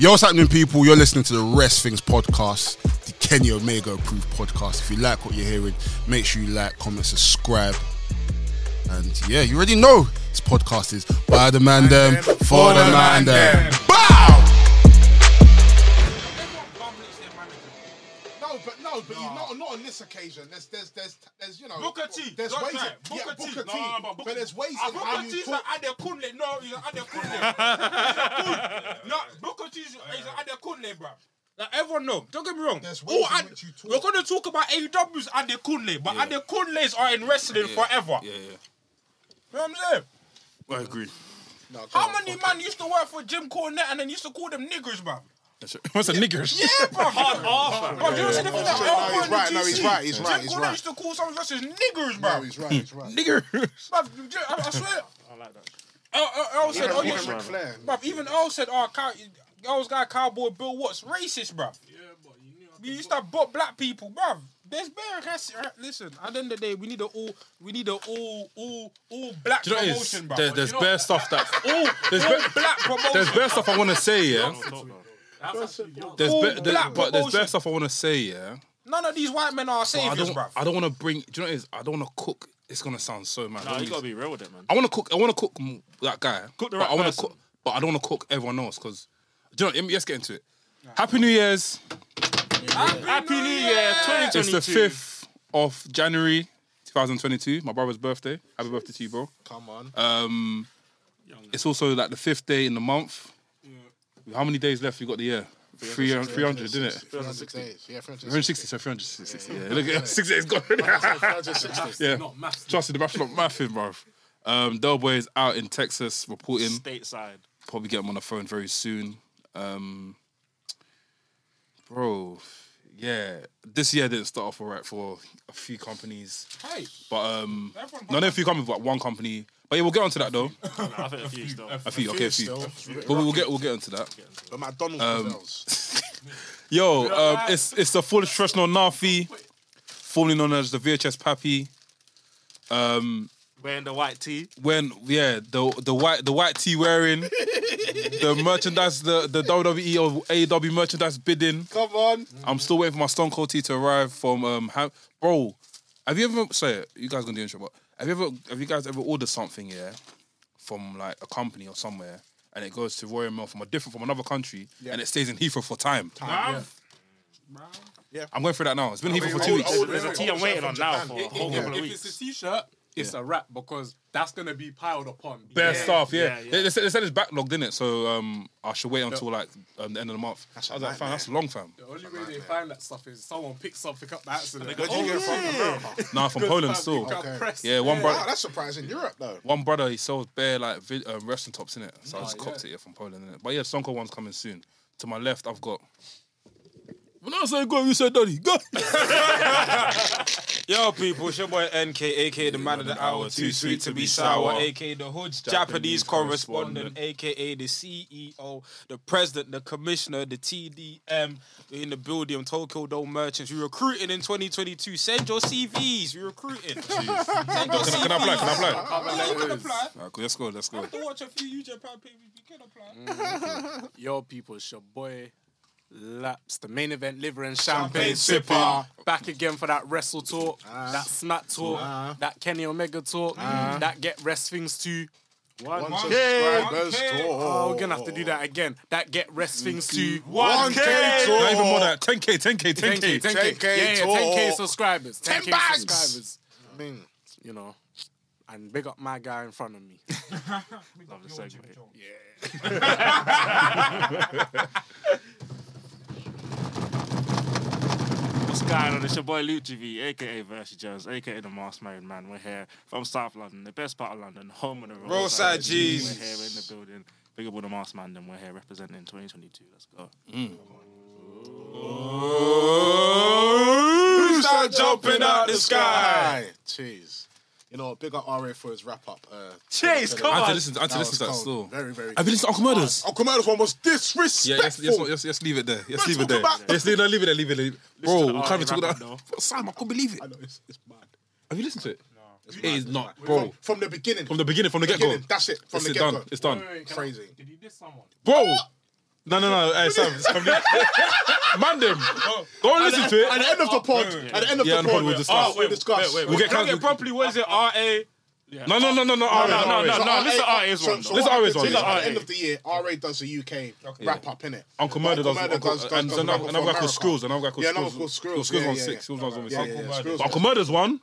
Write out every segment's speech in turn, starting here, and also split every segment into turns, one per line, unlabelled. Yo, what's happening, people? You're listening to the Rest Things podcast, the Kenny Omega approved podcast. If you like what you're hearing, make sure you like, comment, subscribe. And yeah, you already know this podcast is by the man them, for the man them. Bow!
Everyone bum licks their manager.
No, but no, but you not not on this occasion. There's there's there's there's you know
Booker T.
There's
don't
ways.
try.
in- yeah,
Booker T.
Booker T.
No, no, no,
but there's ways
Ah,
in how
Booker
you
T's an
talk.
Ade Kunle. No, he's an Ade Kunle. He's a Kun. No, Booker T's he's an Ade Kunle, bruv. Like everyone know, don't get me wrong.
There's
All
ways in
Ade-
which you talk.
We're gonna talk about AEW's Ade Kunle, but Ade Kunles are in wrestling forever.
Yeah, yeah.
You know what I'm saying?
I agree.
No,
How many man used to work for Jim Cornette and then used to call them niggers, bruv?
That's right. What's a niggers?
Yeah, bruv. Hard Arthur. Bruv, you know what's the thing
Yeah, yeah, yeah.
that
No,
Elko
he's right, no,
and
he's
GC?
right, he's right,
Jim
he's
Cornette
right.
used to call some wrestlers niggers,
No,
bruv.
he's right. He's right.
Nigger.
Bruv, I, I swear. I like that. El, El, El said, oh,
Even
yeah.
Ric Flair.
Bruv, even El said, oh, cow, El's guy, Cowboy Bill Watts, racist, bruv. Yeah, but you knew. We used to bop black people, bruv. There's bare raci- ra- Listen, at the end of the day, we need a all, we need a all, all, all black
Do you know what it is?
promotion, bruv.
There, there's bare stuff that. Oh, there's
all
bare,
black promotion.
there's bare stuff I want to say. Yeah. There's
All
bare, there's,
black
but there's
promotion.
bare stuff I want to say. Yeah.
None of these white men are
But I
saviors,
don't.
bruv.
I don't want to bring. Do you know what it is? I don't want to cook. It's gonna sound so mad. I
Nah,
don't
you gotta
wanna-
be real with it, man.
I want to cook. I want to cook m- that guy.
Cook the
but
right
I wanna
person.
cook. But I don't want to cook everyone else because. Do you know? what- Let's get into it. Happy New Year's.
Happy New Year 2022.
It's the fifth of January, 2022. My brother's birthday. Happy birthday to you, bro. Um,
Come on.
It's also like the fifth day in the month. How many days left you got the year? 300, 300 didn't it?
360 days. Yeah,
360,
360.
so 360. Yeah, look at 6 days gone.
360.
yeah. Trust me, the math's not mathing, bro. Um, Delboy is out in Texas reporting.
stateside.
Probably get him on the phone very soon. Um, bro, yeah. This year didn't start off all right for a few companies.
Hey,
But um,
Everyone-
not a few companies, but one company. But yeah, we'll get onto that though.
Nah, I think a few still.
A few, okay, a few.
Still,
But we'll get we'll get onto that.
Um,
but McDonald's prevails.
Yo, um, it's it's the full professional Nafi, formerly known as the VHS Pappy.
Wearing the white tee.
When yeah, the the white the white tee wearing, the merchandise, the the WWE or AEW merchandise bidding.
Come on.
Mm,
I'm still waiting for my Stone Cold tee to arrive from um. Ham- Bro, have you ever say it? You guys gonna do intro, but have you ever have you guys ever ordered something yeah, from like a company or somewhere, and it goes to Royal Mail from a different from another country, and it stays in Heathrow for time. Oh, I'm going through that now. It's been Heathrow for two weeks.
There's a tee I'm waiting on now for a whole
If-
couple of
if
weeks.
it's a t-shirt, it's a wrap because that's gonna be piled upon.
Bare stuff, yeah.
yeah, yeah.
They, they said, they said it's backlogged, didn't it? So um, I should wait until like um, the end of the month. I was like, fam, that's long, fam.
The only way they find that stuff is someone picks something up by accident.
Oh,
Where'd you get it from? America?
Nah, from Poland still.
Okay.
Yeah, one
Oh,
brother,
Wow, that's surprising. Europe though.
one brother, he sells bare like vi- um, wrestling tops in it. So I just
yeah.
copped it yeah, from Poland, innit? But yeah, Sonko one's coming soon. To my left, I've got. When I say go, you say daddy. Go.
Yo, people, it's your boy NK, aka the man of the hour, too sweet to be sour, aka the hood's Japanese correspondent, aka the CEO, the president, the commissioner, the TDM We're in the building, Tokyo Dome merchants. We're recruiting in 2022. Send your CVs. We're recruiting. Send your
Can I,
CVs.
can I apply? Can I apply?
yeah, you can apply.
Alright, cool, let's go. Let's go.
After watch a few UJ Japan papers, you can apply.
Mm.
Yo, people, it's your boy Laps, the main event, liver and champagne, sipper. Back again for that wrestle talk, that smack talk, that Kenny Omega talk, that get rest things too.
One subscribers
K.
Oh,
tour.
we're gonna have to do that again. That get rest things too.
One K tour.
Not even more than that. 10k, 10k, 10k.
10k, 10k,
10K
yeah, yeah,
tour.
10k subscribers, 10k
10 bags.
subscribers.
I mean,
You know, and big up my guy in front of me.
Love the segue. What's going on? It's your boy Luke GV, aka Versi Jones, aka the Masked Married Man. We're here from South London, the best part of London, home of the
Roadside G's.
We're here in the building. Big up all the Masked Man, and we're here representing 2022. Let's go.
Start jumping out the sky.
aye, Jeez. You know, big up RA for his wrap up. Uh,
Jeez,
I
come
had to
on.
listen, I had to listen
that was
to that
cold.
still.
Very, very.
Have you listened to Uncle Murders?
Oh, Commander's one was
Yeah,
disrespectful.
yes, yes, yes, yes, leave it there. Yes, leave it
talk
there.
about-
Yes, leave it there, leave it there, leave it there.
to
Bro,
the
we can't
R&B
talk about
rap
that.
now.
Sam, I couldn't believe it.
I know, it's, it's mad.
Have you listened to it? It is not,
From,
bro.
from the beginning.
From the beginning, from the get go.
That's it. From
It's
the get
done.
go.
It's done.
Crazy.
Did he diss someone?
Bro, No, no, no. Hey, Sam, Sam, man, them. Go and listen to it.
At the end of the pod, at the end of
Yeah,
the
and pod
pod,
we'll discuss.
we'll discuss. We'll discuss.
We'll get
Plug it
cancelled.
properly. What is it? R A.
No, no, no, no, no. No,
no, no, no,
So RA
listen to RA's
so-
one,
so
though.
Listen to RA's one,
At
yeah.
the end of the year, RA does the UK wrap up, innit?
Uncle Murder does,
Murder
Uncle,
does- does-
and
does
another,
Uncle
another guy called
America.
Skrills, another guy called
Yeah,
Skrills.
another called Skrills,
Skrills
yeah,
on
yeah,
six.
yeah.
Skrills on
Yeah, yeah,
six.
yeah, Skrills
Uncle Murder's one.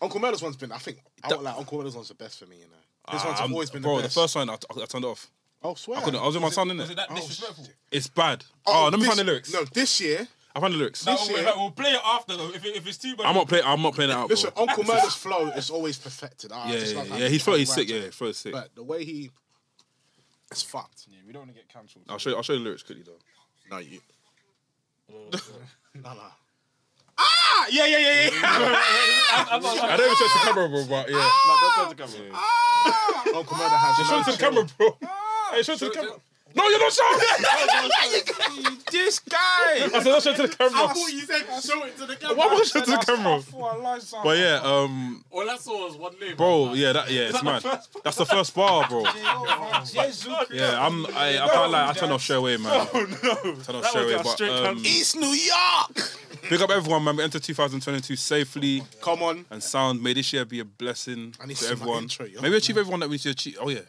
Uncle Murder's one's been, I think, I won't lie, Uncle Murder's one's the best for me, you know. This one's
Um,
always been
bro,
the
the
best.
first one I, I turned it off.
oh, swear.
I couldn't. I was with my son in it.
That disrespectful.
It's bad. Oh, let me
this-
find the lyrics.
No, this year,
I found the lyrics.
That
This
way,
year-
like, Oh, we'll play it after though. If, it- if it's too bad,
I'm not playing. I'm not playing it out. Bro.
listen, Uncle Murder's flow is always perfected. Ah, I
yeah,
just
yeah,
love
yeah,
how
yeah. He's throat is
rap
sick.
to
Yeah,
it.
his throat is sick.
But the way he, it's fucked.
Yeah, we don't want to get cancelled.
I'll show you. I'll show you the lyrics quickly though.
No, you. no, no.
Ah, yeah, yeah, yeah, yeah.
I don't even show it to the camera, bro. But
Ah!
yeah,
Uncle Murder has
show it to the camera, bro.
Ah!
Hey, show it to the camera. No, you're not showing.
this guy.
I said, don't show it to the camera.
you said show it to the camera.
Why would I show it to the camera?
Before I lied, son.
But yeah, um,
All I saw was one name.
bro, yeah, that, yeah, it's mad. That's the first bar, bro.
Oh, Jesus Christ.
Yeah, I'm. I, I can't lie. I turn off straight away, man. No, no. Turn off straight away.
our
But
straight
um,
East New York.
big up everyone, man. We enter 2022 safely
Come on.
and sound. May this year be a blessing
I need
to
to see my
everyone.
intro, yo.
Maybe achieve everyone that we should achieve. Oh yeah,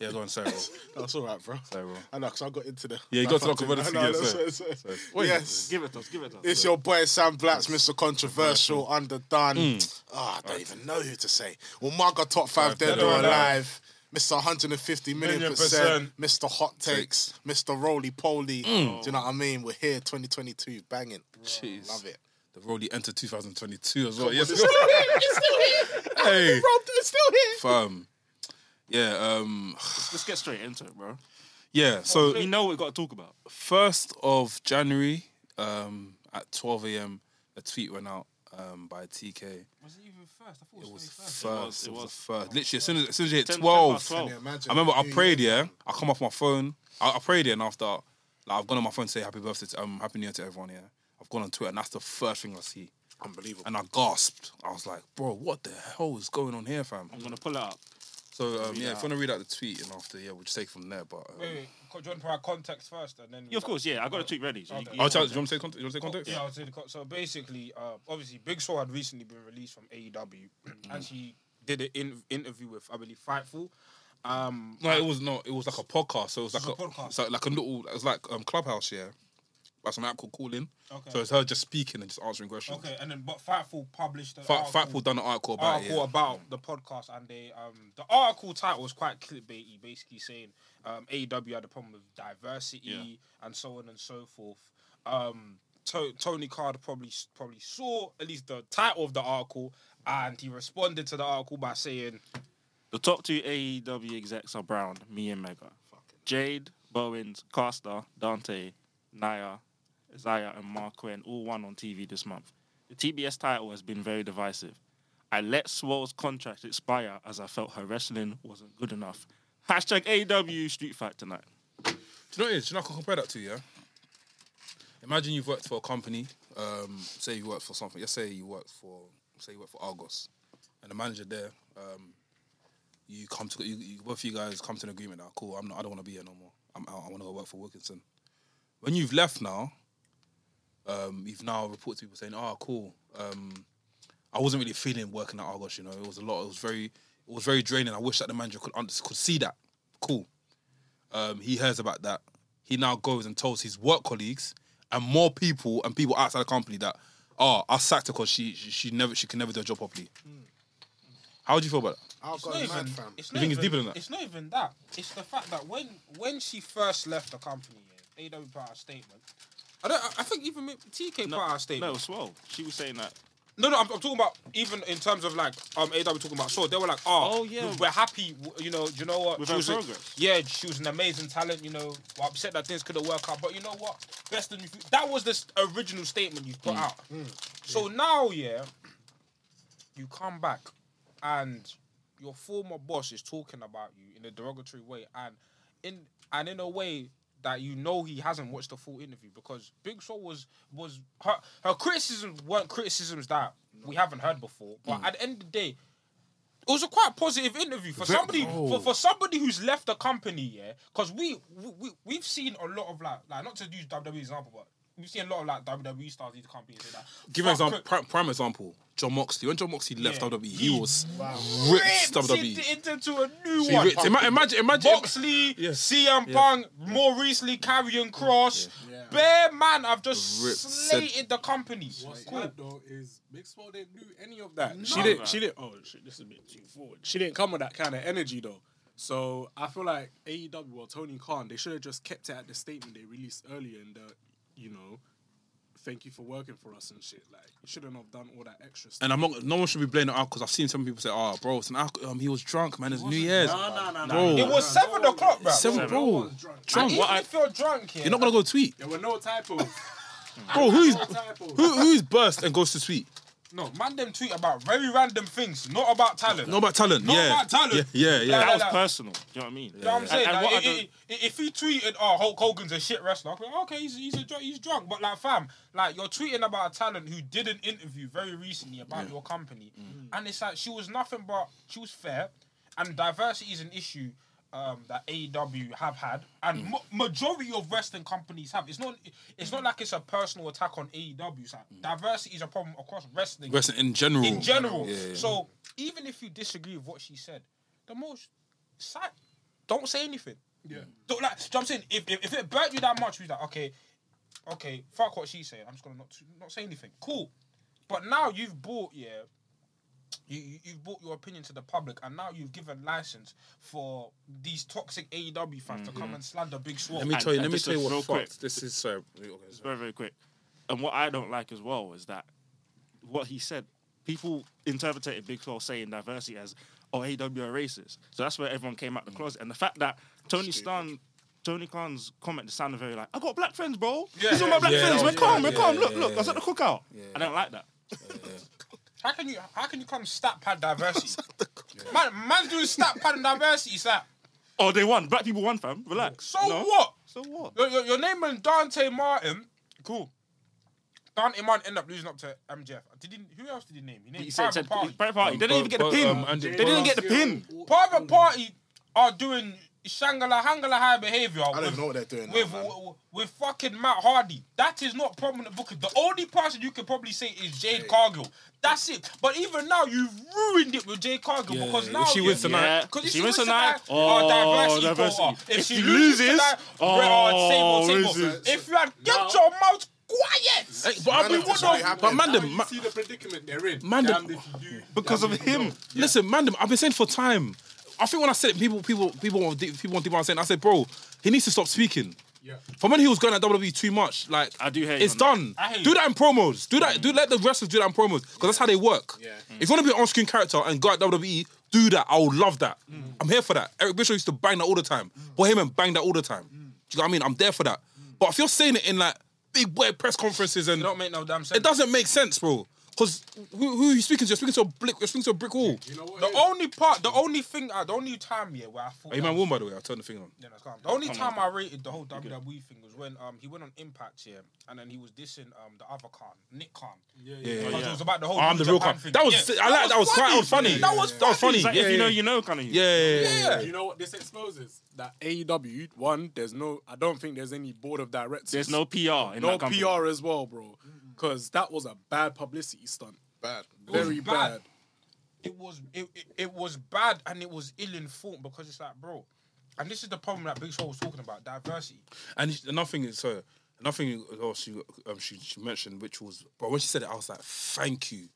yeah. Go on, sorry, bro.
That's all right, bro.
Sorry, bro.
I know, because I got into the.
Yeah, you got to talk about this
No, no,
again.
no,
sir.
sorry, sorry. Yes.
Give it to us, give it to us.
It's your boy Sam Blacks, Mr. Controversial, Underdone. Ah, I don't even know who to say. Well, Maga Top 5 Dead or Alive, Mr. 150 million,
Million
percent, Mr. Hot Takes, Mr. Roly Poly. Do you know what I mean? We're here 2022, banging.
Jeez.
Love it.
They've already entered 2022 as well. Yes, it's still here. Hey,
It's still here.
fam. Yeah, um,
Let's get straight into it, bro.
yeah. So
We know what we've got to talk about.
first of January, um, at 12 a.m., a tweet went out um, by TK.
Was it even first? I thought
It was first. It
It
was,
was, it was.
first. Literally, as soon as, as soon as you hit
10
12,
past 12.
Imagine
I remember I
New
prayed.
Year.
Yeah, I come off my phone. I, I prayed, yeah, and after, like, I've gone on my phone to say happy birthday, to, um, happy new year to everyone. Yeah, I've gone on Twitter, and that's the first thing I see.
Unbelievable.
And I gasped. I was like, "Bro, what the hell is going on here, fam?"
I'm going to pull it up.
So um, yeah, if you want to read out the tweet and after, yeah, we'll just take it from there. But um,
Wait, wait. Do you want to put our context first, and then?
Yeah, of course, yeah. I got a tweet ready. So you-
Okay.
you-
oh, Charles, do you want to take context? You want to take context?
Yeah, I would say the co- so. Basically, uh, obviously, Big Show had recently been released from AEW, and she did an in- interview with, I believe, Fightful. Um,
No, it was not. It was like a podcast. So it was like
was
a,
a podcast.
So like a little. It was like um, clubhouse. Yeah, that's an app called Calling.
Okay.
So it's her just speaking and just answering questions.
okay, Oh, and then but Fightful published an
Fa-
article-
Fatful done an article about
article
it. Yeah.
about the podcast, and they um the article title was quite clickbaity, basically saying um AEW had a problem with diversity and so on and so forth. Um, to- Tony Card probably probably saw at least the title of the article, and he responded to the article by saying,
The top two AEW execs are Brown, me and Mega. Jade, Bowens, Costa, Dante, Naya, Isaiah, and Mark Quinn all won on TV this month. The TBS title has been very divisive. I let Swole's contract expire as I felt her wrestling wasn't good enough. Hashtag AEW Street Fight tonight.
Do you know what it is? Do you know what I can compare that to? Yeah. Imagine you've worked for a company. Um, say you worked for something. Let's say you worked for say you worked for Argos, and the manager there. Um, you come to you, you both you guys come to an agreement. Now, cool. I'm not. I don't want to be here no more. I'm out. I want to go work for Wilkinson. When you've left now, um, you've now reported to people saying, "Oh, cool. Um, I wasn't really feeling working at Argos. You know, it was a lot. It was very, it was very draining. I wish that the manager could under, could see that. Cool. Um, he hears about that. He now goes and tells his work colleagues and more people and people outside the company that, oh, I sacked her because she, she she never she can never do a job properly. How do you feel about that?
I'll go
not
mad,
even-
fam.
You think it's deeper than that?
It's not even that. It's the fact that when when she first left the company, yeah, AW put out a statement. I don't. I- I think even maybe TK put out a statement.
No, Swole. She was saying that.
No, no, I'm, I'm talking about even in terms of like um AW talking about. So they were like, oh,
Oh, yeah.
we- we're happy. w- You know, you know what?
With
she
her
was a-
progress.
yeah, she was an amazing talent. You know, we're upset that things couldn't work out, but you know what? Best than you. That was the s- original statement you put out. So now, yeah, you come back, and your former boss is talking about you in a derogatory way, and in and in a way that you know he hasn't watched the full interview because Big Show was was her her criticisms weren't criticisms that we haven't heard before, but at the end of the day, It was a quite positive interview for somebody for, for somebody who's left the company, yeah. Because we, we we we've seen a lot of like like not to use WWE example, but we've seen a lot of like WWE stars leave the company and say that.
Give an
"Fuck
example. Prime, prime example. John Moxley. When John Moxley left
Yeah.
WWE, he was
Ripped
ripped WWE.
it into a new
He
one.
ripped. Ima- Imagine, imagine.
Moxley, CM Punk, more recently Karrion Cross. Bare man have just
Ripped, said-
slated the company.
What's
Cool.
mad though is Mix Four didn't do any of that.
She didn't.
man.
She didn't. Oh shit! This is a bit too forward. She didn't come with that kind of energy though. So I feel like AEW or Tony Khan, they should have just kept it at the statement they released earlier in the, you know, thank you for working for us and shit. Like you shouldn't have done all that extra stuff.
And I'm not, no one should be blaming it out because I've seen some people say, "Oh, bro, it's an alco- um, he was drunk, man. It's New Year's."
no, no,
Bro.
It was seven o'clock, bro.
Seven,
Seven.
bro.
And
Drunk.
even if you're drunk, yeah,
You're not gonna go tweet,
There were no typos.
bro. Who's
typos.
who, who's burst and goes to tweet?
no man. Them tweet about very random things, not about talent.
Not about talent.
Not
yeah.
about talent.
Yeah, yeah, yeah.
That
Like
was
that.
personal. Do you know what I mean?
You know what I'm saying?
And, and
Like,
what I
i-
don't-
i- i- if he tweeted, "Oh, Hulk Hogan's a shit wrestler," I'd be like, okay, he's he's, a, dr- he's drunk. But like, fam, like you're tweeting about a talent who did an interview very recently about your company,
Mm.
and it's like she was nothing but she was fair, and diversity is an issue. Um, that AEW have had, and
Mm.
ma- majority of wrestling companies have. It's not. It's not like it's a personal attack on AEW. It's like
Mm.
diversity is a problem across wrestling
Wrestling in general.
in general.
Yeah, yeah.
So even if you disagree with what she said, the most sad, don't say anything. Yeah. Don't like. do you know what I'm saying if, if, if it burnt you that much, you like okay, okay, fuck what she's saying. I'm just gonna not not say anything. Cool. But now you've bought yeah. You, you, you've brought your opinion to the public, and now you've given license for these toxic AEW fans to come and slander Big Swole.
Mm, Let me
And-
tell you.
and
Let me
just
tell you
real
what.
quick.
fucked. This is sorry. okay,
It's
sorry.
very, very quick. And what I don't like as well is that what he said, people interpreted Big Flo saying diversity as, oh, AW are racist. So that's where everyone came out
Hmm.
the closet. And the fact that Tony Stan, Tony Khan's comment sounded very like, I got black friends, bro. These are my black
yeah,
friends.
yeah,
We're calm,
yeah,
we're calm.
yeah,
look,
yeah,
look, I was at the cookout. I don't like that.
How can you how can you come stat pad diversity? man, man's doing stat pad and diversity. It's like,
Oh, they won. Black people won, fam. Relax.
so
No?
what?
So what?
Your, your, your name and Dante Martin. Cool. Dante Martin ended up losing up to MJF. Did he, who else did he name? He named
He said,
Private
said
Party.
private party. They didn't even get the
But,
pin.
um, Andy-
they didn't get the pin.
Private Party are doing shangala hangala high behavior
I don't
with,
know what they're doing.
with,
now, man.
with, with fucking Matt Hardy. That is not prominent booking. The only person you could probably say is Jade Cargill. That's it. But even now, you've ruined it with Jade Cargill because
if
now
she
you-
wins tonight-
Yeah.
Because
If she wins tonight,
uh,
oh,
diversity,
diversity.
go up. If,
If
she,
she
loses,
loses,
tonight,
oh,
oh, table, table.
racist.
If you had get your mouth quiet.
Hey, but I've
Man,
been what
that's already
the- but
happened.
man, them,
You
ma-
see the predicament they're in.
Man, the-
Damned if you do.
Because of
damned if you
him.
don't.
listen, man, them, I've been saying for time. I think when I said it, people, people, people, on deep- people on deep, I was saying, I said, bro, he needs to stop speaking.
Yeah.
For when he was going at WWE too much, like
I do hear you Mm.
it's
on that.
done.
I hear you.
Do that in promos. Do that. Do let the wrestlers do that in promos because that's how they work. If you want to be an on-screen character and go at WWE, do that. I would love that.
Mm.
I'm here for that. Eric Bischoff used to bang that all the time. Boy, him and bang that all the
Mm.
time. Do you know what I mean? I'm there for that. But if you're saying it in like big boy press conferences and
It don't make no damn sense.
it doesn't make sense, bro. Because who, who are you speaking to? You're speaking to a brick. You're speaking to a brick wall.
You know what?
The only part, the only thing, uh, the only time yeah where I thought
Are you
that
man warm, by the way? I'll turn the thing on.
Yeah, that's calm. The only time I rated the whole WWE thing was when um he went on Impact here and then he was dissing um the other Khan, Nick Khan. Yeah, yeah,
yeah.
It was about the whole.
I'm
New
the real
Japan
Khan.
thing.
That was-
Yeah,
I like- that was quite- that was funny.
That was
That was funny.
It's like,
Yeah,
if you know,
yeah.
you know, kind of.
Yeah, yeah, yeah, yeah.
Yeah.
You know what this exposes? That AEW, one, there's no, I don't think there's any board of directors.
There's no PR in
no
that company.
PR as well, bro. Because that was a bad publicity stunt.
Bad.
Very
bad.
bad.
it was it, it, it was bad and it was ill informed because it's like bro, and this is the problem that Big Show was talking about diversity.
And another thing is, so another thing else she, um, she she mentioned, which was, but when she said it, I was like, thank you.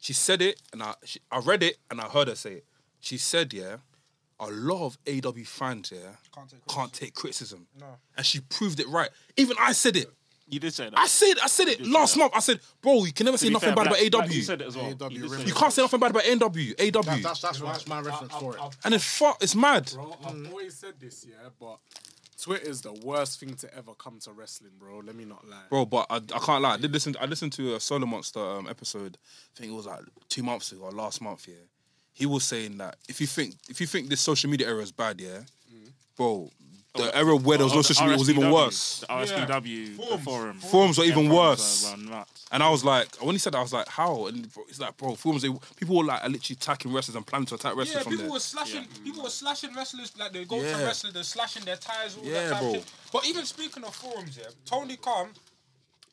She said it, and I she, I read it, and I heard her say it. She said, yeah, a lot of AW fans, yeah,
Can't take
can't take criticism.
No.
And she proved it right. Even I said it.
You did say that.
I said I said it
did say
last
that.
month. I said, bro, you can never
To
say
be
nothing
fair,
bad
Black-
about
Black-
AW.
You said it as well.
AEW
You did say
really
it.
You can't say nothing bad about NW. AW.
That, that's that's, that's my reference for it.
and then fuck, it's mad.
Bro, I've always said this, yeah, but Twitter's the worst thing to ever come to wrestling, bro. Let me not lie.
Bro, but I, I can't lie. I did listen. I listened to a Solo Monster um, episode. I think it was like two months ago, or last month. Yeah, he was saying that if you think if you think this social media era is bad, yeah, bro, the era where
oh,
there was no social media was even
RSPW,
worse.
The RSPW the
Forums.
forum.
Forums were
Yeah,
even
forums
worse.
are- are nuts.
And I was like, when he said that, I was like, how? And bro, it's like, bro, forums, they, people were like, are literally attacking wrestlers and planning to attack wrestlers
Yeah,
from
people
there.
were slashing. People were slashing wrestlers like they go
Yeah.
to wrestlers, they're slashing their tires, all
Yeah,
that type
bro.
of shit. But even speaking of forums, yeah, Tony Khan,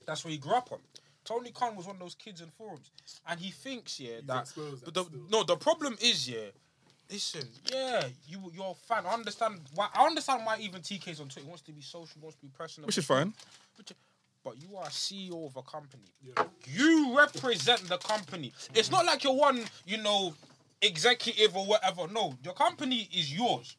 that's where he grew up on. Tony Khan was one of those kids in forums, and he thinks yeah that,
exposed
but
that
the, no the problem is yeah. Listen, yeah, you you're a fan. I understand why. I understand why even TK's on Twitter He wants to be social, wants to be personal,
Which is fine.
but you- but you are CEO of a company. You represent the company. It's not like you're one, you know, executive or whatever. No, your company is yours.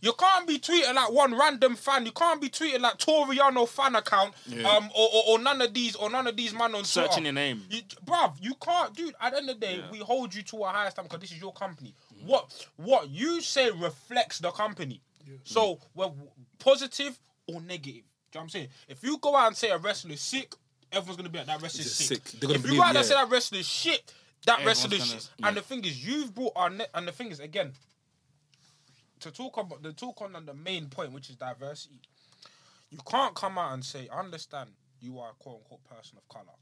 You can't be tweeting like one random fan. You can't be tweeting like Toriano fan account, um, or, or, or none of these or none of these man on
Searching
Twitter.
your name.
You, bruv, you can't, dude. At the end of the day, we hold you to a higher standard because this is your company. What what you say reflects the company. So whether positive or negative. Do you know what I'm saying? If you go out and say a wrestler is sick, everyone's gonna be like that wrestler is
Just
sick.
sick. They're
If
gonna
you
believe-
go out there
yeah.
and say that wrestler is shit, that
Everyone's
wrestler is
gonna-
shit. And the thing is, you've brought our net. And the thing is, again, to talk about the talk on the main point, which is diversity. You can't come out and say, I understand you are a quote unquote person of colour.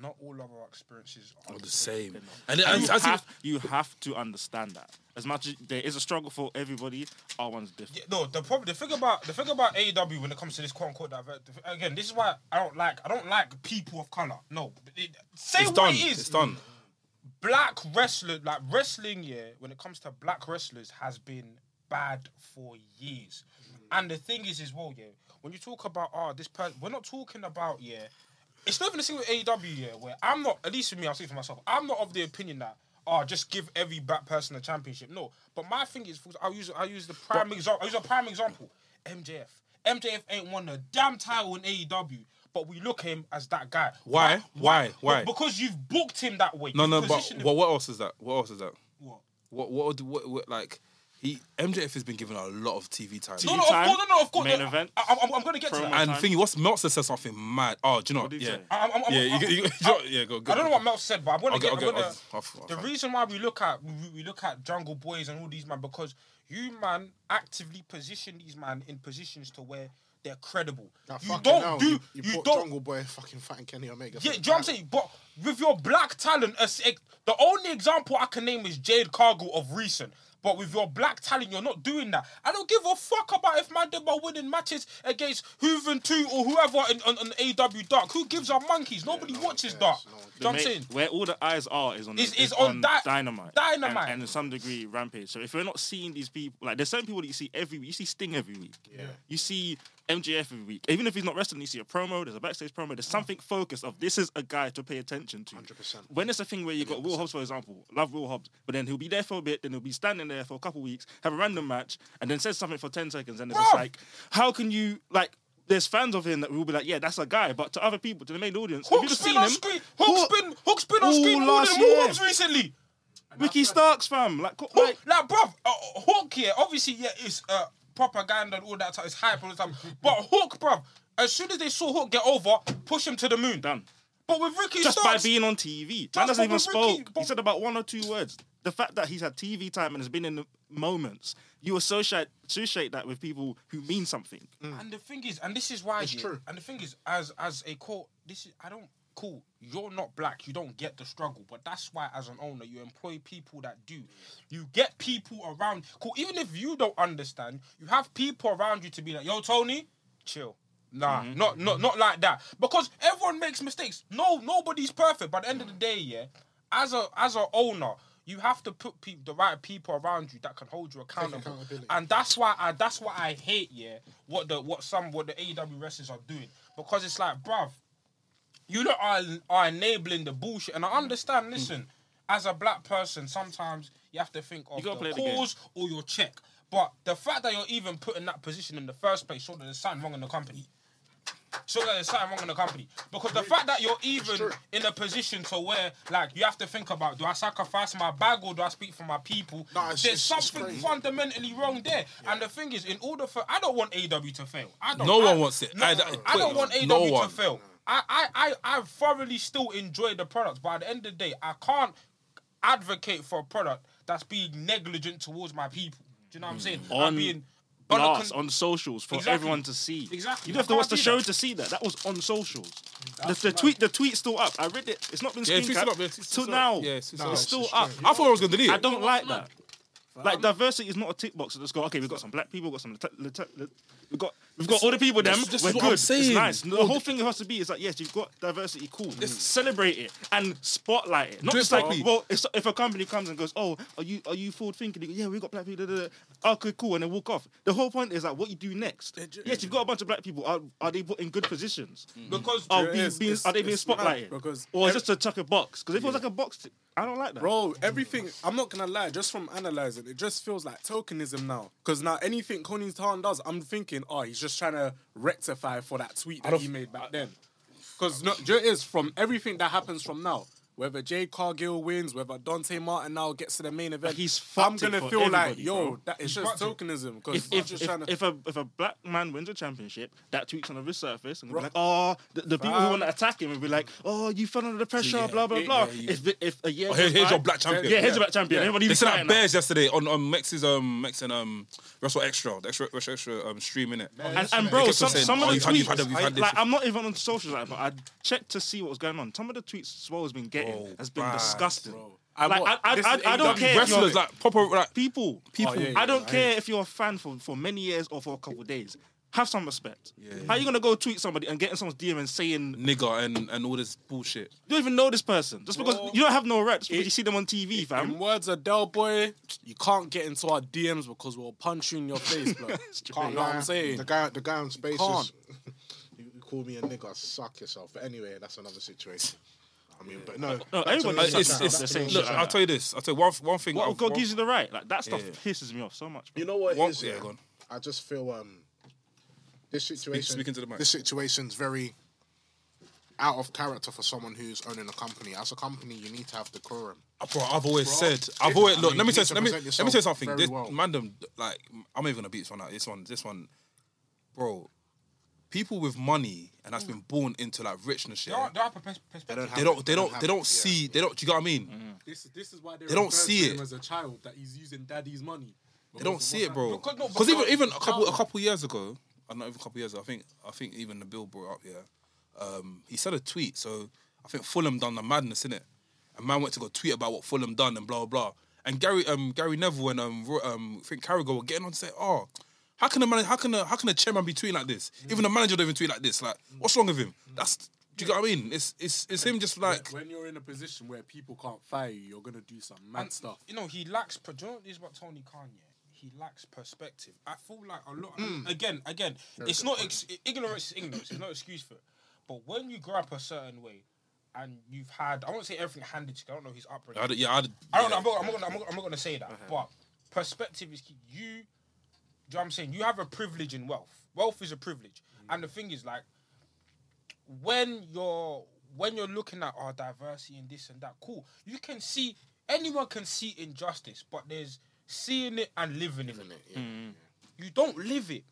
Not all of our experiences are
All the
the
same. And, then
And
and,
you,
as he-
have, you have to understand that. As much as there is a struggle for everybody, our one's different.
Yeah, no, the problem, the thing about the thing about AEW when it comes to this quote unquote diver- again, this is why I don't like I don't like people of color. No, it, say
it's
what
done.
it is.
It's done.
Black wrestler, like wrestling, yeah. When it comes to black wrestlers, has been bad for years.
Mm.
And the thing is, as well, yeah. When you talk about oh, this person, we're not talking about yeah. It's not even the thing with AEW, E yeah. Where I'm not, at least for me, I'll speak for myself. I'm not of the opinion that. Oh, just give every black person a championship. No, but my thing is, I'll use I'll use the prime example. I'll use a prime example. MJF. MJF ain't won a damn title in AEW, but we look him as that guy.
Why? Why? Why?
Because you've booked him that way.
No,
You've
no, but
positioned him-
what, what else is that? What else is that?
What?
What, what, would- what, what like, he, MJF has been given a lot of TV time.
No,
TV
no, of
time,
course, no, no, of course.
main
no,
event,
I, I, am I'm going to get to
promo.
that. I,
and
time.
thingy, what's Meltzer said something mad. Oh, do you know?
What did he
yeah.
say?
I'm, I'm, I'm,
Yeah,
I'm,
you, you, you, yeah, go, go.
I don't know what Mel said, but I'm going
I'll
to
get,
get.
I'll
I'm
get, I'll,
gonna,
I'll, I'll,
the reason why we look at we, we look at Jungle Boys and all these man because you man actively position these man in positions to where they're credible.
Now,
you
fucking
don't
hell,
do you,
You, you bought
don't
Jungle Boy fucking fighting Kenny Omega. for
Yeah, do
the
you know what I'm
title.
saying? But with your black talent, as- eh, the only example I can name is Jade Cargill of recent. But with your black talent, you're not doing that. I don't give a fuck about if Mandemba winning matches against Hooven 2 or whoever in, on, on AW Dark. Who gives a monkeys? Nobody watches Dark. Do you know what I'm
Mate,
saying?
Where all the eyes are is on
Is-
the-
is on Dy-
dynamite,
Dynamite.
and, and to some degree rampage. So if we're not seeing these people, like there's certain people that you see every week. You see Sting every week. Yeah. You see MJF every week. Even if he's not wrestling, you see a promo. There's a backstage promo. There's something focused of this is a guy to pay attention to.
100%.
When it's a thing where you got Will Hobbs, for example, love Will Hobbs, but then he'll be there for a bit, then he'll be standing there for a couple weeks, have a random match, and then says something for ten seconds, and it's just
Bruv.
like, how can you like? There's fans of him that will be like, yeah, that's a guy, but to other people, to the main audience, if you've
Hook's
seen
been on
him,
screen. Hook's been, Hook's been on
Ooh,
screen more
last
than
year.
Wolves recently.
Ricky Starks, fam. Like, co-
Hook,
like
like, bruv, uh, Hook here, obviously, yeah, it's uh, propaganda and all that type, it's hype all the time. But Hook, bruv, as soon as they saw Hook get over, push him to the moon.
Done.
But with Ricky
just by
Starks,
being on TV. Man
Just
doesn't
by
even
Ricky-
spoke. He said about one or two words. The fact that he's had TV time and has been in the moments, you associate associate that with people who mean something.
and the thing is, and this is why
It's
yeah,
true.
And the thing is, as as a quote, this is I don't cool. You're not black. You don't get the struggle. But that's why, as an owner, you employ people that do. You get people around. Cool. Even if you don't understand, you have people around you to be like, "Yo, Tony, chill." Nah, not not not like that. Because everyone makes mistakes. No, nobody's perfect. But at the end of the day, yeah, as a as a owner. You have to put peop the right people around you that can hold you accountable, and that's why I that's why I hate yeah what the what some what the AEW wrestlers are doing because it's like bruv, you lot are, are enabling the bullshit. And I understand, listen, as a black person, sometimes you have to think of
gotta
the
play the game.
cause or your check. But the fact that you're even put in that position in the first place shows that there's something wrong in the company. Shows that there's something wrong in the company. Because the fact that you're even in a position to where, like, you have to think about do I sacrifice my bag or do I speak for my people?
Nah, it's-
there's
it's- it's
something
crazy.
fundamentally wrong there. And the thing is, in order for. I don't want AW to fail. I don't,
No
I-
one wants it.
No,
I-
I,
that-
don't want AW
no
to
one.
fail fail. I, I, I, I thoroughly still enjoy the product, but at the end of the day, I can't advocate for a product that's being negligent towards my people. Do you know what I'm saying?
On-
I'm being On a con-
blast on socials for
Exactly.
everyone to see.
Exactly.
You don't have to
You
watch the
can't do
show
that.
to see that. That was on socials. The, the tweet, the tweet's still up. I read it. It's not been
Yeah,
screen
tweet's still
capped
up, yeah, tweet's still
till
up.
now.
Yeah,
it's
tweet's still up.
still up.
I thought I was gonna delete it.
I don't like that. Like diversity is not a tick box that just go. Okay, we've got some black people, we've got some. Lat- Lat- Lat- we've got we've got all the people. Them
this- this
we're
is what
good.
I'm saying.
It's nice. The whole thing has to be is like yes, you've got diversity. Cool. Celebrate it and spotlight it. Not
Do it
just like
properly.
well, if, if a company comes and goes, oh, are you are you forward thinking? They go, Yeah, we got black people. Da, da, da. Okay, cool, and then walk off. The whole point is like what you do next. yes, you've got a bunch of black people. Are, are they put in good positions?
Because
Are,
It
we
is.
Oh, being,
It's-
are they being
it's mad
spotlighted?
because
or
ev-
is it just to tuck a box? Because if it was like a box, t- I don't like that.
Bro, everything. I'm not gonna lie. Just from analyzing, it just feels like tokenism now. Because now anything Connie Tarn does, I'm thinking, oh, he's just trying to rectify for that tweet that he made back then. Because no, do you know what it is from everything that happens from now. Whether Jay Cargill wins, whether Dante Martin now gets to the main event,
he's
I'm
fucked it
gonna
for
feel like,
everybody,
yo,
bro.
that it's just tokenism. Because
if if,
just
if,
trying to.
if a if a black man wins a championship, that tweet's gonna resurface and be like, oh, the, the people who want to attack him will be like, oh, you fell under the pressure, blah blah blah. if the- if a year
Oh, here-
goes
here's
by-
your black champion.
yeah, here's your black champion. Everybody
They
was
said that
fighting that.
Bears yesterday on, on Mex's um Mex and um Wrestle Extra, the extra extra, extra um, stream in it.
And, and bro,
They kept
some,
saying,
some
"Oh,
of the
you've had-
tweets,
you've had- you've had this
like I'm not even on social like, but I checked to see what was going on. Some of the tweets Swole has been getting
Bro,
has been
bad,
disgusting.
I
like
what?
I, I,
This
I,
is
I don't
AEW.
care if you're
wrestlers like proper like
people, people.
Oh, yeah, yeah,
I don't
yeah.
care if you're a fan for, for many years or for a couple of days. Have some respect. How you gonna go tweet somebody and get in someone's DM and saying
nigger and, and all this bullshit.
You don't even know this person just because you don't have no reps because you see them on TV,
In
fam.
words of Del Boy, you can't get into our DMs because we'll punch you in your face, bro.
Can't
You know what
lie.
I'm saying?
The guy, the guy on Spaces,
Can't.
you you call me a nigger, suck yourself. But anyway, that's another situation. I mean, but no,
No,
that's
everyone
another
is
subject.
it's-
That's
the
another
same
subject.
Look, I'll tell you this. I'll tell you one, one thing.
What
I've-
God
one-
gives you the right? Like that stuff
Yeah.
pisses me off so much. bro.
You know what it
What-
is,
yeah,
yeah?
go on.
I just feel um, this situation.
speak into the mic.
This situation's very out of character for someone who's owning a company. As a company, you need to have decorum.
Bro, I've always said. I've
if-
always
I
look.
mean,
let me tell
you need
you.
to
Let me let me
present
tell you
yourself
something.
very
This,
well.
Mandem, like I'm even gonna beat this one out. This one, this one. Bro, people with money and that's been born into like richness.
There
Yeah,
are, there are pers- perspectives.
have
they
it.
don't. They don't.
have
They
it,
don't
yeah.
see. They don't. Do you get what I mean?
This, this is why
They don't see it.
him as a child that he's using daddy's money.
They don't see it, bro.
Because- no,
Because even
because-
even a couple a couple years ago, uh, not even a couple years, ago, I think I think even the bill brought up. Yeah, um, he said a tweet. So I think Fulham done the madness in it. A man went to go tweet about what Fulham done and blah blah. blah. And Gary um Gary Neville and um, Ro- um I think Carragher were getting on to say, oh. How can a man? How can a how can a chairman be tweeting like this?
Mm.
Even the manager don't even tweet like this. Like, what's wrong with him? That's do you get what I mean? It's it's it's him just like
When you're in a position where people can't fire you, you're gonna do some mad
And,
stuff.
You know, he lacks. per- Do you know what it is about Tony Khan? Yeah, he lacks perspective. I feel like a lot. Again, again, it's not ex- ignorance is ignorance. There's no excuse for it. But when you grow up a certain way, and you've had, I won't say everything handed to you. I don't know his upbringing.
I don't, yeah I,
I don't know. I'm not, I'm, not gonna, I'm, not, I'm not gonna say that. But perspective is key. You, do you know what I'm saying? You have a privilege in wealth. Wealth is a privilege. And the thing is, like, when you're when you're looking at our diversity and this and that, cool. You can see anyone can see injustice, but there's seeing it and living in it. You don't live it.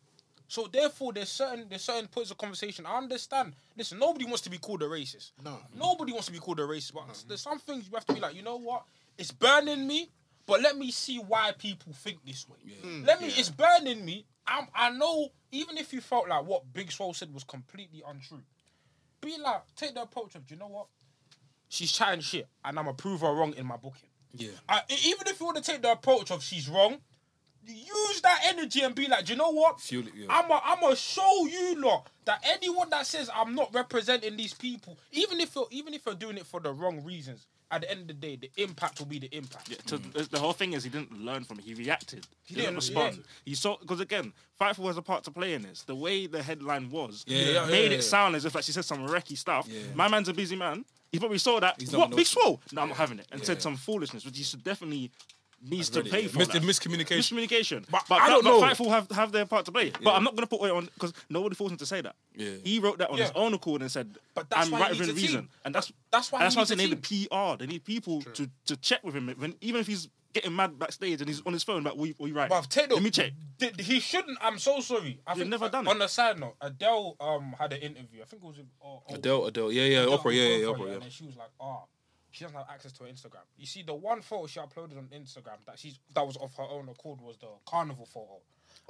So therefore, there's certain there's certain points of conversation. I understand. Listen, nobody wants to be called a racist.
No.
nobody wants to be called a racist. But there's some things you have to be like, you know what? It's burning me, but let me see why people think this way. Let me. It's burning me. I'm, I know. Even if you felt like what Big Swole said was completely untrue, be like, take the approach of, do you know what? She's chatting shit, and I'm a prove her wrong in my booking.
Yeah.
I, e- even if you want to take the approach of she's wrong, use that energy and be like, do you know what?
Fuel it, yeah.
I'm a, I'm a show you lot that anyone that says I'm not representing these people, even if you're even if you're doing it for the wrong reasons, at the end of the day, the impact will be the impact.
Yeah,
Mm.
to, the- the whole thing is he didn't learn from it. He reacted. He didn't
didn't-
respond.
yeah.
He saw because again, Fightful has a part to play in this. The way the headline was
Yeah, yeah, yeah,
made
yeah, yeah.
it sound as if like she said some wrecky stuff.
Yeah.
My man's a busy man. He probably saw that.
He's not
What
gonna-
big swole? No, I'm not having it. And
Yeah.
said some foolishness, which he should definitely needs to
read it,
pay
yeah.
for.
Mis-
that.
miscommunication.
Miscommunication.
But
But,
I don't know.
Fightful have have their part to play. But I'm not going to put it on because nobody forced him to say that.
Yeah.
He wrote that on his
Yeah.
own accord and said,
But that's
I'm
why he
right
needs
within
a team.
reason." And that's
That's why
and that's
he
why I
needs
said
a
they need a PR. They need people to, to check with him. When, even if he's getting mad backstage and he's on his phone, like, "What you, what you right?"
Bruv, take the-
Let me check.
Th- th- he shouldn't. I'm so sorry. I
They've never done it.
On a side note, Adele um had an interview. I think it was with uh, Oprah.
Adele, Adele, yeah, yeah,
Yeah,
Oprah, yeah, yeah,
Oprah,
Oprah, yeah.
And then she was like, "Ah, she doesn't have access to her Instagram." You see, the one photo she uploaded on Instagram that she's that was of her own accord was the carnival photo.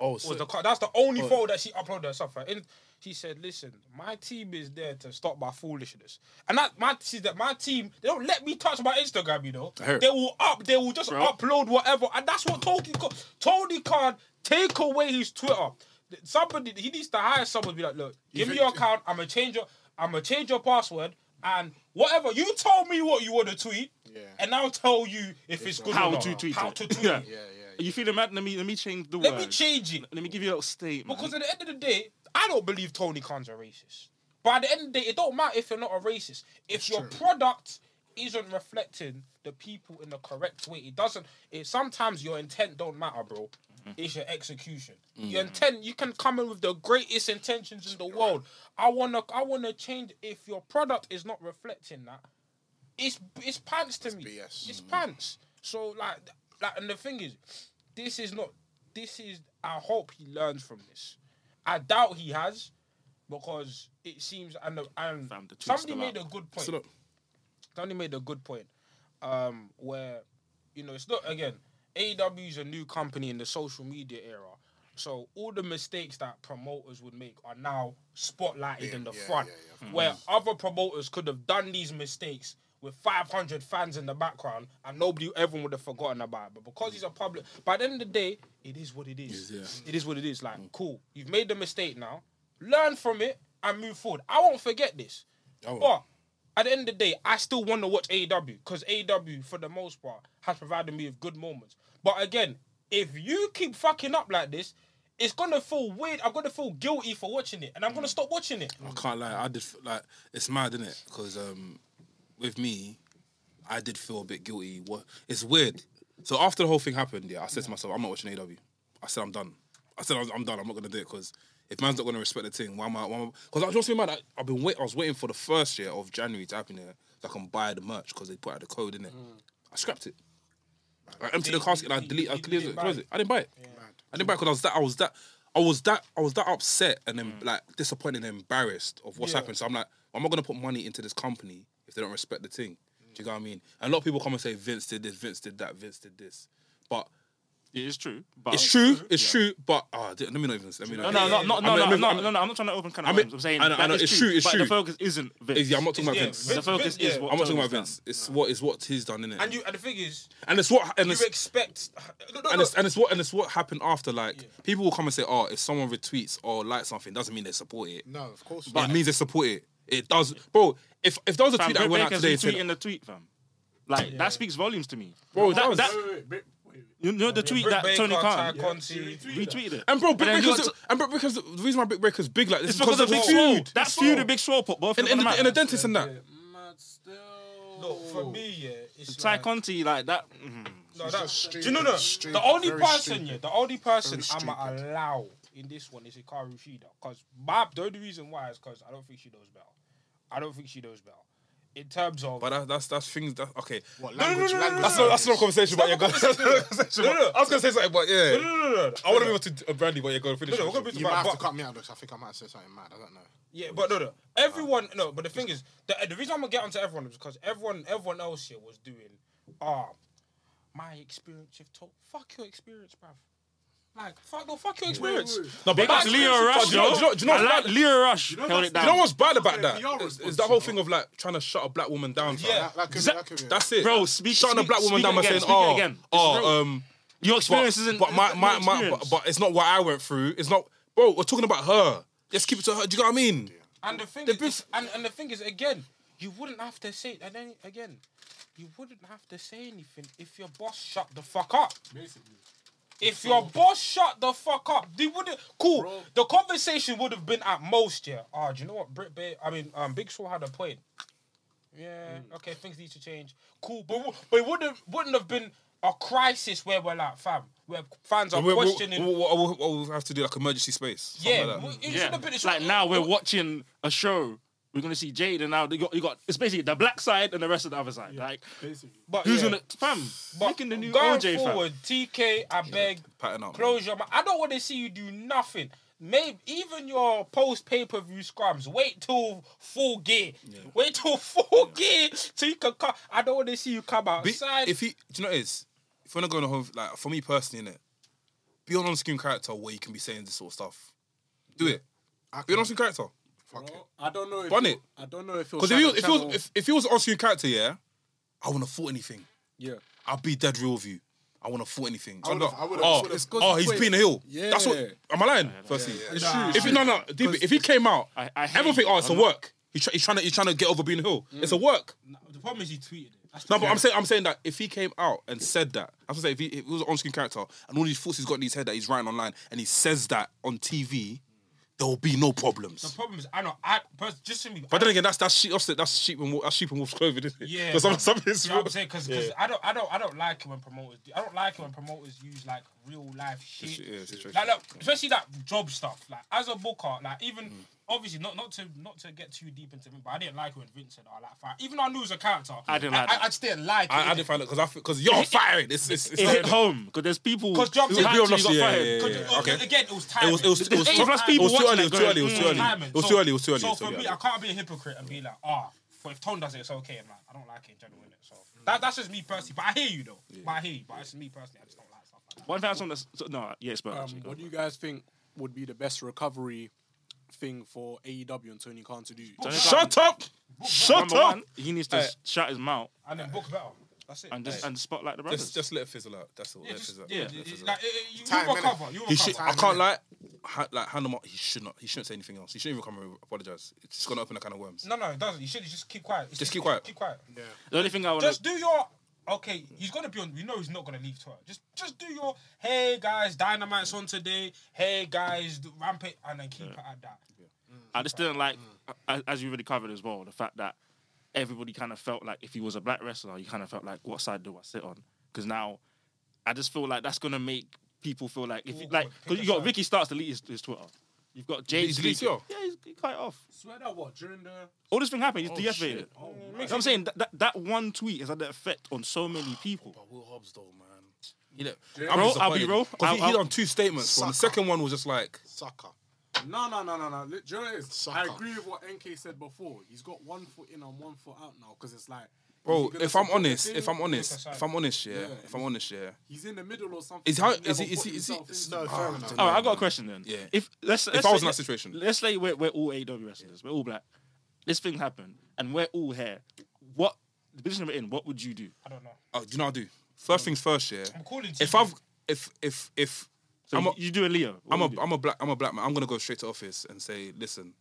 Oh,
was
so,
the car. That's the only
oh.
photo that she uploaded herself. Her in- she said, "Listen, my team is there to stop my foolishness." And that my see that my team they don't let me touch my Instagram. You know,
heard.
they will up. They will just upload whatever, and that's what Tony Khan. Tony Khan take away his Twitter. Th- Somebody he needs to hire someone. to Be like, look, give me your account. I'm gonna change your. I'm gonna change your password. And whatever you told me, what you want to tweet, yeah. and I'll tell you if it's, good
How
or not.
to tweet
How
it.
to tweet
Yeah.
it.
You feeling mad? Let me let me change the
Let
word.
me change it.
Let me give you a little statement.
Because at the end of the day, I don't believe Tony Khan's a racist. But at the end of the day, it don't matter if you're not a racist. If your product isn't reflecting the people in the correct way, it doesn't. It sometimes your intent don't matter, bro. It's your execution. Your intent. You can come in with the greatest intentions in the world. I wanna. I wanna change. If your product is not reflecting that, it's it's pants to me.
BS.
It's pants. So like like and the thing is, this is not this is I hope he learns from this. I doubt he has, because it seems and and
Fam, the tweet's
somebody
still
made
out.
a good point. Somebody made a good point. Um where, you know, it's not again, AEW is a new company in the social media era. So all the mistakes that promoters would make are now spotlighted in the front, where other promoters could have done these mistakes with 500 fans in the background, and nobody, everyone would have forgotten about it. But because he's a public, by the end of the day, it is what it is. Mm. It is what it is. Like, cool, you've made the mistake now. Learn from it and move forward. I won't forget this. But at the end of the day, I still want to watch E AEW because AEW, for the most part, has provided me with good moments. But again, if you keep fucking up like this, it's gonna feel weird. I'm gonna feel guilty for watching it, and I'm gonna stop watching it.
I can't lie. I did f- like it's mad, isn't it? Because um, with me, I did feel a bit guilty. What it's weird. So after the whole thing happened, yeah, I said to myself, I'm not watching AW. I said I'm done. I said I'm, I'm done. I'm not gonna do it because if man's not gonna respect the thing, why am I? Because I was just mad. I, I've been wait. I was waiting for the first year of January to happen here so I can buy the merch because they put out the code in it. I scrapped it. I emptied the casket and I delete. I
you
cleared
didn't
it.
buy
Closed
it.
it. I didn't buy it. I didn't buy it because I was that. I was that. I was that. I was that upset and then like disappointed and embarrassed of what's happened. So I'm like, I'm not gonna put money into this company if they don't respect the thing. Do you know what I mean? And a lot of people come and say Vince did this, Vince did that, Vince did this, but
It is Oh, true. But
it's true, it's true. But ah, d- let me not even. Let me
No,
not.
no, no, no,
I'm
no,
not-
no,
I'm
no,
not-
no, no. I'm not trying to open kind of
I mean-
worms. I'm saying
I know, I
that
know,
is
it's true, it's
but
true.
The focus isn't Vince.
Yeah, I'm not talking about
Yeah,
Vince.
The
Vince-
focus
Vince,
is
yeah.
what
I'm not talking
Tony's
about
done.
Vince. It's what is what he's done in it,
And you, and the thing is,
and it's what and
you
it's,
expect. No, no,
and
no.
it's and it's what and it's what happened after. Like people will come and say, "Oh, if someone retweets or likes something, doesn't mean they support it.
No, of course
But
not.
it means they support it. It does, bro. If if there was a
Fam,
tweet that
Britt
went out
Baker's
today,
retweeting
saying,
the tweet, fam. Like that speaks volumes to me.
bro, that,
that-
was,
that-
Wait, wait, wait, wait, wait.
You know the tweet
Britt
that
Baker,
Tony
Ty
Khan
Conti.
retweeted. it.
and bro,
But
Brick
then
Breaker's,
you got-
and bro, because the reason why Brick Breaker's big like this is
It's because of Big
the
Swole.
feud.
That's feud and Big Swole put both
and,
of
and,
them
the,
out.
and the dentist and that.
Mad still.
No, for me, yeah, it's
Ty
like,
Conti, like that. mhm.
no, that,
stupid,
do you know no?
stupid,
the only
very
person,
stupid.
yeah, the only person
Very
I'ma
stupid.
allow in this one is Hikaru Shida, because my the only reason why is because I don't think she knows better. I don't think she knows better in terms of.
But that, that's that's things that okay.
What, language, language
That's not that's
barriers?
not a conversation about your girl. That's not a
No,
conversation
no,
about-
no.
I was gonna say something, but yeah,
no, no, no, no, no.
I want to be able to uh, Brandy, but you're going to finish.
No, no,
it.
we're gonna be
You might have
but-
to cut me out of this. I think I might have said something mad. I don't know.
Yeah, but no, no. Everyone,
Ah.
no. But the thing is, the, the reason I'm gonna get onto everyone is because everyone, everyone else here was doing, ah, my experience. You've told, fuck your experience, bruv. Like, fuck, no, fuck your experience.
No, but
Big up
that's
to Leo Rush,
Do you know- do you know-
yo.
do you know
I
what's
like
bad?
Leo Rush. Held
that's-
it
You know
down.
what's bad about
Okay,
that?
you're
Is- Is that
responsible.
whole thing of like trying to shut a black woman down. fam.
Yeah.
That, that could be.
Zach-
That could be.
That's it,
Bro, speak-
Shutting a
speak-
black woman
speak
down by
again,
saying,
speak
"Oh,
again. It's real.
oh, um,
Your experience
but,
isn't.
But my,
it's
my,
not your
my but,
experience.
but it's not what I went through. It's not, bro. We're talking about her. Let's keep it to her. Do you know what I mean?
And the thing
The
is,
best-
and, and the thing is, again, you wouldn't have to say. And then again, you wouldn't have to say anything if your boss shut the fuck up.
Basically.
If your boss shut the fuck up, they wouldn't. Cool. The conversation would have been at most, yeah. Ah, do you know what? Brit Bay, I mean, um, Big Swole had a point. Yeah. Okay, things need to change. Cool, but w- but it wouldn't wouldn't have been a crisis where we're like, fam, where fans are
We- we-
questioning.
we- we- we- We'll have to do like emergency space. something
yeah,
like that.
w- it should
Yeah.
have been. it should-
Like now we're watching a show. We're gonna see Jade, and now you got, you got it's basically the black side and the rest of the other side. Like
Basically.
But
who's
yeah.
gonna fam
But
making the new
going
OJ
forward, TK, I beg,
pattern up,
close your mouth. I don't want to see you do nothing. Maybe even your post pay per view scrums. Wait till full gear. Wait till full gear so you can come. I don't want to see you come
Be-
outside.
if he, do you know what it is? If we're not going to have like for me personally, innit? be an on-screen character where you can be saying this sort of stuff. Do it. Be an on-screen character.
I don't know. If
Bun
he-
it.
I don't know if he'll.
Because if he was,
shadow
if he was,
channel-
if, if he was an on-screen character, yeah, I wouldn't have thought anything.
yeah,
I'll be dead real with you. I wouldn't have thought anything. I
would've- I would've-
oh,
would've-
It's good
oh,
to
he's
quit.
Peter Hill. That's what.
Yeah.
Am I lying? Firstly,
it's true. it's
if he,
true.
no, no, deep it, if he came out,
I- I hate
everyone think, oh, it's a
I'm not-
work. He's, try, he's trying to he's trying to get over being Hill.
Mm.
It's a work.
The problem is he tweeted it. That's
No, but I'm saying I'm saying that if he came out and said that, I was saying if he, if he was an on-screen character and all these thoughts he's got in his head that he's writing online and he says that on TV, there will be no
the
problems.
problem is I know I pers- just to me.
But then again, that's that's sheep offset. That's sheep and wo- that's sheep and wolf's clothing, isn't it?
Yeah,
But some,
but-
some is
you know what I'm saying? Because I don't I don't I don't like it when promoters do. I don't like it when promoters use like real life shit.
yeah, situation.
like, like especially that job stuff. Like as a booker, like even
Mm.
obviously not not to not to get too deep into it, but I didn't like it when Vincent or like fire. Even though I knew it was a character.
I didn't like
I,
that.
I, just didn't like
I, I
it.
didn't find it because I because you're firing. It's it's, it's
It hit
not-
home because there's people.
'Cause John
who
Terry-
actually got
yeah,
fired.
yeah, yeah, yeah.
Because,
Okay.
uh, Again, it was
It
timing.
was it was it was
Eight
too-
plus
it
people
was too
watching
early. It was
that
too
going,
early. It was too
mm,
early.
timing.
It was
So-
too early. It was too early.
So
it was
for
too
me,
early.
I can't be a hypocrite and be like, ah, but if Tone does it, it's okay. And like, I don't like it in general, innit? So
Mm.
that, that's just me personally. But I hear you though. But I hear you. But it's me personally. I just don't like stuff like that.
One thing I saw on the s- so- no, yeah, it's but
Um, what do you guys think would be the best recovery thing for AEW and Tony Khan to do?
Shut up! Shut
number
up!
one, he needs to s- shut his mouth
And then book better. That's it.
and just and spotlight the brothers.
Just just let it fizzle out. That's all.
yeah,
Let it
just,
fizzle out.
yeah,
Let it
it-
fizzle
it-
out.
like, it- it- you
Time, innit?
recover. You
He
recover.
should. I can't lie. Ha, like hand him up. He should not. He shouldn't say anything else. He shouldn't even come and apologize. It's just gonna open a can of worms.
No, no, it doesn't. You should just keep quiet. It's
Just keep quiet.
Keep quiet.
The only thing I want
Just do your. Okay, he's gonna be on. We know he's not gonna leave Twitter. Just, just do your. Hey guys, Dynamite's on today. Hey guys, the Rampage, and then keep it at that.
I
Mm.
just didn't like, uh, a- as you already covered as well, the fact that everybody kind of felt like if he was a black wrestler, you kind of felt like, what side do I sit on? Because now, I just feel like that's gonna make people feel like if you, like
Awkward.
because you got Ricky starts to delete his, his Twitter, you've got James
He's deleted your-
yeah, he's, he cut it off.
Swear that what during the
All this thing happened,
Oh,
he's deactivated. it. You know what I'm saying that, that that one tweet has had an effect on so many people.
Will Hobbs though, man. You know,
Bro, I'll be real.
Because he,
I'll-
he done two statements. Bro. The
Sucker.
second one was just like,
Sucker.
no no no no no. Li- Do you know what it is?
Sucker.
I agree with what NK said before. He's got one foot in and one foot out now because it's like.
bro.
is he gonna
If I'm
support the
honest,
team?
if I'm honest,
aside.
if I'm honest, yeah.
Yeah.
If I'm honest, yeah.
he's in the middle or something.
Is how-
he's
is
never
he- is
put
he- is he-
himself into-
No, fair enough.
All right, I got a question then.
Yeah.
If let's, let's
I
say-
was in that situation.
let's say we're, we're all AW wrestlers, we're all black. This thing happened, and we're all here. What the position we're in? What would you do?
I don't know.
Oh, do you know what I do? First things first, yeah.
I'm calling.
If
TV.
I've if if if
So
I'm
you,
a,
you do a Leo. What
I'm a
would you do?
I'm a black I'm a black man. I'm gonna go straight to office and say, listen,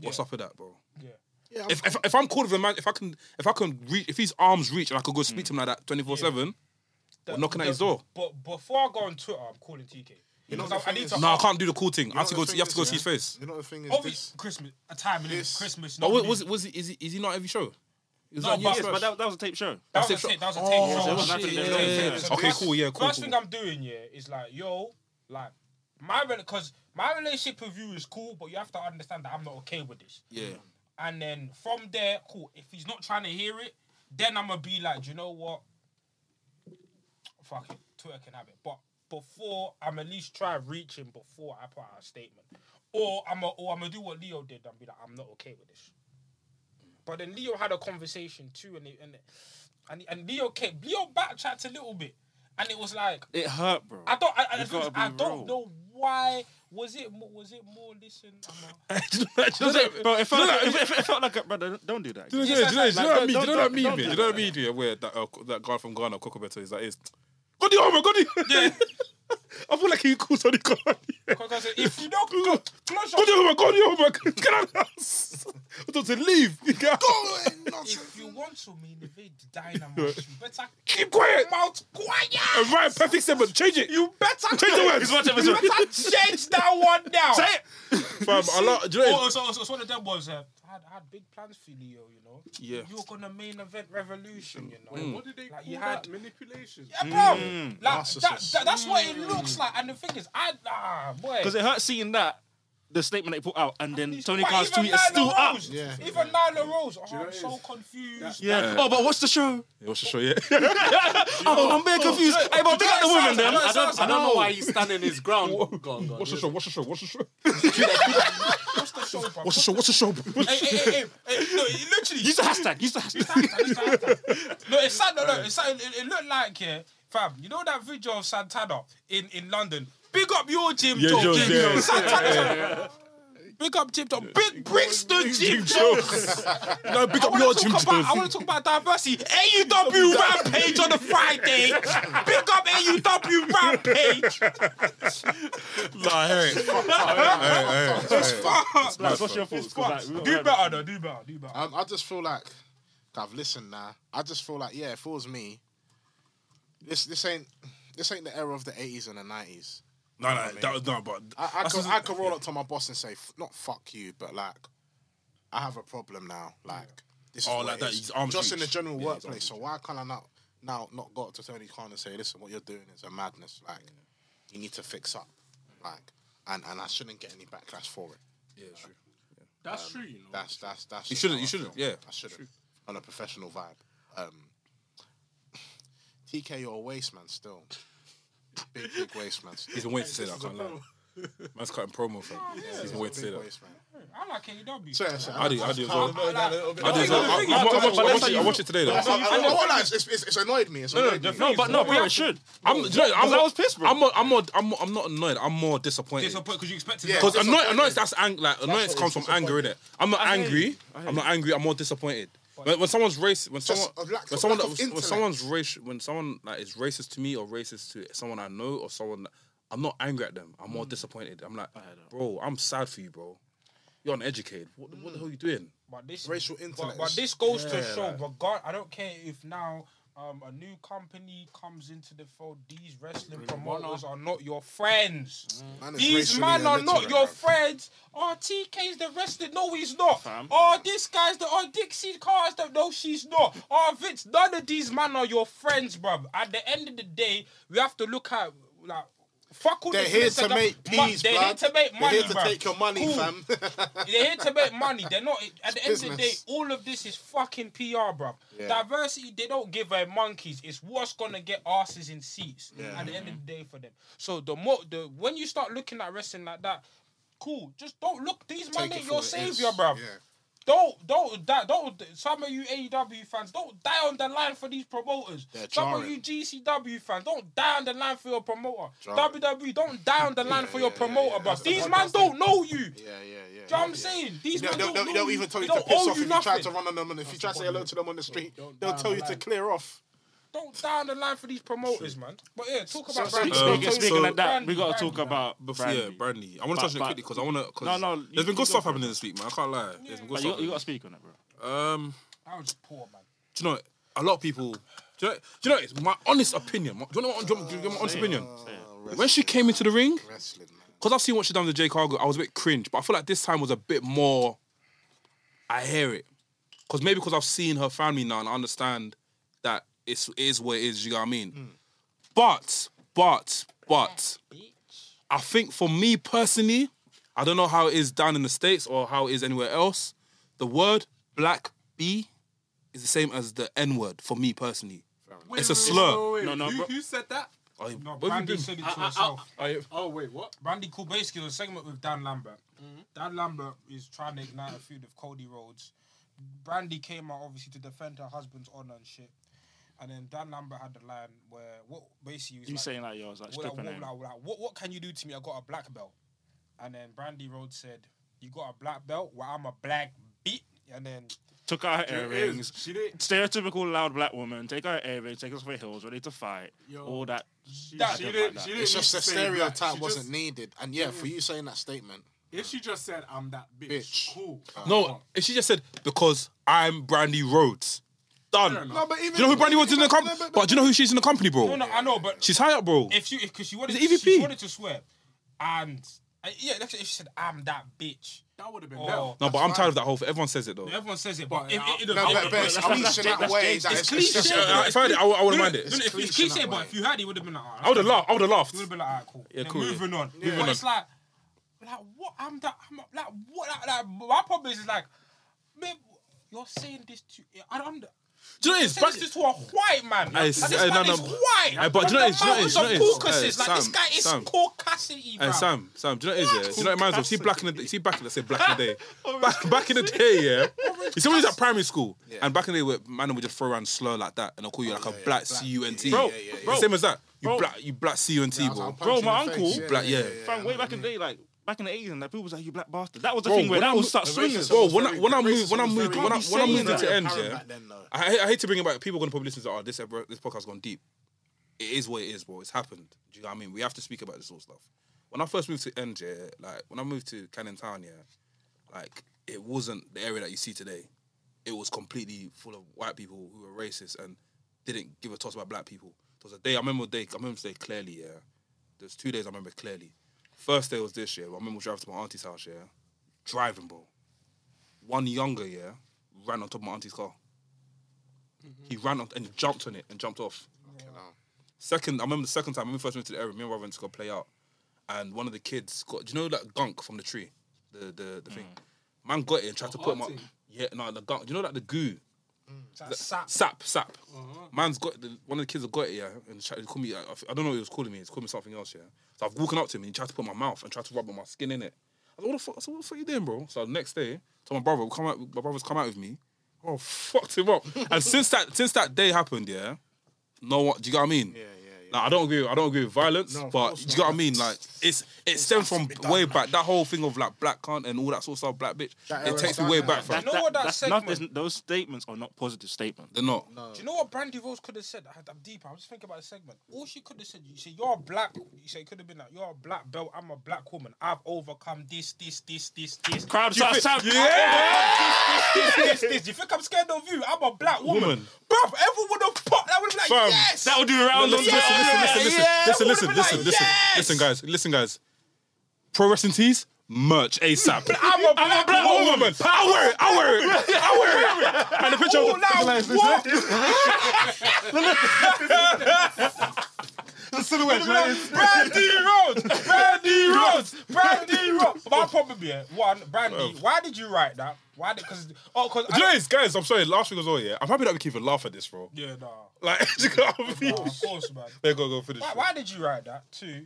what's
Yeah.
up with that, bro?
Yeah.
Yeah, I'm-
If, if if I'm called with a man, if I can if I can reach if his arms reach and I could go speak to him like that twenty four seven, or knocking at his door.
But before I go on Twitter, I'm calling TK.
know
Because
the
I, I
thing
need
is-
to.
No, I can't do the cool thing. I have to
You know
go.
the
To, you have
thing
to go
is,
see his
yeah?
face.
You know the thing
Oh,
is, this,
Obviously, Christmas. A time in
This-
Christmas.
But
not
was
me.
was was he, is he is he not every show? Is
No,
that
but-
yes,
Yes, but that, that was a tape show.
That was
That's
a
it.
tape. That was a tape.
Oh,
show.
so it wasn't
Shit.
nothing there.
Yeah.
Yeah.
So the
Okay,
first-
cool, yeah, cool,
First
cool.
thing I'm doing yeah is like, yo, like my because my relationship with you is cool, but you have to understand that I'm not okay with this.
yeah.
And then from there, cool. If he's not trying to hear it, then I'm gonna be like, "Do you know what? Fuck it, Twitter can have it. But before I'm at least try reach him before I put out a statement, or I'm a, or I'm gonna do what Leo did and be like, I'm not okay with this. But then Leo had a conversation too, and it- and it- and, and Leo came, Leo backtracked a little bit, and it was like,
It hurt, bro.
I don't, I, I,
You gotta be
I don't
real.
know why. Was it mo- was it more listen? I'm a-
Bro, it felt, like, it, it felt like a, brother. Don't do that.
Do you know
Yes,
do you know- do you know what I mean? Do you know what I mean?
don't-
man? Do you know what I mean? Yeah, where that uh, that guy from Ghana, Kokobeto, is that is. God the armor, God the. Yeah. I feel like he calls Tony Khan. God
Because if you don't go, close your
the armor, God the armor, get out of the house. I told him to leave. Go.
If you want to main event Dynamite, you better
Keep quiet.
mouth quiet.
And Ryan Perfect said, but change it. You better change the words.
You better change that one now.
Say it.
Fam, a lot. Do you know what I
Oh,
mean?
so, so, so one of them was, uh, I, had, I had big plans for Leo, you know.
Yeah.
You're gonna main event Revolution, you know.
Mm.
What did they
Like,
call
you
that?
had-
Manipulation.
Yeah, bro. Like, that, that, that's what it looks like. And the thing is, I ah boy.
Because it hurt seeing that, the statement they put out, and then
He's
Tony
quite-
Khan's
even
tweet is
Nyla
still up.
Rose.
Yeah.
Even Nyla Rose. Oh,
know
I'm
what it
so
is?
confused.
Yeah. Oh, but what's the show?
Yeah, What's the show? Yeah.
Oh, I'm very confused. Hey, but pick up the women then. I don't,
I don't know why he's standing his ground.
What's the show? What's the show? What's the show?
What's the show, bro?
What's the show? What's the show? What's the
Hey, hey, hey,
show?
hey, hey, no, it literally.
Use the hashtag. Use the hashtag.
no, it's sad. No, no, it's sad. It, it looked like yeah. fam, fam, you know that video of Santana in, in London? Big up your gym,
Yeah,
Joe.
Joe's
Gym,
there.
Joe. Santana's like, Big up Jim Top. Big Brixton Jim Joe.
No, big
I
up
wanna
your
talk
gym
about- I want to talk about diversity. AUW Rampage on a Friday. Big up AUW Rampage.
Nah, hear it.
Like, what's your thoughts? 'Cause, like, we
do
were-
better though. Do better. Do better.
Um, I just feel like I've listened now. I just feel like yeah, if it was me, this this ain't this ain't the era of the eighties and the nineties.
No, no, that was not. But
I, I
that's
could
just-
I could roll up to my boss and say "F- not fuck you, but like I have a problem now. Like this is
Oh,
what
like
it
that,
is.
his arms
just in the
reach.
general
Yeah, his
workplace. So why can't I not now not go up to Tony Khan and say listen, what you're doing is a madness. Like you need to fix up. Like and and I shouldn't get any backlash for it.
yeah, true.
That's true, you know.
That's that's that's.
You
just
shouldn't-
how
you
I
shouldn't,
feel.
yeah.
I shouldn't. On a professional vibe. Um, TK, you're a waste man still. Big big waste man. Still.
He's been waiting to say that. I can't lie. Man's cutting promo for. He's been waiting to say
Big
that.
waste man.
I like AEW.
So, yeah, so
I do, I do as well.
I like-
I do as well. I- I watch- I watch- I watch it- I watch it today though.
I, I, I, won't lie, it's, it's, it's it's annoyed me. It's annoyed me.
No, but no, bro, it should.
I'm, do you know, I'm,
I was pissed, bro.
I'm, more, I'm, more, I'm, more, I'm not annoyed. I'm more disappointed.
Disappointed because you expected.
Yeah.
that.
Because
Disappointed.
annoyance, annoyance, that's ang- like annoyance
what
comes
it's
from anger, innit? I'm not angry. I'm not angry. I'm more disappointed. When, when someone's racist, when someone,
a lack
when
of-
someone,
lack of
when
intellect.
someone's raci- when someone like is racist to me or racist to someone I know or someone, that- I'm not angry at them. I'm more disappointed. I'm like, bro, I'm sad for you, bro. You're uneducated. What, the- what the hell are you doing?
But this
Racial
But,
intellect
but
is-
this goes to show, regard. I don't care if now um, a new company comes into the fold. These wrestling promoters are not your friends.
Man is
These
racially
men are not
illiterate,
your
bruv.
friends. Oh, TK's the wrestler. No, he's not. Oh, this guy's the. Oh, Dixie Carr's the. No, she's not. Oh, Vince. None of these men are your friends, bruv. At the end of the day, we have to look at like. Fuck all
They're
this Mr.
here to
Gov-
make
Mu-
peace,
They're here
bruv.
to make
They're
money,
here to
bruv.
take your money,
Cool.
fam.
They're here to make money. They're not. At the end of the day,
business.
all of this is fucking PR, bruv.
Yeah.
Diversity, they don't give a monkeys. It's what's gonna get asses in seats
Yeah.
at the end of the day for them. So the more the when you start looking at wrestling like that, cool. Just don't look. These man
Take it
ain't
for
your
what it is.
savior, bruv.
Yeah.
Don't don't die, don't some of you AEW fans don't die on the line for these promoters.
They're
some of
jarring.
you GCW fans don't die on the line for your promoter.
Jarring.
WWE don't die on the line for your
yeah, yeah,
promoter,
yeah.
bruv.
That's the
These
podcast
man don't know you.
Yeah, yeah, yeah.
Do you know what I'm
yeah.
saying? These
They'll,
men
they'll,
don't
they'll,
know
they'll even tell you to
They don't
piss
owe
off if you
nothing.
try to run on them, and if you try to say hello to them on the street, they'll tell you to clear off.
Don't die on the line for these promoters, man. But yeah, talk about
so-
Brandy.
so-
Don't
so-
tell
speaking
you-
of
Like that,
Brandy,
we gotta
Brandy,
talk
man.
about
Before,
Brandy.
yeah, Brandy. I want to
But-
touch on it
but-
quickly because I want to.
No, no, you-
There's been
you go
good stuff
for it.
happening this week, man. I can't lie. There's been good
But you,
stuff.
got- you gotta speak on it, bro.
Um,
That was poor, man.
do you know a lot of people? Do you know? Do you know it's my honest opinion. my- do you know what? Do you want- do you want my honest opinion? When she came into the ring,
Wrestling, man.
because I've seen what she done to Jay Cargo, I was a bit cringe, but I feel like this time was a bit more. I hear it, because maybe because I've seen her family now and I understand that it's it is what it is. You know what I mean?
Mm.
But but but, I think for me personally, I don't know how it is down in the states or how it is anywhere else. The word black B is the same as the N word for me personally. It's a slur.
Wait,
No, no,
who,
bro.
who said that? Uh,
No,
What have you
Brandy
been-
said it to herself.
Oh, wait, what?
Brandy Kulbeski did a segment with Dan Lambert. Dan Lambert is trying to ignite a feud with Cody Rhodes. Brandy came out obviously to defend her husband's honor and shit. And then Dan Lambert had the line where what basically he was
You
like,
saying like yo, I was like
what,
stripping
what,
him.
like, like, what, what can you do to me? I got a black belt. And then Brandy Rhodes said, You got a black belt? Well, I'm a black beat. And then
Took out her
There it
earrings.
is. She did.
Stereotypical loud black woman. Take out her earrings. Take us for heels. Ready to fight. All that.
She,
That-
she
Don't
didn't.
like
She
that.
didn't
It's
need
just
to
the
say that.
stereotype
She
wasn't
just-
needed, and yeah, for you saying that statement,
If she just said, "I'm that bitch,",
Bitch.
cool.
No, if she just said because I'm Brandy Rhodes, done.
enough. No,
but even-
do you know who Brandy Rhodes is in the company?
No, but-
But, do you know who she's in the company, bro?
No, no, I know, but
She's high up, bro.
if you because she wanted
Is it E EVP?
she wanted to swear, and uh, yeah, that's if she said I'm that bitch.
That would have been
Or,
better.
no, but I'm tired of that whole. thing. Everyone says it though. Uh,
everyone says it, but
But
if,
now-
it, it,
no,
it-
but, but
that's-
it's
that's-
cliche in that
that's
way.
James-
that
it's
it's just-
cliche.
Uh, if I had it, I, would- I wouldn't mind
no, no,
it.
if it's
cliche in
cliche,
that
but
way.
if you had it, would have been like, alright,
I would have laughed. I would have laughed.
would have been like, alright, cool.
Yeah,
Then
cool, yeah.
Moving on.
Moving
but
on.
it's like, like what? I'm that. I'm a- like what? Like, like my problem is, is like, man, you're saying this to. I don't.
Do you know what it is?
Say
Bracket-
this to a white man.
Aye,
Like, this
aye,
man
Eh, no, no.
is white.
Aye, but do you know
Like,
what it is?
the
Do you know
mountains
what it
of
is?
Caucasus.
Aye,
Like, this
Sam,
guy is
Sam.
Caucasity, bro.
And Sam, Sam, do you know what it is? Yeah? Do you know what it reminds me of? See back in the see back in the say back in the day. back back in the day, yeah. You see when we was at primary school, and back in the day, where man would just throw around slur like that, and they'll call you like a Oh, black C U N T.
Bro, bro,
same as that. You
bro.
black, you black C U N T, bro.
Bro, my uncle-
Black, yeah.
fam, way back in the day, like back in the eighties, and that people was like, "You black bastard." That was the
Bro,
thing
when
where that
I'm-
was start
the
swinging.
racism- Bro, when I- when I moved- when I moved- when I- when I moved into ends, yeah.
Back then, though.
I, hate- I hate to bring it back. People are gonna probably listen to oh this ever- this podcast gone deep. It is what it is, bro. It's happened. Do you know what I mean? We have to speak about this sort of stuff. When I first moved to End, yeah, like when I moved to Cannon Town, yeah, like it wasn't the area that you see today. It was completely full of white people who were racist and didn't give a toss about black people. There was a day I remember. a Day I remember this day clearly. Yeah, there's two days I remember clearly. First day was this year. I remember driving to my auntie's house. Yeah, driving, bro. One younger, yeah, ran on top of my auntie's car. He ran up and jumped on it and jumped off. Second, I remember the second time when we first moved to the area, me and my went to go play out, and one of the kids got. Do you know that gunk from the tree, the the, the thing? Man got it and tried to put him up. Yeah, no, the gunk. Do you know that the goo?
That sap.
Sap, sap. Man's got the, one of the kids have got it, yeah, and tried to call me. I, I don't know what he was calling me. He's calling me something else, yeah. So I've walking up to him and he tried to put my mouth and tried to rub on my skin in it. I was like, what the fuck? I said, what the fuck you doing, bro? So the next day, so my brother, come out, my brother's come out with me. Oh, fucked him up. and since that since that day happened, yeah, no one. Do you get what I mean? Yeah, yeah, yeah. Like, I don't agree. I don't agree with violence, but do you get what I mean? Like it's it stems from way back. That whole thing of like black cunt and all that sort of stuff, black bitch.
That
It
era
takes me
started
way
now.
back, fam.
You know what that
that's not,
segment-
there's- those statements are not positive statements.
They're not.
Do you know what Brandy Rose could have said? I- I'm deep. I'm just thinking about the segment. All she could have said, you say you're a black. You say it could have been like you're a black belt. I'm a black woman. I've overcome this, this, this, this, this.
Crowd starts shouting.
this, this, this, this. You think I'm scared of you? I'm a black woman.
Woman.
Bruv, everyone would have popped. That would have been like,
Fam,
yes.
That would do a round
Listen,
on
listen,
yeah.
yeah,
listen, listen, listen, listen, listen,
would've
listen,
been
listen,
like,
listen, guys, listen, guys. Pro wrestling tees, merch ASAP.
I'm a black, woman.
I wear it. I wear it. I wear it. And the picture.
Oh,
of the-
now what? Brandy Rhodes, Brandy Rhodes, Brandy Rhodes. My problem here, one, Brandy, why did you write that? Why did? Because oh, because
Do you know what it is, guys? I'm sorry. Last week was all yeah. I'm happy that we can even laugh at this, bro.
yeah, nah,
Like, you got
Nah, of course, man.
There, go, go, finish.
Why, why did you write that? Two,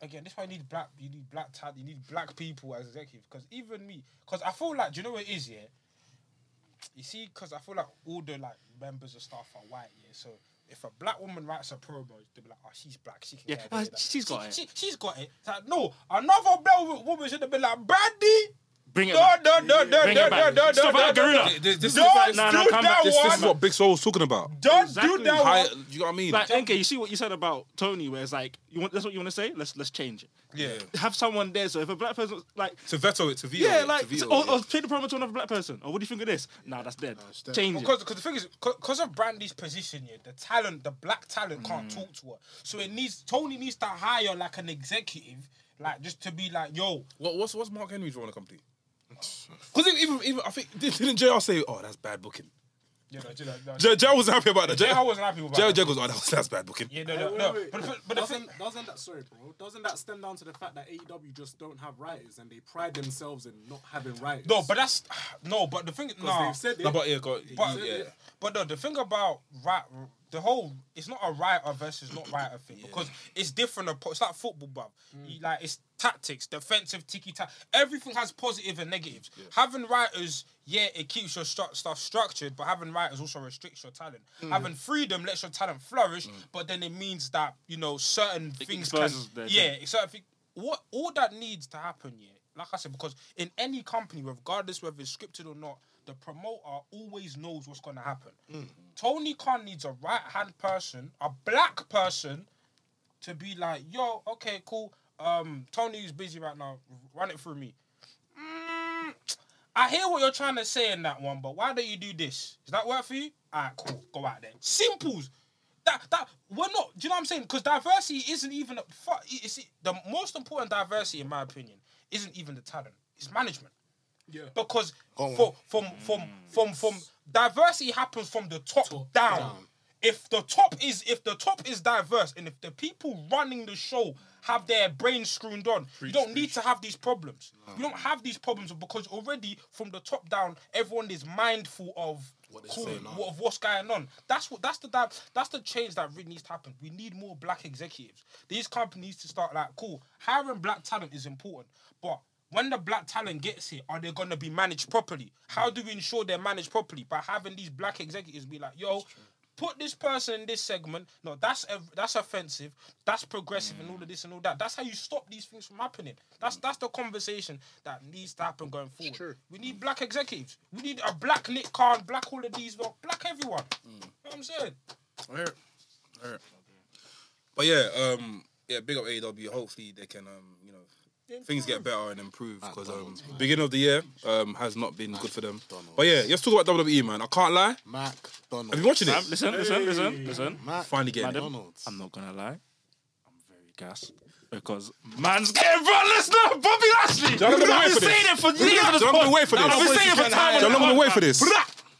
again, this why you need black, you need black talent, you need black people as executives. Because even me, because I feel like, do you know what it is, yeah? You see, because I feel like all the like members of staff are white, yeah. So if a black woman writes a promo, they'll be like, oh, she's black, she can
Yeah,
get
uh,
away with that.
she's got it.
she, She, has got it. It's like, no, another black wo- woman should have been like, Brandy.
Bring it
No,
back.
no, no, no,
Bring
no, no,
it back.
no,
Stop
no,
that
no,
gorilla.
no.
This, this,
Don't
this,
nah,
do that
come back.
this, this is
one.
what Big Soul was talking about.
Don't do
Exactly.
that
High,
one.
you know what I mean?
Like NK, you see what you said about Tony, where it's like you want that's what you want to say. Let's let's change it.
yeah.
Have someone there, so if a black person like
To veto it, to veto
yeah,
it,
like
to veto
or,
it.
or take the promo to another black person. Or what do you think of this? Nah, that's dead.
dead.
Change it.
Because because the thing is, because of Brandy's position here, the talent, the black talent
Mm.
can't talk to her. So it needs Tony needs to hire like an executive, like just to be like, yo,
What, what's what's Mark Henry's role in the company? Because even even I think didn't didn't JR say, oh, that's bad booking.
you know, you know, no.
J, JR wasn't happy about that.
JR wasn't happy about
JR
that.
JR goes, oh, that's, that's bad booking.
yeah, no, no, no. But, but, but the thing,
doesn't, doesn't that sorry, bro? Doesn't that stem down to the fact that AEW just don't have writers and they pride themselves in not having writers?
no, but that's no, but the thing,
because
no,
they've said it.
No, but yeah, go,
but
yeah.
but no, the thing about right, the whole it's not a writer versus not writer thing because it's different. appro- It's like football, bruv. You- Like it's tactics, defensive, tiki taka. Everything has positive and negatives. Having writers, yeah, it keeps your stru- stuff structured, but having writers also restricts your talent. Having freedom lets your talent flourish, but then it means that you know certain things can,
exposes their
yeah, certain thing. What all that needs to happen, yeah. Like I said, because in any company, regardless whether it's scripted or not, the promoter always knows what's going to happen. Tony Khan needs a right hand person, a black person, to be like, yo, okay, cool. Um, Tony's busy right now. Run it through me. Mm, I hear what you're trying to say in that one, but why don't you do this? Does that work for you? Alright, cool. Go out there. Simples. That that we're not. Do you know what I'm saying? Because diversity isn't even a fuck. It's the most important diversity, in my opinion, isn't even the talent. It's management.
Yeah.
Because for, from from from from diversity happens from the top, down. if the top is if the top is diverse and if the people running the show have their brains screwed on, you don't need to have these problems. You don't have these problems because already from the top down, everyone is mindful of cool, what- of what's going on. That's what that's the di- that's the change that really needs to happen. We need more black executives. These companies to start like cool hiring black talent is important, but when the black talent gets here, are they gonna be managed properly? How do we ensure they're managed properly by having these black executives be like, yo, put this person in this segment? No, that's ev- that's offensive. That's progressive and all of this and all that. That's how you stop these things from happening. That's that's the conversation that needs to happen going forward. We need black executives. We need a black Nick Khan, black all of these, black everyone.
Mm.
You know what I'm saying?
Alright. Alright. But yeah, um, yeah, big up AW. Hopefully they can, um, you know, things get better and improve because um, beginning of the year um has not been good for them. But yeah, let's talk about WWE, man. I can't lie.
McDonald's.
Have you been watching
Fam,
it?
listen, listen, listen, listen.
Finally getting it.
McDonald's.
I'm not gonna lie. I'm very gassed because man's getting bro. Listen, up, Bobby Lashley.
You're not gonna
I've
wait for
been saying
this.
it for years. on
You're
this
not gonna
pod.
wait for
I've been
this.
saying it for time.
You're
on
not gonna
the
wait
pod,
for this.
man.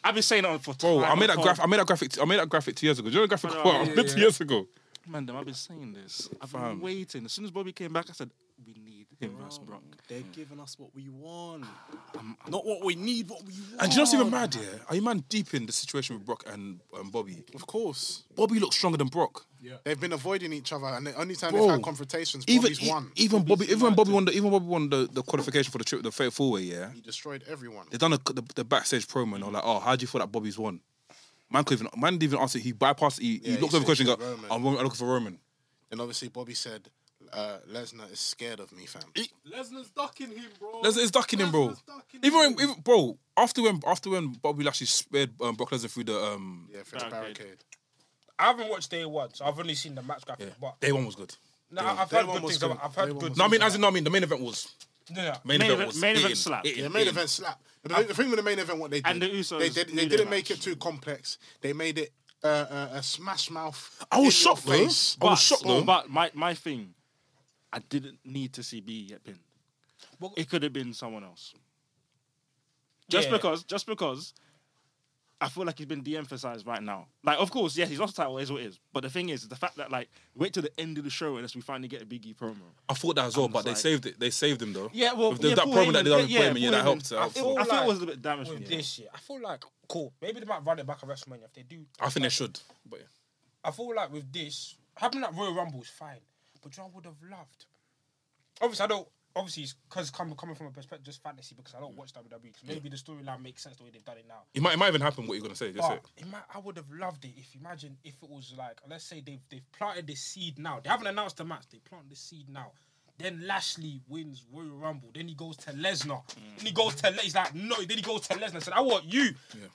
I've been saying it for time.
Bro, I made
on
that
the
graphic. I
pod.
made that graphic. I made that graphic two years ago. Do you know the graphic?
Yeah,
Well,
yeah,
two years ago.
Man, them, I've been saying this. I've been waiting. As soon as Bobby came back, I said, "We need him versus Brock."
They're giving us what we want, not what we need. What we want.
And do you know what's
Oh.
even mad here? Are you man deep in the situation with Brock and um, Bobby?
Of course.
Bobby looks stronger than Brock.
They've been avoiding each other, and the only time
Bro.
they've had confrontations,
Even e,
Bobby's won.
even Bobby even when Bobby won the even Bobby won the, the qualification for the trip the fatal four way. Yeah,
He destroyed everyone.
they done a, the, the backstage promo and they were like, oh, how do you feel that Bobby's won? Man could even man didn't even answer. He bypassed. He, he
Yeah,
looked over
he
the question.
said
and
for
Go,
Roman.
I'm, Roman- I'm looking for Roman.
And obviously, Bobby said, uh, Lesnar is scared of me, fam.
Lesnar's ducking him, bro.
Lesnar is ducking him, bro.
Lesnar's ducking
Even
him.
when, even, bro after when after when Bobby Lashley spared um, Brock Lesnar through the um
Yeah, for the
Barricade.
barricade.
I haven't watched day one, so I've only seen the match graphic.
yeah,
But
day one was good.
no, I've heard good things. About, I've heard good.
No, I mean
things
as in no, I mean the main event was
about- yeah.
main,
Main
event,
event-
was
main event
eating,
slap.
eating,
Yeah, main
eating.
event slap. But The, the thing with the main event, what they did,
And the Usos
they, did, they
knew
didn't
their
make it
match.
too complex. They made it uh, uh, a smash mouth.
I was
in your
shocked, though.
face.
I was shocked, though.
But my, my thing, I didn't need to see B get pinned. it could have been someone else. Just
Yeah.
because, just because, I feel like he's been de-emphasized right now. Like, of course, yeah, he's lost the title, it is what it is. But the thing is, the fact that like wait till the end of the show unless we finally get a Biggie promo.
I thought that as well, but they
like-
saved it. They saved him though.
Yeah, well,
With the,
yeah,
that
Paul
promo that they done
Heyman-
with
yeah,
Heyman, yeah,
Paul
that
Heyman.
helped. I,
I
I,
feel
I feel
like
it was a little bit damaged.
with
yeah.
this year, I feel like cool. Maybe they might run it back at WrestleMania if they do.
think they should. But yeah.
I feel like with this, happening at Royal Rumble is fine, but John would have loved. Obviously, I don't. Obviously, because coming coming from a perspective just fantasy because I don't
Mm.
watch WWE. So maybe the storyline makes sense the way they've done it now.
It might, it might even happen. What you're gonna say? Just say.
But
it.
it might, I would have loved it if imagine if it was like let's say they've they've planted the seed now. They haven't announced the match. They plant the seed now. Then Lashley wins Royal Rumble. Then he goes to Lesnar. Then he goes to Le- he's like no. Then he goes to Lesnar. Said I want you.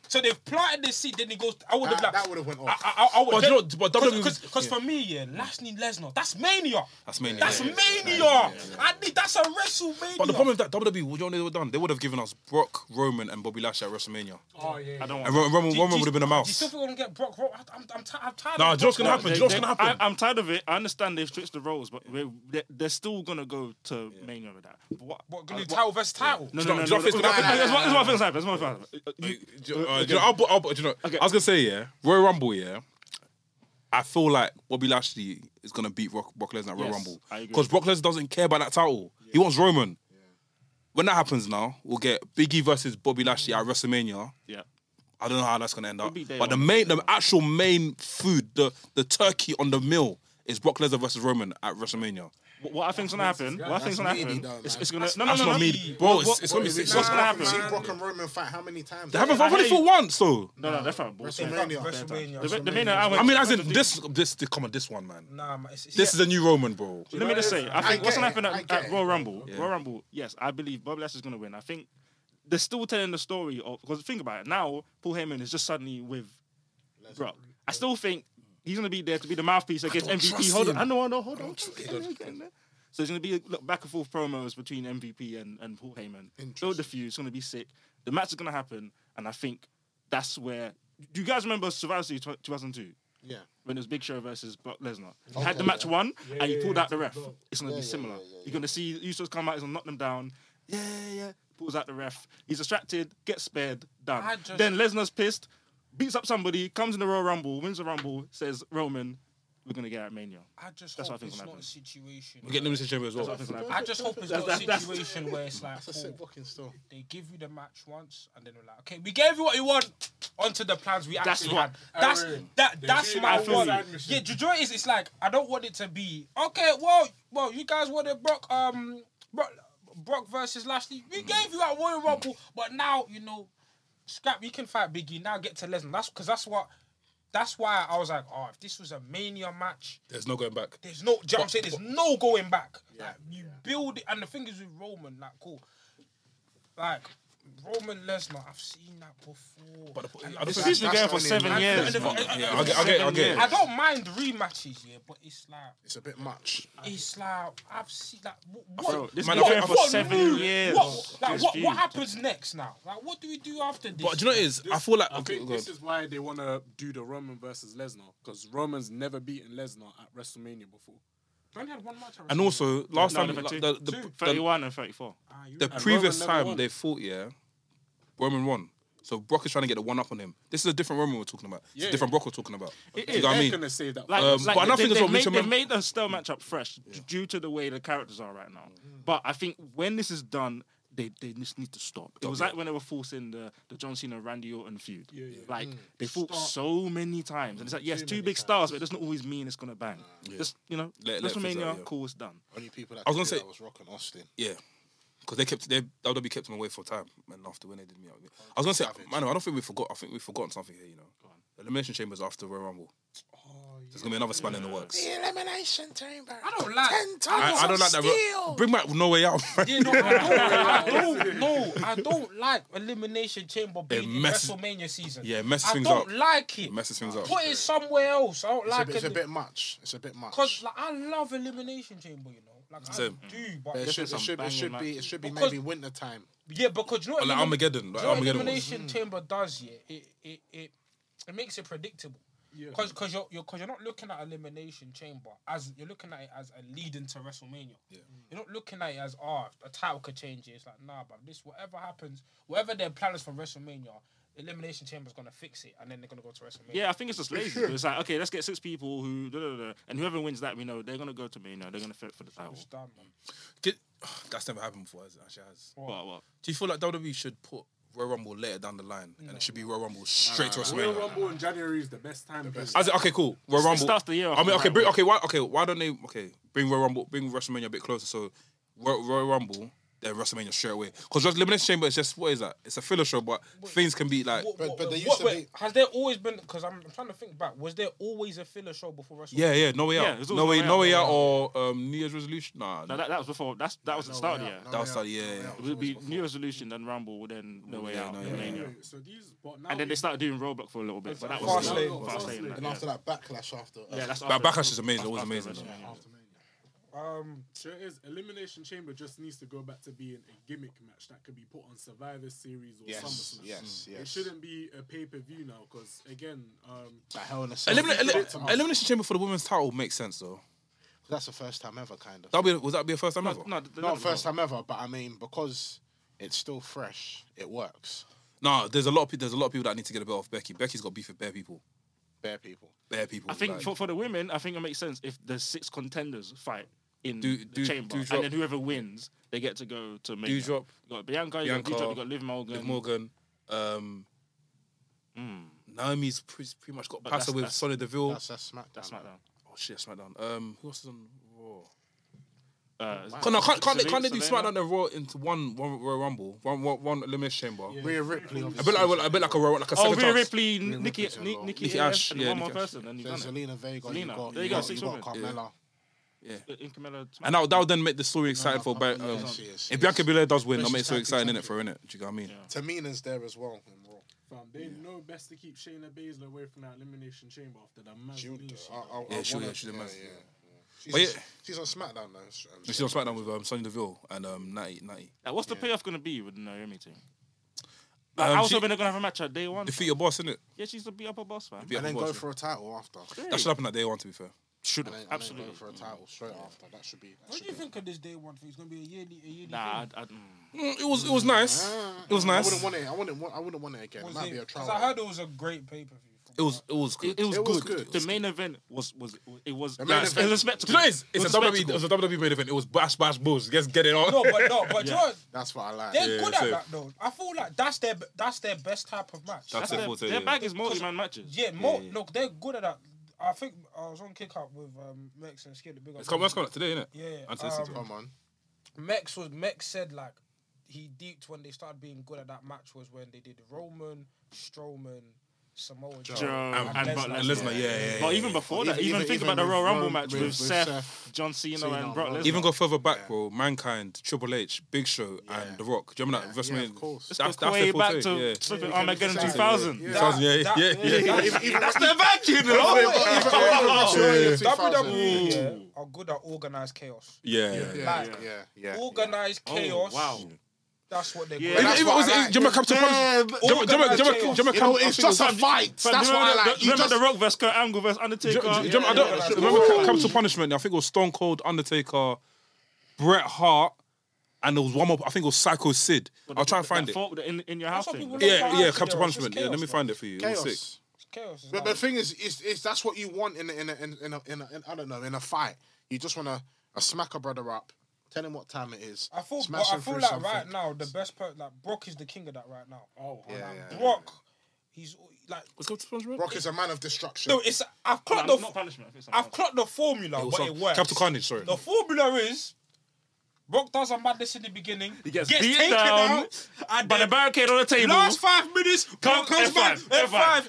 So they've planted the seed. Then he goes. I would have
That-
like
that would have went off.
I, I, I, I would.
But you know, but WWE
because because for me yeah, Lashley Lesnar that's mania.
That's mania,
That's
yeah.
mania. I need that's a WrestleMania.
But the problem with that WWE, what do you know they would have done? They would have given us Brock, Roman, and Bobby Lashley at WrestleMania.
Oh yeah.
I don't
And
want.
Roman, Roman,
Do you- do you-
would have been
Do
a
you
mouse.
still think we're gonna get Brock? Rock? I- I'm, I'm, ti- I'm tired.
Nah,
of
do you know what's gonna
Brock
happen? Do you know what's gonna happen?
I, am tired of it. I understand they've switched the roles, but we're, they're, they're still gonna go to Mania with that. But Uh, what?
What gonna do title versus title?
No,
Do
no,
you
no,
know-
no.
do you know what's
no, no,
gonna happen?
There's one- there's one thing that's happened. There's one thing that's happened.
Uh, do you know- do you know- I'll- I'll- do you know- I was gonna say yeah, Royal Rumble yeah. I feel like Bobby Lashley is gonna beat Brock, Brock Lesnar at Royal
Yes,
Rumble
I agree.
because Brock Lesnar doesn't care about that title. He wants Roman. When that happens now, we'll get Biggie versus Bobby Lashley at WrestleMania.
Yeah.
I don't know how that's gonna end up.
be day
But the
one.
main, the actual main food, the the turkey on the meal is Brock Lesnar versus Roman at WrestleMania.
What, what I think's gonna happen? What I think's gonna
meaty
happen?
though,
it's,
man.
it's gonna no, no,
that's
no,
not
no.
me, bro.
What-
it's, it's gonna be.
what-
It's,
what's
what's
gonna
gonna
happen?
We've seen Brock and Roman fight how many times?
They haven't.
I
I've only
hate-
fought once though.
No, no, that's fine.
WrestleMania.
WrestleMania.
The, the
WrestleMania.
main I went.
I mean, as in this, this, this, come on, this one, man.
Nah, man, it's, it's,
This
yeah.
is a new Roman, bro.
Let me just say, I think
get
what's gonna
it,
happen
I
at,
get
at
it.
Royal Rumble. Royal Rumble, yes, I believe Bob Lashley's gonna win. I think they're still telling the story of because think about it now. Paul Heyman is just suddenly with Brock. I still think he's gonna be there to be the mouthpiece against
don't
MVP.
trust
Hold
him.
on, I know, I know. Hold on. So it's gonna be look, back and forth promos between MVP and, and Paul Heyman. Build the feud. It's gonna be sick. The match is gonna happen, and I think that's where. Do you guys remember Survivor Series two thousand two?
Yeah.
when it was Big Show versus Brock Lesnar. Had the match won, and he pulled out the ref. It's gonna be similar. You're gonna see Usos come out, he's gonna knock them down. Yeah, yeah, yeah. Pulls out the ref. He's distracted, gets spared, done.
I just-
Then Lesnar's pissed. beats up somebody, comes in the Royal Rumble, wins the Rumble, says Roman, we're gonna get at Mania.
I just
That's what I
hope
think
it's
will
not a
happen.
situation.
We're getting Elimination Chamber as well.
That's what I think's gonna happen.
I just hope it's not a situation where it's like
That's a sick
oh,
booking still.
they give you the match once and then we're like, okay, we gave you what you want. Onto the plans we
That's
actually
what-
had. That's that. That's
gave
my
you
one.
side mission.
Yeah, do you know what it is? It's like I don't want it to be okay. Well, well, you guys wanted Brock, um, Brock, Brock versus Lashley. We gave you that Royal Rumble, but now you know, scrap. You can fight Biggie now. Get to Lesnar. That's because that's what. That's why I was like, oh, if this was a Mania match,
There's no going back.
there's no, do you know what I'm saying? There's no going back. like, you build it, and the thing is with Roman, like, cool. Like, Roman Lesnar, I've seen that before.
But the, I don't
This
think
has been
that's
going for
only
seven
nine
years.
years,
man.
man.
Yeah, I'll get, I'll get, I'll get.
I
it.
don't mind rematches, yeah, but it's like,
It's a bit much.
it's like, I've seen that. Like, wh-
Bro,
what?
this
Man,
has
I've
been
got-
going for
I've got
seven years.
What, like,
This
what, what
feud.
happens next now? Like, what do we do after this?
But do you know what it is? I feel like
I think
go on.
this is why they want to do the Roman versus Lesnar because Roman's never beaten Lesnar at WrestleMania before.
We only had one match. I
And also, last
No,
time,
no,
like,
two.
the, the, the,
31 and 34.
Ah, you
the
right.
previous
Roman never
time
won.
they fought, yeah, Roman won. So Brock is trying to get the one up on him. This is a different Roman we're talking about. It's a
Yeah.
different Brock we're talking about.
It
you
is.
know what I
They're
mean?
gonna save that.
Like,
Um,
like
but I don't
they,
think it's
they
what we
made,
should
they
mem-
made the style matchup fresh d- due to the way the characters are right now.
Mm-hmm.
But I think when this is done, they, they just need to stop. It was like when they were forcing the, the John Cena Randy Orton feud. Like
Mm.
they fought so many times, and it's like yes, two big stars, but it doesn't always mean it's gonna bang. Just you know,
Let- let it fizzle,
WrestleMania,
yeah.
cool, it's done.
Only people that
I was gonna
could do
say-
that was Rock and Austin.
Yeah. Because they kept they WWE kept him away for time, man. After when they did me out,
Oh,
I was gonna say, man, I don't think we forgot. I think we've forgotten something here. You know, the elimination chambers after Royal Rumble.
Oh,
There's gonna be another span in the works.
Elimination Chamber.
I don't like.
I, I don't like that. Ro- Bring back No Way Out. man.
Yeah, no, I don't, I don't, no, I don't like Elimination Chamber being in
messes-
WrestleMania season.
Yeah, it messes
I
things
don't
up.
like it.
messes things up.
Put it somewhere else. I don't
It's,
like
a, bit- it's a
it
bit much. It's a bit much.
because like, I love Elimination Chamber. You know, like
Same.
I do, but
It should, it
some
should, it
banging
should be. It
matches.
should be
Because-
maybe winter time.
yeah, because you know what,
Or like
Elimin-
Armageddon,
you
like
know what
Armageddon was.
Elimination Chamber does. Yeah, it it it, it makes it predictable. Because cause you're, you're, cause you're not looking at Elimination Chamber as you're looking at it as a lead into WrestleMania.
Mm.
You're not looking at it as, oh, the title could change. It. It's like, nah, but this, whatever happens, whatever their plan is for WrestleMania, Elimination Chamber's going to fix it and then they're going to go to WrestleMania.
Yeah, I think it's just lazy. It's like okay, let's get six people who da, da, da, da, and whoever wins that, we know they're gonna go to Mania. They're gonna fit for the title.
It's done, man.
Did- that's never happened before, has it? Actually, has.
What, what?
Do you feel like WWE should put Royal Rumble later down the line, and it should be Royal Rumble straight to WrestleMania?
Royal Rumble in January is the best time. period.
I was like, okay, cool. Royal Rumble.
starts the year off
I mean,
on
okay,
the
bring,
right
okay, why, okay. Why don't they? Okay, bring Royal Rumble, bring WrestleMania a bit closer. So Royal, Royal Rumble, then WrestleMania straight away. Because Elimination Chamber is just what is that? It's a filler show, but things can be like.
What-
But-
what-
but there used
what-
to
wait,
be-
Has there always been, because I'm trying to think back, was there always a filler show before WrestleMania?
Yeah, yeah, no way
Yeah,
out.
it's always
no way, no way out,
Out.
or um, New Year's resolution. Nah,
No, that, that was before. That's that was the start of the year.
that was like, yeah, yeah.
It would be New Resolution, then Rumble, then No Way
Yeah,
Out,
no,
then
yeah,
Mania.
So these, but now
And then
we-
they started doing Roblox for a little bit. But that
Fast
was
Lane.
Fast Lane.
And
like,
after that backlash, after uh,
Yeah, Yeah, that's
That
after-
backlash is amazing. Always
after
amazing.
WrestleMania.
Um,
So it is. Elimination Chamber just needs to go back to being a gimmick match that could be put on Survivor Series or
yes,
SummerSlam.
yes, yes.
It shouldn't be a pay per view now because again, um,
That hell in a cell.
Elimin-
Elimi-
Eli- Elimination Chamber for the women's title makes sense though.
That's the first time ever, kind of.
That be was that be a first time ever?
No,
No,
th-
Not first time ever, but I mean because it's still fresh, it works.
there's a lot of pe- there's a lot of people that need to get a bit off Becky. Becky's got beef with bare people.
Bare people.
Bare people.
I think
like-
for, for the women, I think it makes sense if the six contenders fight in
Do-
the
do-
chamber,
do drop-
and then whoever wins, they get to go to Mania.
drop.
You got Bianca, you got
Bianca,
Do drop, you got Liv Morgan. Hmm.
Liv Morgan. Um, Naomi's pre- pretty much got past
that's-
her with
that's-
Sonya Deville.
That's that's SmackDown.
That's SmackDown.
oh shit, SmackDown. Um, who else is on Raw?
Uh,
Can, no, can't, can't, they, can't they do
Selena?
SmackDown and Raw into one one Royal Rumble, one one, one Elimination Chamber?
Rhea Ripley.
A
Obviously.
bit like a bit like a Royal, like a
Oh,
second
Rhea
chance.
Ripley, Nikki,
Ripley's
Ni-
on
Nikki,
Nikki
Ash,
Ash,
and
yeah,
one more
Nikki Ash.
person, and you've
There's
done it.
Zelina Vega.
Zelina.
You got,
There you
you
go,
got,
six
you got
women.
Carmella.
In Carmella-
And that, that would then make the story exciting for Ba-
yeah,
um,
she is, she
if Bianca
is.
Belair does win,
But
that'll make it
she's
so
happy
exciting in
to
it for innit. Do you know what I mean?
Tamina's there as well in Raw.
fam, they know best to keep Shayna Baszler away from that Elimination Chamber after that match.
She would. I, I, I
Yeah, she
wanna-
would, she's a mess.
Oh,
She's,
But
on-
yeah.
she's on SmackDown now. so- um,
She's on SmackDown with um, Sonya Deville and um, Natty. Natty.
Now, what's the payoff going to be with the Naomi team? Like, I was
Um, she-
hoping they're going to have a match at day one.
Defeat your boss, innit?
Yeah, she's the beat up a boss, man.
Beat up
and then
your
go
boss,
for a title after.
innit? That should happen at day one, to be fair.
Should
And
have
then, absolutely
absolutely.
and then go for a title straight after. That should be. That
What
should
do you
be-
think of this day one thing? It's gonna be a yearly, a yearly.
Nah,
thing.
I'd, I'd, mm.
Mm, It was it was nice. It was
I
nice.
wouldn't want it. I wouldn't want. I wouldn't want it again.
Was
it might
it-
be a
'cause
trial.
I heard it was a great pay per view.
It was it was
it,
good.
it was
It was
good.
good.
The main event was was it was
main
it was
event-
a spectacle.
Do you know what it is?
It was
It's a E WWE. It
spectacle.
was a WWE main event. It was bash bash booze. Let's get it on.
No, but no, but you
Yeah.
know what?
That's what I like.
they're
Yeah,
good
so-
at that though. I feel like that's their that's their best type of match.
That's
Their-
it for
Their
today.
bag is multi-man matches.
yeah, more look, they're good at that. I think I was on kick up with um, Mex and Skip the big.
It's coming. It's coming up today, innit?
Yeah, yeah,
Until this
um,
season.
Come on.
Mex was Mex said like he deeped when they started being good at that match was when they did Roman, Strowman, Samoa Joe,
Joe, and
Lesnar.
Brock
And Lesnar, yeah, yeah.
But
yeah.
even before that,
Even-
even,
even-
think
even
about the Royal
with
Rumble
Roman-
match with,
with- with
Seth,
Seth,
John Cena,
Cena
and
and
Brock
Brock
Lesnar.
Even go further back, bro. Mankind, Triple H, Big Show,
Yeah.
and The Rock. Do you remember that
Yeah,
WrestleMania?
of course.
That's,
that's
that's
the
their
way
forte,
back to
yeah.
flipping Armageddon
Yeah.
2000.
Yeah. Oh,
Thousand, yeah,
That-
yeah, yeah, yeah.
That's their bag, you know.
Even- even- even-
WWE
E.
E, yeah, are good at organized chaos.
Yeah, yeah.
Yeah,
Like,
yeah, yeah, yeah.
Organized
Oh,
chaos.
wow.
That's what they're good
Yeah.
Even-
at.
That's
even-
what
was
I
it-
like.
do you remember Captain Crunch? Do you remember- do you remember- do you remember- do you remember
You know,
Captain-
it's just a fight.
Fam,
That's
do you
what I
remember
like.
the- do you
You
remember
just-
The Rock versus Kurt Angle versus Undertaker?
Do you- do you remember- I don't-
yeah, yeah.
remember Ca- Capital Punishment? I think it was Stone Cold, Undertaker, Bret Hart, and there was one more. I think it was Psycho Sid. I'll try and find it.
Fault in, in your house
That's what
thing.
people
Yeah,
Like,
yeah,
it's chaos,
Capital Punishment.
it's
Yeah, let me
chaos,
find it for you. It was sick.
chaos.
chaos. Is
But the
like-
thing is, is, is that's what you want in a, in a, in a, in, a, in, a, in I don't know in a fight. You just want to a smack a brother up, tell him what time it is.
I feel,
smash
but I
him
feel
through
like
something.
right now the best part, like Brock is the king of that right now. Oh,
Yeah,
like,
yeah,
Brock, he's like
Brock is a man of destruction.
no, it's I've clocked
No,
the
not punishment. I think it's
I've clocked the formula,
It was
but
some-
it works.
Capital Carnage, sorry.
The formula is Brock does a madness in the beginning, he
gets
beat
taken
down
out, and
By the
then
barricade on the table.
last five minutes, Brock comes
F5,
back, F5,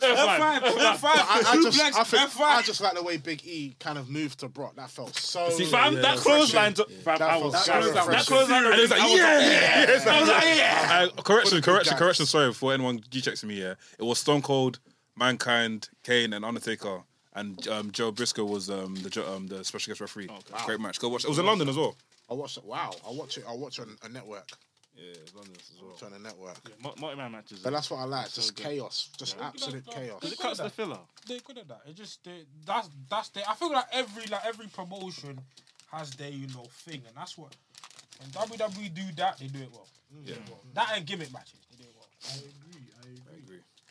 F5,
F5,
F5,
I, I
two
just,
blacks,
I, think, I
F5.
just like the way Big E kind of moved to Brock. That felt so.
Fam, that clothesline. Fam, I was.
That
That
was- that was-
clothesline.
And it was like, yeah, yeah. It's like,
I was like, yeah.
Uh, correction, correction,
guys.
correction. Sorry, before anyone G checks me, yeah, it was Stone Cold, Mankind, Kane, and Undertaker, and um, Joe Briscoe was um, the jo- um, the special guest referee. Great match. Go watch. It was in London as well.
I watched it. Wow, I watch it. I watch it on a network.
Yeah, London as well.
Watch it on a network.
Mo- Multi-man matches.
But that's what I like. Just chaos. Just absolute chaos.
Because it cuts the filler.
They're good at that. It just they, that's that's the. I feel like every like every promotion has their you know thing, and that's what when WWE do that they do it well.
Yeah.
That ain't gimmick matches. They do it well.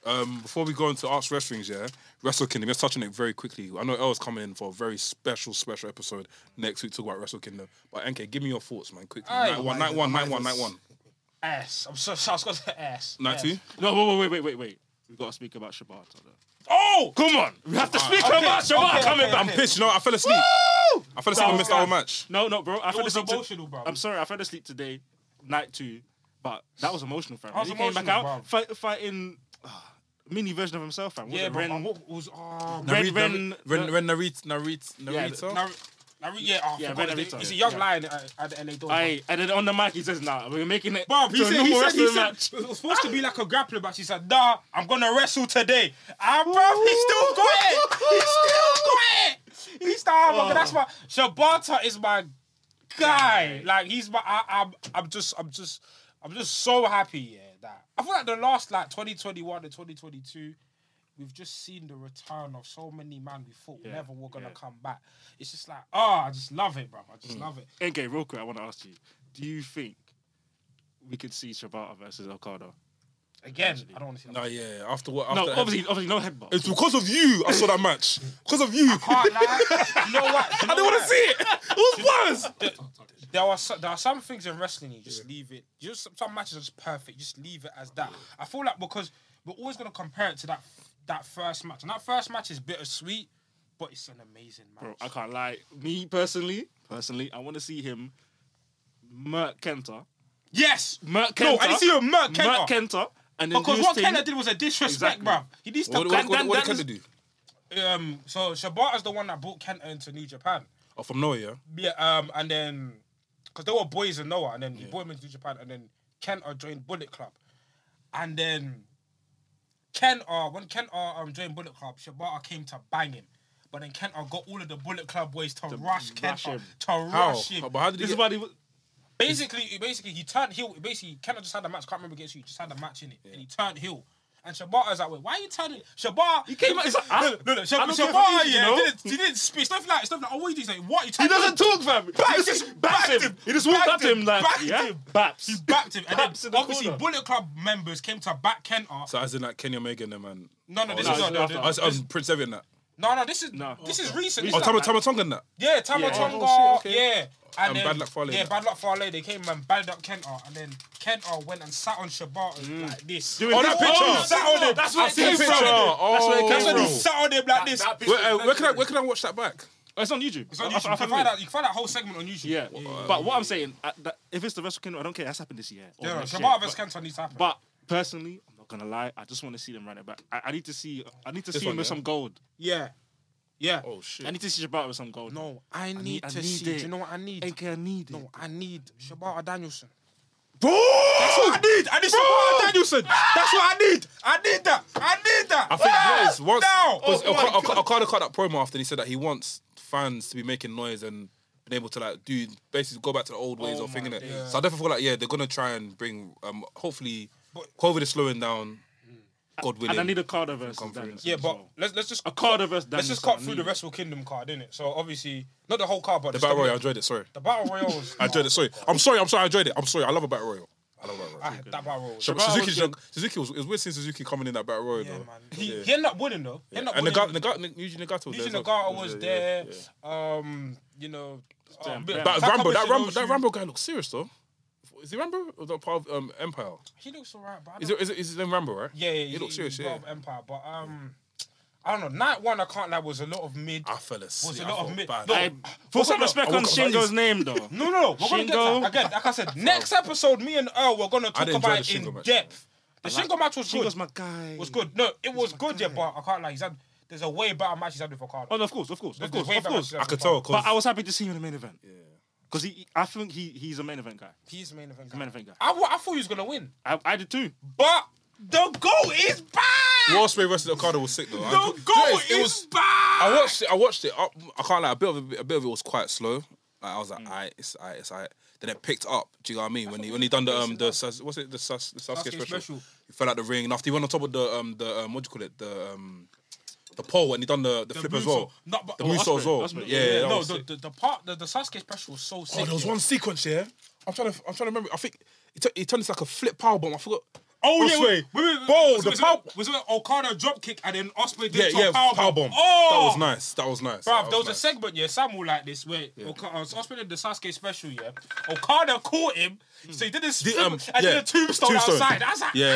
Um, before we go into Arts Wrestling's, yeah, Wrestle Kingdom, let's touch on it very quickly. I know El's coming in for a very special, special episode next week, talk about Wrestle Kingdom. But NK, give me your thoughts, man, quickly.
Aye.
night one, night one, night one, night one.
Ass. I'm so sorry. I was gonna say ass.
Night
Ass.
two?
No, wait, wait, wait, wait, wait. We've got to speak about Shibata. Though.
Oh!
Come on. We have to speak
Okay,
about Shibata
okay,
coming
okay,
back.
I'm pissed, you know, I fell asleep. I fell asleep and missed the whole match.
No, no, bro. I fell
was
asleep to-
emotional, bro.
I'm sorry, I fell asleep today, night two, but that was emotional, fam.
was
he came back
emotional, bro.
out fight, fighting ah, mini version of himself, fam.
Yeah,
yeah,
bro.
Ren,
and what was ah? man.
Ren,
Naruto-
Ren,
Ren,
the-
Ren, Naruto, Naruto, Naruto?
Nar- Nar- yeah, oh,
Yeah,
yeah,
Ren Narita.
He's a young
Yeah.
lion at, at the LA door.
Aye, and then on the mic he says, "Nah, we're making it."
Bob,
to
he
a
said, he
normal
said, he
wrestling
said,
match."
it was supposed to be like a grappling match. He said, nah, I'm going to wrestle today. Ah, bro, he still got it. He still got it. He's still, oh. that's my, Shibata is my guy. Like, he's my, I, I'm, I'm just, I'm just, I'm just so happy, yeah, that. I feel like the last, like, 2021 to 2022, we've just seen the return of so many man we thought never were going to
yeah. Mm.
come back. It's just like, oh, I just love it, bro. I just love it.
Okay, real quick, I want to ask you: Do you think we could see Shibata versus Okada?
Again, I don't want to see that.
No, Ah, yeah, after what? After
No, obviously, obviously, no headbutt.
It's because of you I saw that match. Because of you. I
Can't lie. You know what? You know
didn't want
what?
to see it. It was worse.
there are so, there are some things in wrestling you just leave it. You just some matches are just perfect. Just leave it as that. I feel like because we're always gonna compare it to that that first match, and that first match is bittersweet, but it's an amazing
Bro,
match.
I can't lie. Me personally, personally, I want to see him murk Kenta.
yes,
Murk Kenta.
No, I didn't see him murk Kenta.
Murk Kenta. And then
because
do his
what
thing.
Kenna did was a disrespect,
Exactly.
bruv. He needs to.
What, what, what, what did
that-
Kenta do?
um, so Shibata's the one that brought Kenta into New Japan.
Oh, from nowhere, yeah.
Yeah, um, and then because they were boys in Noah, and then he brought him into Japan, and then Kenta joined Bullet Club, and then Kenta when Kenta um joined Bullet Club, Shibata came to bang him, but then Kenta got all of the Bullet Club boys to, rush
rush
Kenta
him.
to
How?
rush him.
Oh, But how did he
This is
get...
why they-
Basically, basically he turned heel. Basically, Kenta just had a match. Can't remember against who. He just had a match in it, and he turned heel. And Shabata's like, wait, why are you telling me? Shabata. He came out, he's like, no, no, no, no, Shab-
I'm not
Shabata,
confused,
yeah,
you know?
didn't, he didn't speak. Stuff like, stuff like, oh, what you do? He's like, what? You
He
telling me?"
doesn't talk, fam. He
Backed
just
him,
baps
backed
him.
him,
He just walked
backed
up to him
him,
like,
backed
yeah,
him.
baps.
He backed him, and then
Baps in the
obviously
corner.
Bullet Club members came to back Kent up.
So as in like Kenya Megan and man.
No, no, this
no,
is not.
it's
No,
after.
I
no,
was, I was Prince Evian that.
no, no, this is
No.
this is recent.
Oh,
This is
Tama
like,
Tama Tonga and that.
yeah, Tama
Yeah.
Tonga,
Oh, shit,
yeah,
And
then-
Bad Luck Fale,
Yeah,
innit?
Bad Luck Farley. They came and bad up Kenta, and then Kenta went and sat on Shabata like this.
Doing
that
this.
picture.
Oh,
Sat on him.
That's
I
what
came
it
from
came
it.
from.
That's where it
That's when he
from.
sat on him like this.
That picture
Where, uh,
is
where can I where can I watch that back?
Oh, It's on YouTube.
It's on
I- I- I
YouTube. You can
found
find
it.
out. You can find that whole segment on YouTube.
Yeah, but what I'm saying, uh, that, if it's the rest of Kingdom, I don't care. That's happened this year. or
Yeah,
next year,
Shabbat versus
Oh, but-
Kenta needs to happen.
But personally, I'm not gonna lie. I just want to see them run it back. I, I need to see. I need to see
one,
him with
yeah?
some gold.
yeah, yeah.
Oh shit.
I need to see Jabata with some gold.
No, I need,
need- I
to
need
see. Do
it.
you know what I need?
AK, I need it.
No, I need Shabata Danielson.
Bro!
That's what I need. I need Shabata Danielson. That's what I need. I need that. I need that.
I think
Ah,
Blaze Oh. once
now.
was- Oka- Oka- Okada cut that promo after and he said that he wants fans to be making noise and being able to like do basically go back to the old ways
Oh
of thinking
my
it.
days.
So I definitely feel like yeah, they're gonna try and bring um hopefully
But-
COVID is slowing down. God willing.
And I need a Carter versus
Come through.
Danielson
Yeah,
as
but
well.
let's let's just
A Carter versus
let's just
Danielson,
cut
I
through
need
the
it.
Wrestle Kingdom card, innit? So obviously not the whole card, but
the battle royale. I
royal.
enjoyed it. Sorry,
The battle royal was.
I enjoyed it. Sorry, I'm sorry. I'm sorry. I enjoyed it. I'm sorry. I love a battle royal. I love a battle royal.
Ah, that battle royal. Was,
Shab-
Shabbat
Suzuki,
was
Suzuki, was, it was weird seeing Suzuki coming in that battle royal
yeah,
though.
man. He,
Yeah.
he ended up winning though. He ended up
And
winning.
Nagata, Nagata, N- Yuji Nagata was
Yuji
there. as
Nagata
well.
was
Yeah,
there.
yeah, yeah.
Um, you know.
damn
um,
bad.
But
Sakaguchi
Rambo, that Rambo,
knows
that
you.
Rambo guy looks serious though. Is he Rambo? Or is that part of um, Empire?
He looks alright, but I
Is
don't-
it? Is it? Is it then Rambo? Right?
Yeah, yeah,
He looks serious.
he's
Yeah.
part of Empire, but um, I don't know. Night one, I can't lie, was a lot of mid.
I fell asleep.
Was a
I
lot of
felt
mid-
bad.
No,
I, put some respect
I
on
woke up like
Shingo's
this.
name, though.
No, no, no. We're gonna get to
Shingo.
that. again. Like I said, next episode, me and Earl, we're gonna talk
didn't
about
enjoy the
it in
Shingo match.
depth. The Shingo match was good.
Shingo's my guy.
was good. No, it was good, yeah, but I can't lie. He's had there's a way better match he's had with Okada.
Oh, no, of course, of course,
There's
of
a
course,
way
of
better match he's
course.
had
I
with
could
Okada.
tell. Cause
But I was happy to see him in the main event. Because he, I think he, he's a main event guy.
He's the main event.
Main
Guy.
event guy.
I, wa- I thought he was gonna win,
I, I did too.
but the goal is back.
Osprey versus Okada was sick though. I-
The
Do you know,
goal
it's-
uh, is back.
I watched it. I watched it. I, I can't lie. A bit of it- a bit of it was quite slow. Like, I was
Mm.
like, alright, it's alright, it's alright. Then it picked up. Do you know what I mean? When he when he done the um the Sas- what's it the Sas, the Sasuke,
Sasuke
special.
special.
He fell out the ring and after he went on top of the um the um, what do you call it the um the pole and he done the the, flip as
moonsault.
well.
No, but-
the
Oh,
moonsault as
Osprey,
well.
Osprey.
Yeah, yeah, that
no,
was
the,
sick.
the the part the, the Sasuke special was so sick.
Oh, there was
yeah.
one sequence here. I'm trying to I'm trying to remember. I think it, tu- it turned into like a flip power bomb. I forgot.
Oh yeah,
Osprey.
wait, wait, wait, wait.
Bro,
was,
the
was,
power.
it, was it Okada drop kick and then Osprey
Yeah,
did
yeah,
power,
power bomb.
Oh,
That was nice. That was nice.
Bruv,
That
there was a
nice.
segment, yeah, Samuel like this, where Oka- uh, Osprey did the Sasuke special, yeah. Okada caught him, so he did his flip
um,
and did
yeah,
a tombstone,
tombstone.
outside. I was like,
Yeah, yeah,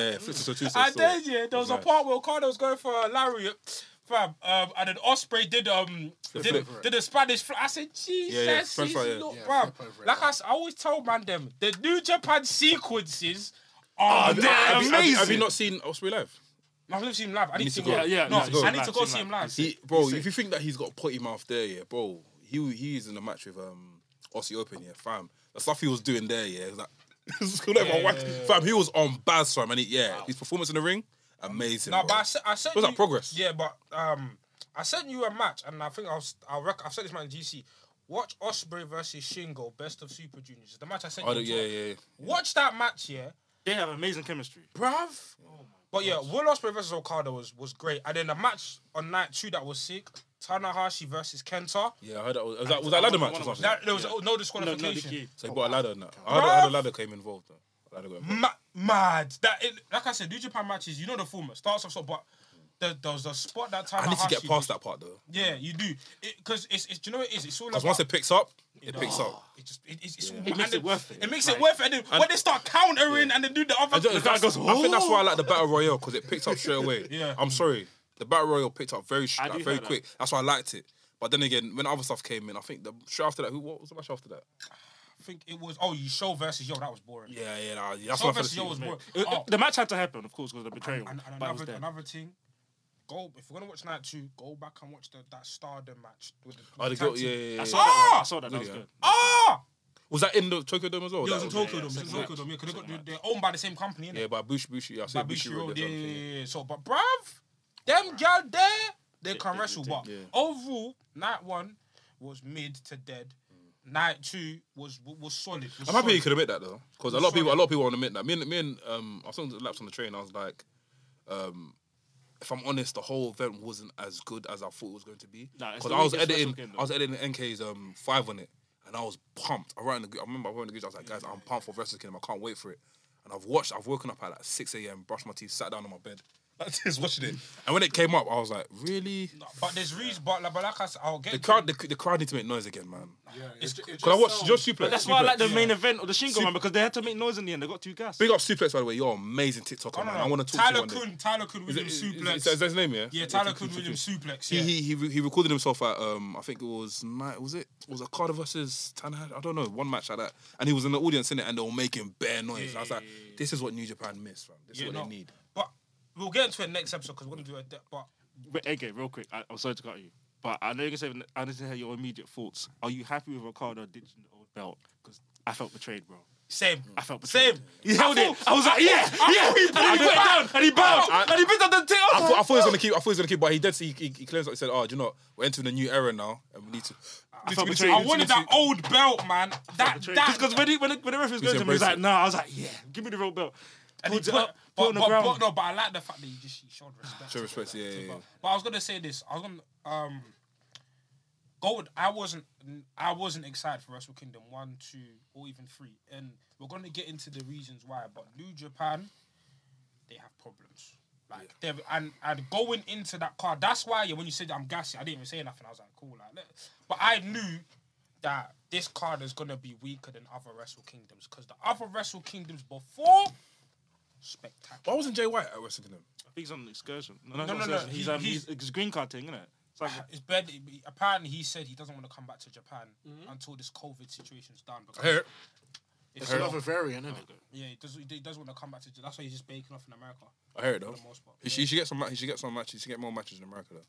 yeah, yeah. Flips into a two-step
and
still.
then yeah, there was a
Nice.
part where Okada was going for a lariat, fam, um, and then Osprey did um did,
flip.
did a Spanish fly. I said,
yeah,
Jesus,
French
he's
fry, yeah.
not,
Yeah,
bruv."
flip over it,
Like I, s- I always tell man them, the New Japan sequences are they're
Ah, Have you-
amazing.
Have you, have you not seen Osprey live?
I've never seen him live. I need,
need
to
to
go.
go.
Yeah, yeah,
no,
you need to go.
I need to go
Live,
see him live.
He, bro, if you think that he's got potty mouth there, yeah, bro, he he is in the match with um Aussie Open, yeah, fam. The stuff he was doing there, yeah, like yeah, fam, he was on Baz, fam, and he, yeah, his performance in the ring, amazing.
No,
bro.
but I, se- I sent
What's that,
you-
progress?
Yeah, but um, I sent you a match, and I think I was I rec- I've sent this man in GC. Watch Osprey versus Shingo, best of Super Juniors. The match I sent
Oh,
you.
yeah,
to-
yeah, yeah.
Watch that match, yeah,
They have amazing chemistry.
bruv. But yeah, Will Osprey versus Okada was was great, and then the match on night two that was sick. Tanahashi versus Kenta.
Yeah, I heard that was, was that was that ladder match or something.
That, there was
yeah.
oh, no
No, no,
disqualification.
the
so he bought a ladder and that. I heard, I heard a ladder came involved though. A ladder got involved.
Ma- mad. That it, like I said, New Japan matches. You know the format starts off so, but the, there was a spot that Tanahashi.
I need to get past that part though,
Yeah, you do. Because it's, it's, do you know what it is? It's all
because
about.
once it picks up, it picks up.
It just it, it's, it's
It makes
and
it worth it.
It makes it worth it. And then when they start countering and then do the other,
I, don't-
That's-
that's- I think that's why I like the battle royale because it picked up straight away.
Yeah.
I'm sorry, the battle royale picked up very sh-
I
like,
do
very
hear that.
quick. That's why I liked it. But then again, when other stuff came in, I think the straight after that, who what was the match after that?
I think it was oh you show versus yo that was boring.
Yeah, yeah, nah, yeah that's
Show
why I fell
versus yo
asleep.
was boring.
It-
Oh,
it- The match had to happen, of course, because of the betrayal.
and, and
but it was
another
there.
another thing. Go if you're gonna watch night two, go back and watch the, that Stardom match. With the, with
Oh, they
tag
got,
team.
yeah, yeah, yeah.
I saw that. one.
Ah!
I saw that. That was
Really,
good.
Ah,
Was that in the Tokyo Dome as well?
yeah, it
That
was in
was-
Tokyo Dome. It was in Tokyo Dome. Yeah, 'cause they got- they're owned by the same company, innit?
Yeah, by Bushi Bushi. I
by
said Bushi
Bushi
Road.
Road. Yeah,
there's
yeah,
something.
yeah, yeah. So, but bruv, them gal there, they can wrestle. But
yeah.
overall, night one was mid to dead. Night two was was solid. was
I'm happy
solid.
you could admit that though, because a lot of people, a lot of people won't admit that. Me and me and um, I saw the laps on the train. I was like, um, if I'm honest, the whole event wasn't as good as I thought it was going to be.
Nah, it's
Because
the
I was
weakest
editing,
wrestling kingdom.
I was editing NK's um five on it, and I was pumped. I wrote in the, gr- I remember I wrote in the group. I was like, guys, I'm pumped for Wrestling Kingdom. I can't wait for it. And I've watched. I've woken up at like six a.m., brushed my teeth, sat down on my bed, just watching it. And when it came up, I was like, really?
But there's reasons, but like, but like I said, I'll get
The
to
crowd, the, the crowd need to make noise again, man.
Yeah, it's, ju- it
Because I
just
watched your
sounds-
suplex.
That's why I
suplex.
like the main event of the Shingo
Sup-
man because they had to make noise in the end. They got two gas.
Big up suplex, by the way. You're amazing TikToker,
No, no,
man.
no.
I want to talk to you.
Tyler
one day.
Kuhn, Tyler Kuhn
Is it-
Williams
is it-
suplex.
is that his name? Yeah.
yeah, Tyler
Kuhn
Kuhn Williams suplex.
He
Yeah.
he he, re- he recorded himself at um I think it was night was it was it Carter versus Tanahashi I don't know one match like that and he was in the audience in it and they were making bare noise and I was like this is what New Japan missed fam this
Yeah,
is what
no.
they need
But we'll get into it next episode because we're gonna do a de- but
Wait, okay, real quick. I, I'm sorry to cut you, but I know you're gonna say I need to hear your immediate thoughts. Are you happy with Ricardo ditching the old belt? Because I felt betrayed, bro.
same.
I
Mm.
felt
same.
betrayed. He held it. I was like, yeah, yeah.
he
And he put it down and he bowed
I-
and he picked up the tail.
I thought, I thought he was gonna keep I thought he was gonna keep but he did he, he, he claims he said oh do you know what? we're entering a new era now and we need to we need to-
felt
we need to-
betrayed.
we
I
need
wanted
to- we
that
need
old belt, man. That that
because when, he, when, the- when the referee was going to me, he
embrace
was like,
it.
no. I was like, yeah, give me the real belt.
and
Pulled
he
it
put-
up, put it
but,
on the
but-
ground.
but no, but I like the fact that he just he showed respect.
Showed
to
respect,
the-
yeah,
to
yeah,
the-
yeah.
But I was gonna say this. I was gonna um go with, I wasn't I wasn't excited for Wrestle Kingdom one, two, or even three. And we're gonna get into the reasons why. But New Japan, they have problems. Like they're and and going into that card. That's why yeah, when you said I'm gassy, I didn't even say nothing. I was like, cool, like let- but I knew that this card is gonna be weaker than other Wrestle Kingdoms because the other Wrestle Kingdoms before spectacular.
why wasn't Jay White at Wrestling Kingdom
He's on an excursion. No, no,
No,
no,
no, no,
excursion. He's,
he-
um,
he's- Ah,
he's, it's green card thing, isn't it? It's like
It's bad. Apparently, he said he doesn't want to come back to Japan
Mm-hmm.
until this COVID situation's done. Because
here
it's
It's another variant, isn't it?
yeah, he does. He does want to come back to. That's why he's just baking off in America
I hear it
for
though
the most part.
he should, he should get some ma- he should get some matches he should get more matches in America though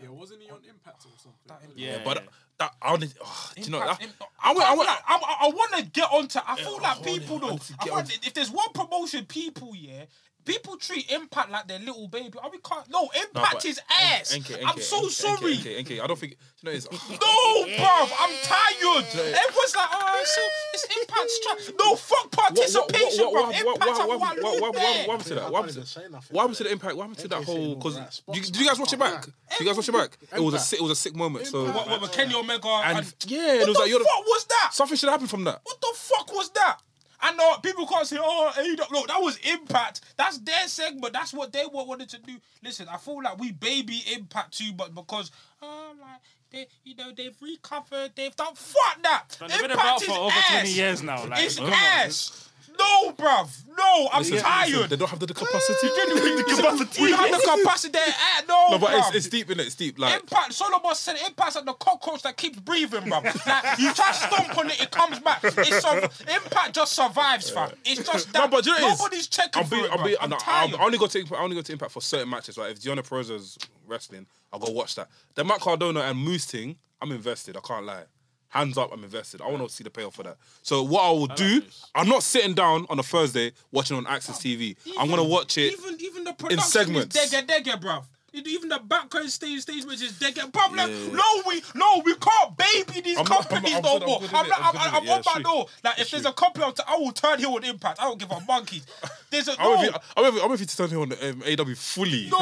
Yeah, wasn't he on Impact or something?
yeah,
but uh,
yeah.
that I only oh, do you know that
Impact- Impact-
I went I
feel
went
like- I'm- I, want to get onto. I feel
I
like
wanna-
people
I
though.
wanted to
I
get
want, if there's one promotion, people yeah, people treat Impact like their little baby. I mean, can't, no,
No,
Impact
but
is ass.
NK, NK,
I'm so
NK,
sorry.
NK, NK, I don't think. Do you know it's.
No, bruv, I'm tired. Everyone's like, oh, so it's Impact's trash. No, fuck participation,
what, what,
bruv.
what, what,
Impact's
what,
what,
what, what, what, what, what happened to that? What
I
happened
didn't
to
say nothing
what happened to the
today.
impact? What happened to that
NK
whole?
saying all
Because
that.
do, you-
Spots,
do you guys watch it
spots,
back? Do
spots.
you guys watch it back? It was a
Impact.
sick, it was a sick moment. So
Impact.
with Kenny Omega and,
and yeah,
what
it was
the
like you're the,
fuck was that?
something should happen from that.
What the fuck was that? And uh, people can't say, oh, AEW. No, that was Impact. That's their segment. That's what they wa- wanted to do. Listen, I feel like we baby Impact too, but because, oh, like, they, you know, they've recovered, they've done. Fuck that.
But they've been
Impact
about
is
for over
ass.
20 years now. Like,
it's
come on.
ass. No, bruv. No, I'm
Listen,
tired.
They don't have the, the capacity.
we don't have the capacity. eh, No,
no, but
bruv.
it's, it's deep in it. It's deep. Like
Impact, Solomon said impact's like the cockroach that keeps breathing, bruv. Like, you try to stomp on it, it comes back. It's sur- impact just survives, fam. It's just that.
No, but you know what it is?
Nobody's checking
I'll be,
for it,
I'll be,
bruv. I'm
no,
tired.
I'll- I only go to I only go to Impact for certain matches. Like if Deanna Pereza's wrestling, I'll go watch that. The Matt Cardona and Moose thing, I'm invested. I can't lie. Hands up, I'm invested. I want to see the payoff for that. So what I will do, I'm not sitting down on a Thursday watching on Access TV. I'm gonna watch it.
Even, even the production is
segments.
degger degger, bruv. Even the background stage stage which is degger, bruv. Like, no, we no, we can't baby these
I'm-
companies
I'm-
no
I'm good, I'm
more.
good with
I'm,
it,
like,
I'm
I'm,
good
I'm,
with it.
on
Yeah,
my
it's
door. Like, if there's a company, I'll t- I will turn here on impact. I don't give a monkeys. There's a
I'm
no,
with you. I'm with you. I'm with you to turn here on the um, AW fully.
no,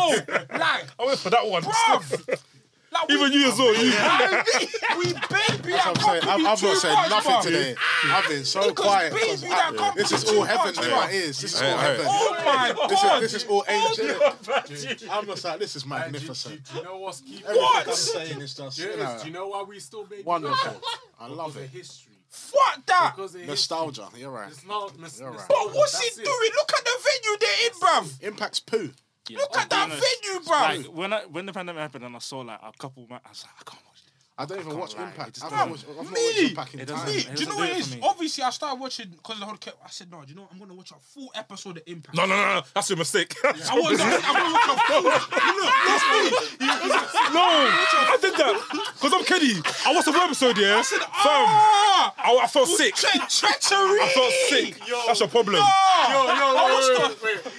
like,
I'm with for that one.
bruv. Like, we-
Even you as well. You.
we baby
That's
that
what
company
I'm saying. I've, I've not
too
said
much,
nothing
bruv.
today. I've been so
Because
quiet.
baby,
'cause
that
I-
company
this is
too
all heaven
much,
in
bruv.
my ears. This is
Hey,
all
hey.
heaven.
Oh my
This is,
god!
this is all angelic.
Do,
I'm just like, this is
do, do,
magnificent.
you know what's keeping
What?
Everything I'm saying is just
Do you,
you
know,
know,
do you know why we still baby?
wonderful. I love
Because of
it.
history.
Fuck that!
Because of history.
Nostalgia. You're right.
It's not mis-
You're right.
But what's he
That's
doing? Look at the venue they're in, bruv.
Impact's poo.
Look at that
Honest.
venue, bruv.
Like when I, when the pandemic happened and I saw like a couple, ma- I was like, I can't watch this.
I don't even watch
lie,
Impact.
it's
I've
not-
not watched I've not
Me.
watched Impact
It
in
doesn't-
time.
Me,
it
do you know what it
do it for
is?
me.
Obviously, I started watching because the whole. ca- I said, no, do you know what? I'm gonna watch a full episode of Impact.
No, no, no, no. That's a mistake.
I want to. I want to.
No, I did that because I'm kidding. I watched the web episode, yeah. I said,
Ah,
I, I felt sick.
tre- treachery.
I felt sick. That's your problem,
Ah,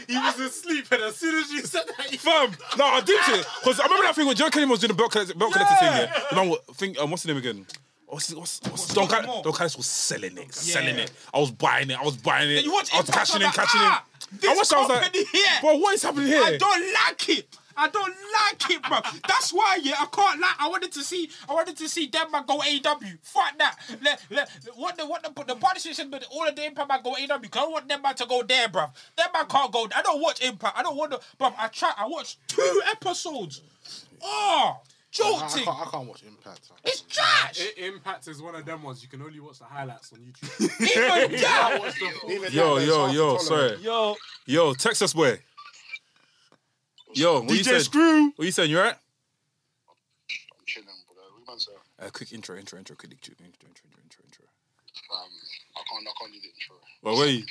He was asleep, and as soon as you said that, he
fam. No, I did it because I remember that thing when Joe Kenny was doing the belt collector, belt collector thing, yeah. The man, wa- think, um, what's the name again? What's, what's, what's, Don, Cal-
Moore.
Don Callis was selling it, selling it. I was buying it, I was buying it.
you watch
I was
Impact,
cashing
you're
in,
like,
cashing in.
ah, I watched.
This
that, I was like,
company here.
bro, what is happening here?
I don't like it. I don't like it, bro. That's why, yeah, I can't like. I wanted to see, I wanted to see them man go AW. Fuck that. Let, let, what the, what the, the Punisher should, but all of the Impact man go AW. 'cause I don't want them man to go there, bro. Them man can't go. I don't watch Impact. I don't want to, bro. I try. I watched two episodes. Oh,
I
jolting.
can't, I can't watch Impact.
It's trash.
I- Impact is one of them ones you can only watch the highlights on YouTube.
Even that.
Even
Yo,
that, it's
yo,
hard to
yo,
tolerate.
sorry.
Yo,
Yo, Texas boy. Yo, what you
DJ
said?
Screw.
What you saying? You right?
I'm chilling, brother. Who man say?
Uh, quick intro, intro, intro, quick intro, intro, intro, intro, intro.
Um, I can't, I can't do the intro.
Well, wait.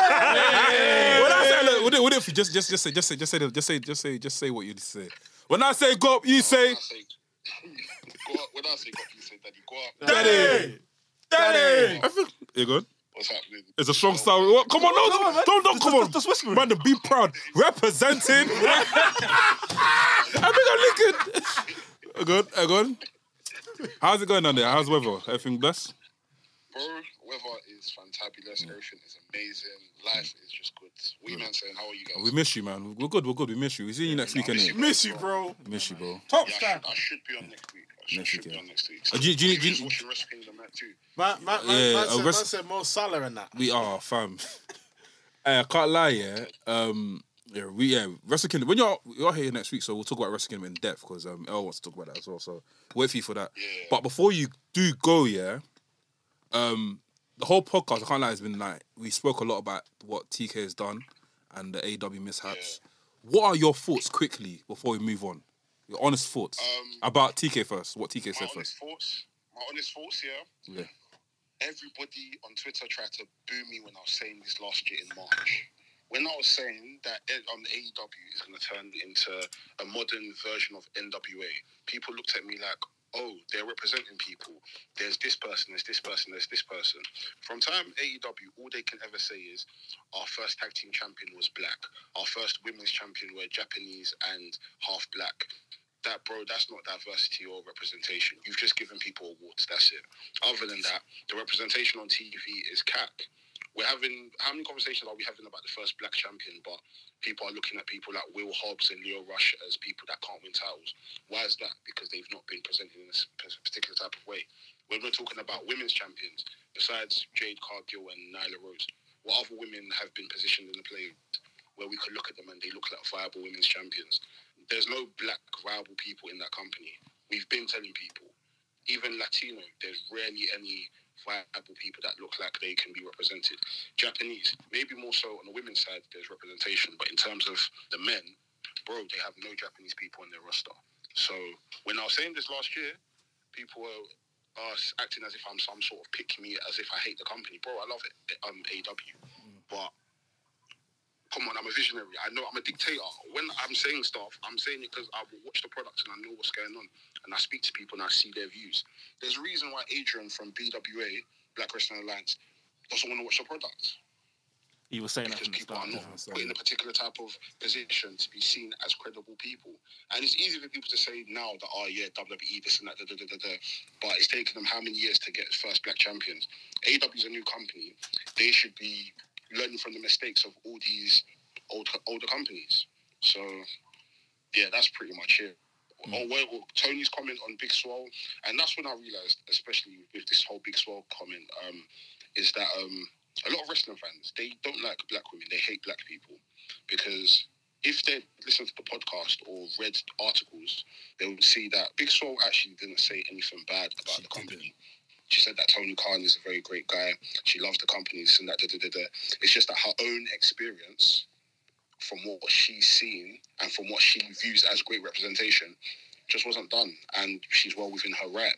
when I say, look, what if, what if you just, just, just say, just say, just say, the- just say, just say, just say what you say. When I say go up, you say
When I say, go up, when I say go up, you say daddy, go up.
daddy, daddy. I feel you good.
What's happening?
It's a strong style. What? Come on, no, don't, don't, don't, come on.
just whisper.
Man, to be proud, representing. I think I'm looking. Uh, Good, uh, good. How's it going on there? How's weather? Everything blessed?
Bro, weather is fantabulous. Everything is amazing. Life is just good. We man saying, how are you guys?
We miss you, man. We're good. We're good. We miss you. We see you next week, innit?
miss you, bro.
Miss you, bro.
Top
Yeah, I
star.
should, I should be on next week. I should,
Next
should
week,
be
yeah.
on next week.
Uh, do you- do you- do you-
Just watching Wrestle Kingdom at two.
Man, man, man,
Yeah,
man,
a
said,
rest-
man said Mo Salah and that.
We are fam. Hey, I can't lie, yeah. Um, yeah, we yeah. Wrestle Kingdom. When you're you're here next week, so we'll talk about Wrestle Kingdom in depth because um, El wants to talk about that as well. So wait for you for that.
Yeah.
But before you do go, yeah. Um, the whole podcast, I can't lie, has been like we spoke a lot about what TK has done and the AW mishaps. What are your thoughts quickly before we move on? Your honest thoughts
Um,
about TK first. What TK
My
said
honest
first.
thoughts. My honest thoughts. Yeah.
Yeah.
everybody on Twitter tried to boo me when I was saying this last year in March. When I was saying that it- um, AEW is going to turn into a modern version of NWA, people looked at me like, oh, they're representing people. There's this person, there's this person, there's this person. From time AEW, all they can ever say is, our first tag team champion was black. Our first women's champion were Japanese and half black. That, bro, that's not diversity or representation. You've just given people awards. That's it. Other than that, the representation on TV is cack. We're having how many conversations are we having about the first black champion? But people are looking at people like Will Hobbs and Leo Rush as people that can't win titles. Why is that? Because they've not been presented in this p- particular type of way. When we're talking about women's champions, besides Jade Cargill and Nyla Rose, what other women have been positioned in the play where we could look at them and they look like viable women's champions? There's no black viable people in that company. We've been telling people even Latino, there's rarely any viable people that look like they can be represented. Japanese, maybe more so on the women's side, there's representation, but in terms of the men, bro, they have no Japanese people on their roster. So when I was saying this last year, people were are acting as if I'm some sort of pick me, as if I hate the company. Bro, I love it. Um, AW, but come on, I'm a visionary. I know I'm a dictator. When I'm saying stuff, I'm saying it because I will watch the product and I know what's going on. And I speak to people and I see their views. There's a reason why Adrian from BWA, Black Wrestling Alliance, doesn't want to watch the product
he was saying that
because
from the
people are
start.
not put in a particular type of position to be seen as credible people. And it's easy for people to say now that, oh, yeah, WWE, this and that, da, da, da, da, da. but it's taken them how many years to get first black champions? AW is a new company. They should be learning from the mistakes of all these old, older companies. So, yeah, that's pretty much it. Or well, well, Tony's comment on Big Swell, and that's when I realized, especially with this whole Big Swell comment, um, is that um, a lot of wrestling fans they don't like black women. They hate black people because if they listen to the podcast or read articles, they would see that Big Swell actually didn't say anything bad about the company. She said that Tony Khan is a very great guy. She loves the company. This and that. Da, da, da, da. It's just that her own experience, from what she's seen and from what she views as great representation, just wasn't done. And she's well within her right.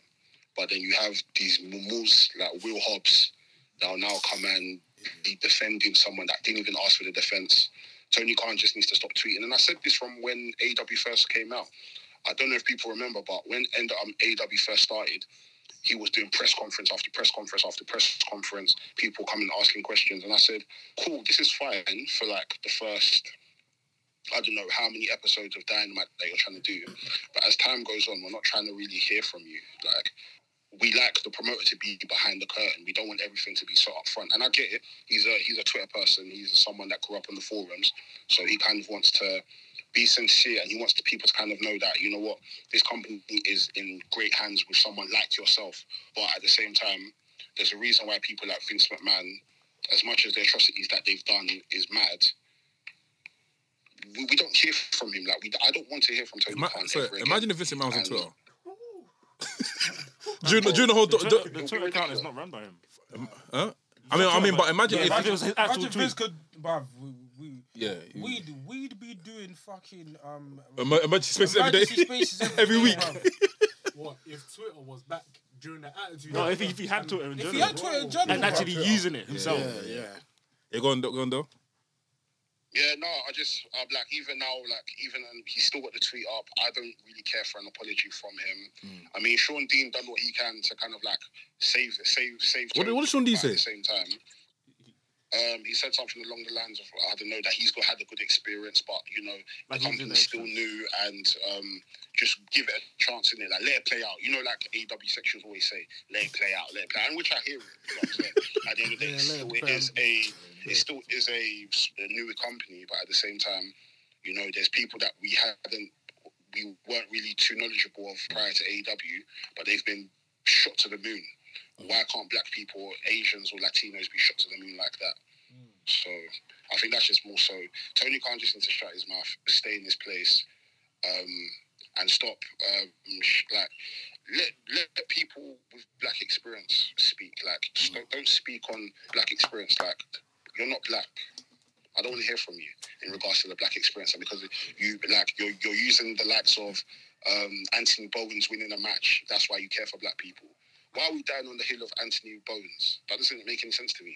But then you have these mumus like Will Hobbs that will now come and be defending someone that didn't even ask for the defense. Tony Khan just needs to stop tweeting. And I said this from when AW first came out. I don't know if people remember, but when end um, AW first started, he was doing press conference after press conference after press conference, people coming asking questions. And I said, cool, this is fine for like the first, I don't know how many episodes of Dynamite that you're trying to do. But as time goes on, we're not trying to really hear from you. Like, we like the promoter to be behind the curtain. We don't want everything to be so up front. And I get it. He's a he's a Twitter person. He's someone that grew up on the forums, so he kind of wants to be sincere and he wants the people to kind of know that you know what this company is in great hands with someone like yourself. But at the same time, there's a reason why people like Vince McMahon, as much as the atrocities that they've done is mad. We, we don't hear from him. Like we, I don't want to hear from Tony
Ima-
Khan
sorry,
ever again.
imagine if Vincent Mann was on
And-
Twitter. during, the- during the whole.
The
Do,
Twitter,
do-
the Twitter account is not run by him.
huh? I mean, I mean, but imagine
Yeah,
if.
imagine- it was his actual
Imagine Vince could, bruv, we, we,
yeah. you-
we'd, we'd be doing fucking um,
Emer- emergency spaces every day.
emergency spaces
Every
day,
week.
bruv.
What if Twitter was back during the attitude?
No,
era?
if he, if he had Twitter in
If
general.
he had Twitter in general,
and actually
bruv.
using it himself.
Yeah, yeah.
Yeah, go on, Do- go on, though.
Yeah, no, I just I'm like even now, like even and he's still got the tweet up. I don't really care for an apology from him.
Hmm.
I mean, Sean Dean done what he can to kind of like save save save.
What did-
Tony,
what did Sean Dean
but At the
say?
same time, um, he said something along the lines of I don't know that he's got had a good experience, but you know
Like
the
he did
company's still
excellent.
new and um, just give it a chance in it, like let it play out. You know, like AW sections always say, let it play out, let it play, out. and which I hear. It, you know what I'm saying? At the end of the day, it's still, it is a it still is a, s- a newer company, but at the same time, you know, there's people that we hadn't, we weren't really too knowledgeable of prior to AEW, but they've been shot to the moon. Why can't black people, or Asians, or Latinos be shot to the moon like that? So I think that's just more so. Tony Khan just needs to shut his mouth, stay in his place, um, and stop um, sh- like let let people with black experience speak. Like just don't, don't speak on black experience. Like you're not black. I don't want to hear from you in regards to the black experience, and because you like you're you're using the likes of um, Anthony Bowens winning a match. That's why you care for black people. Why are we down on the hill of Anthony Bowens? That doesn't make any sense to me.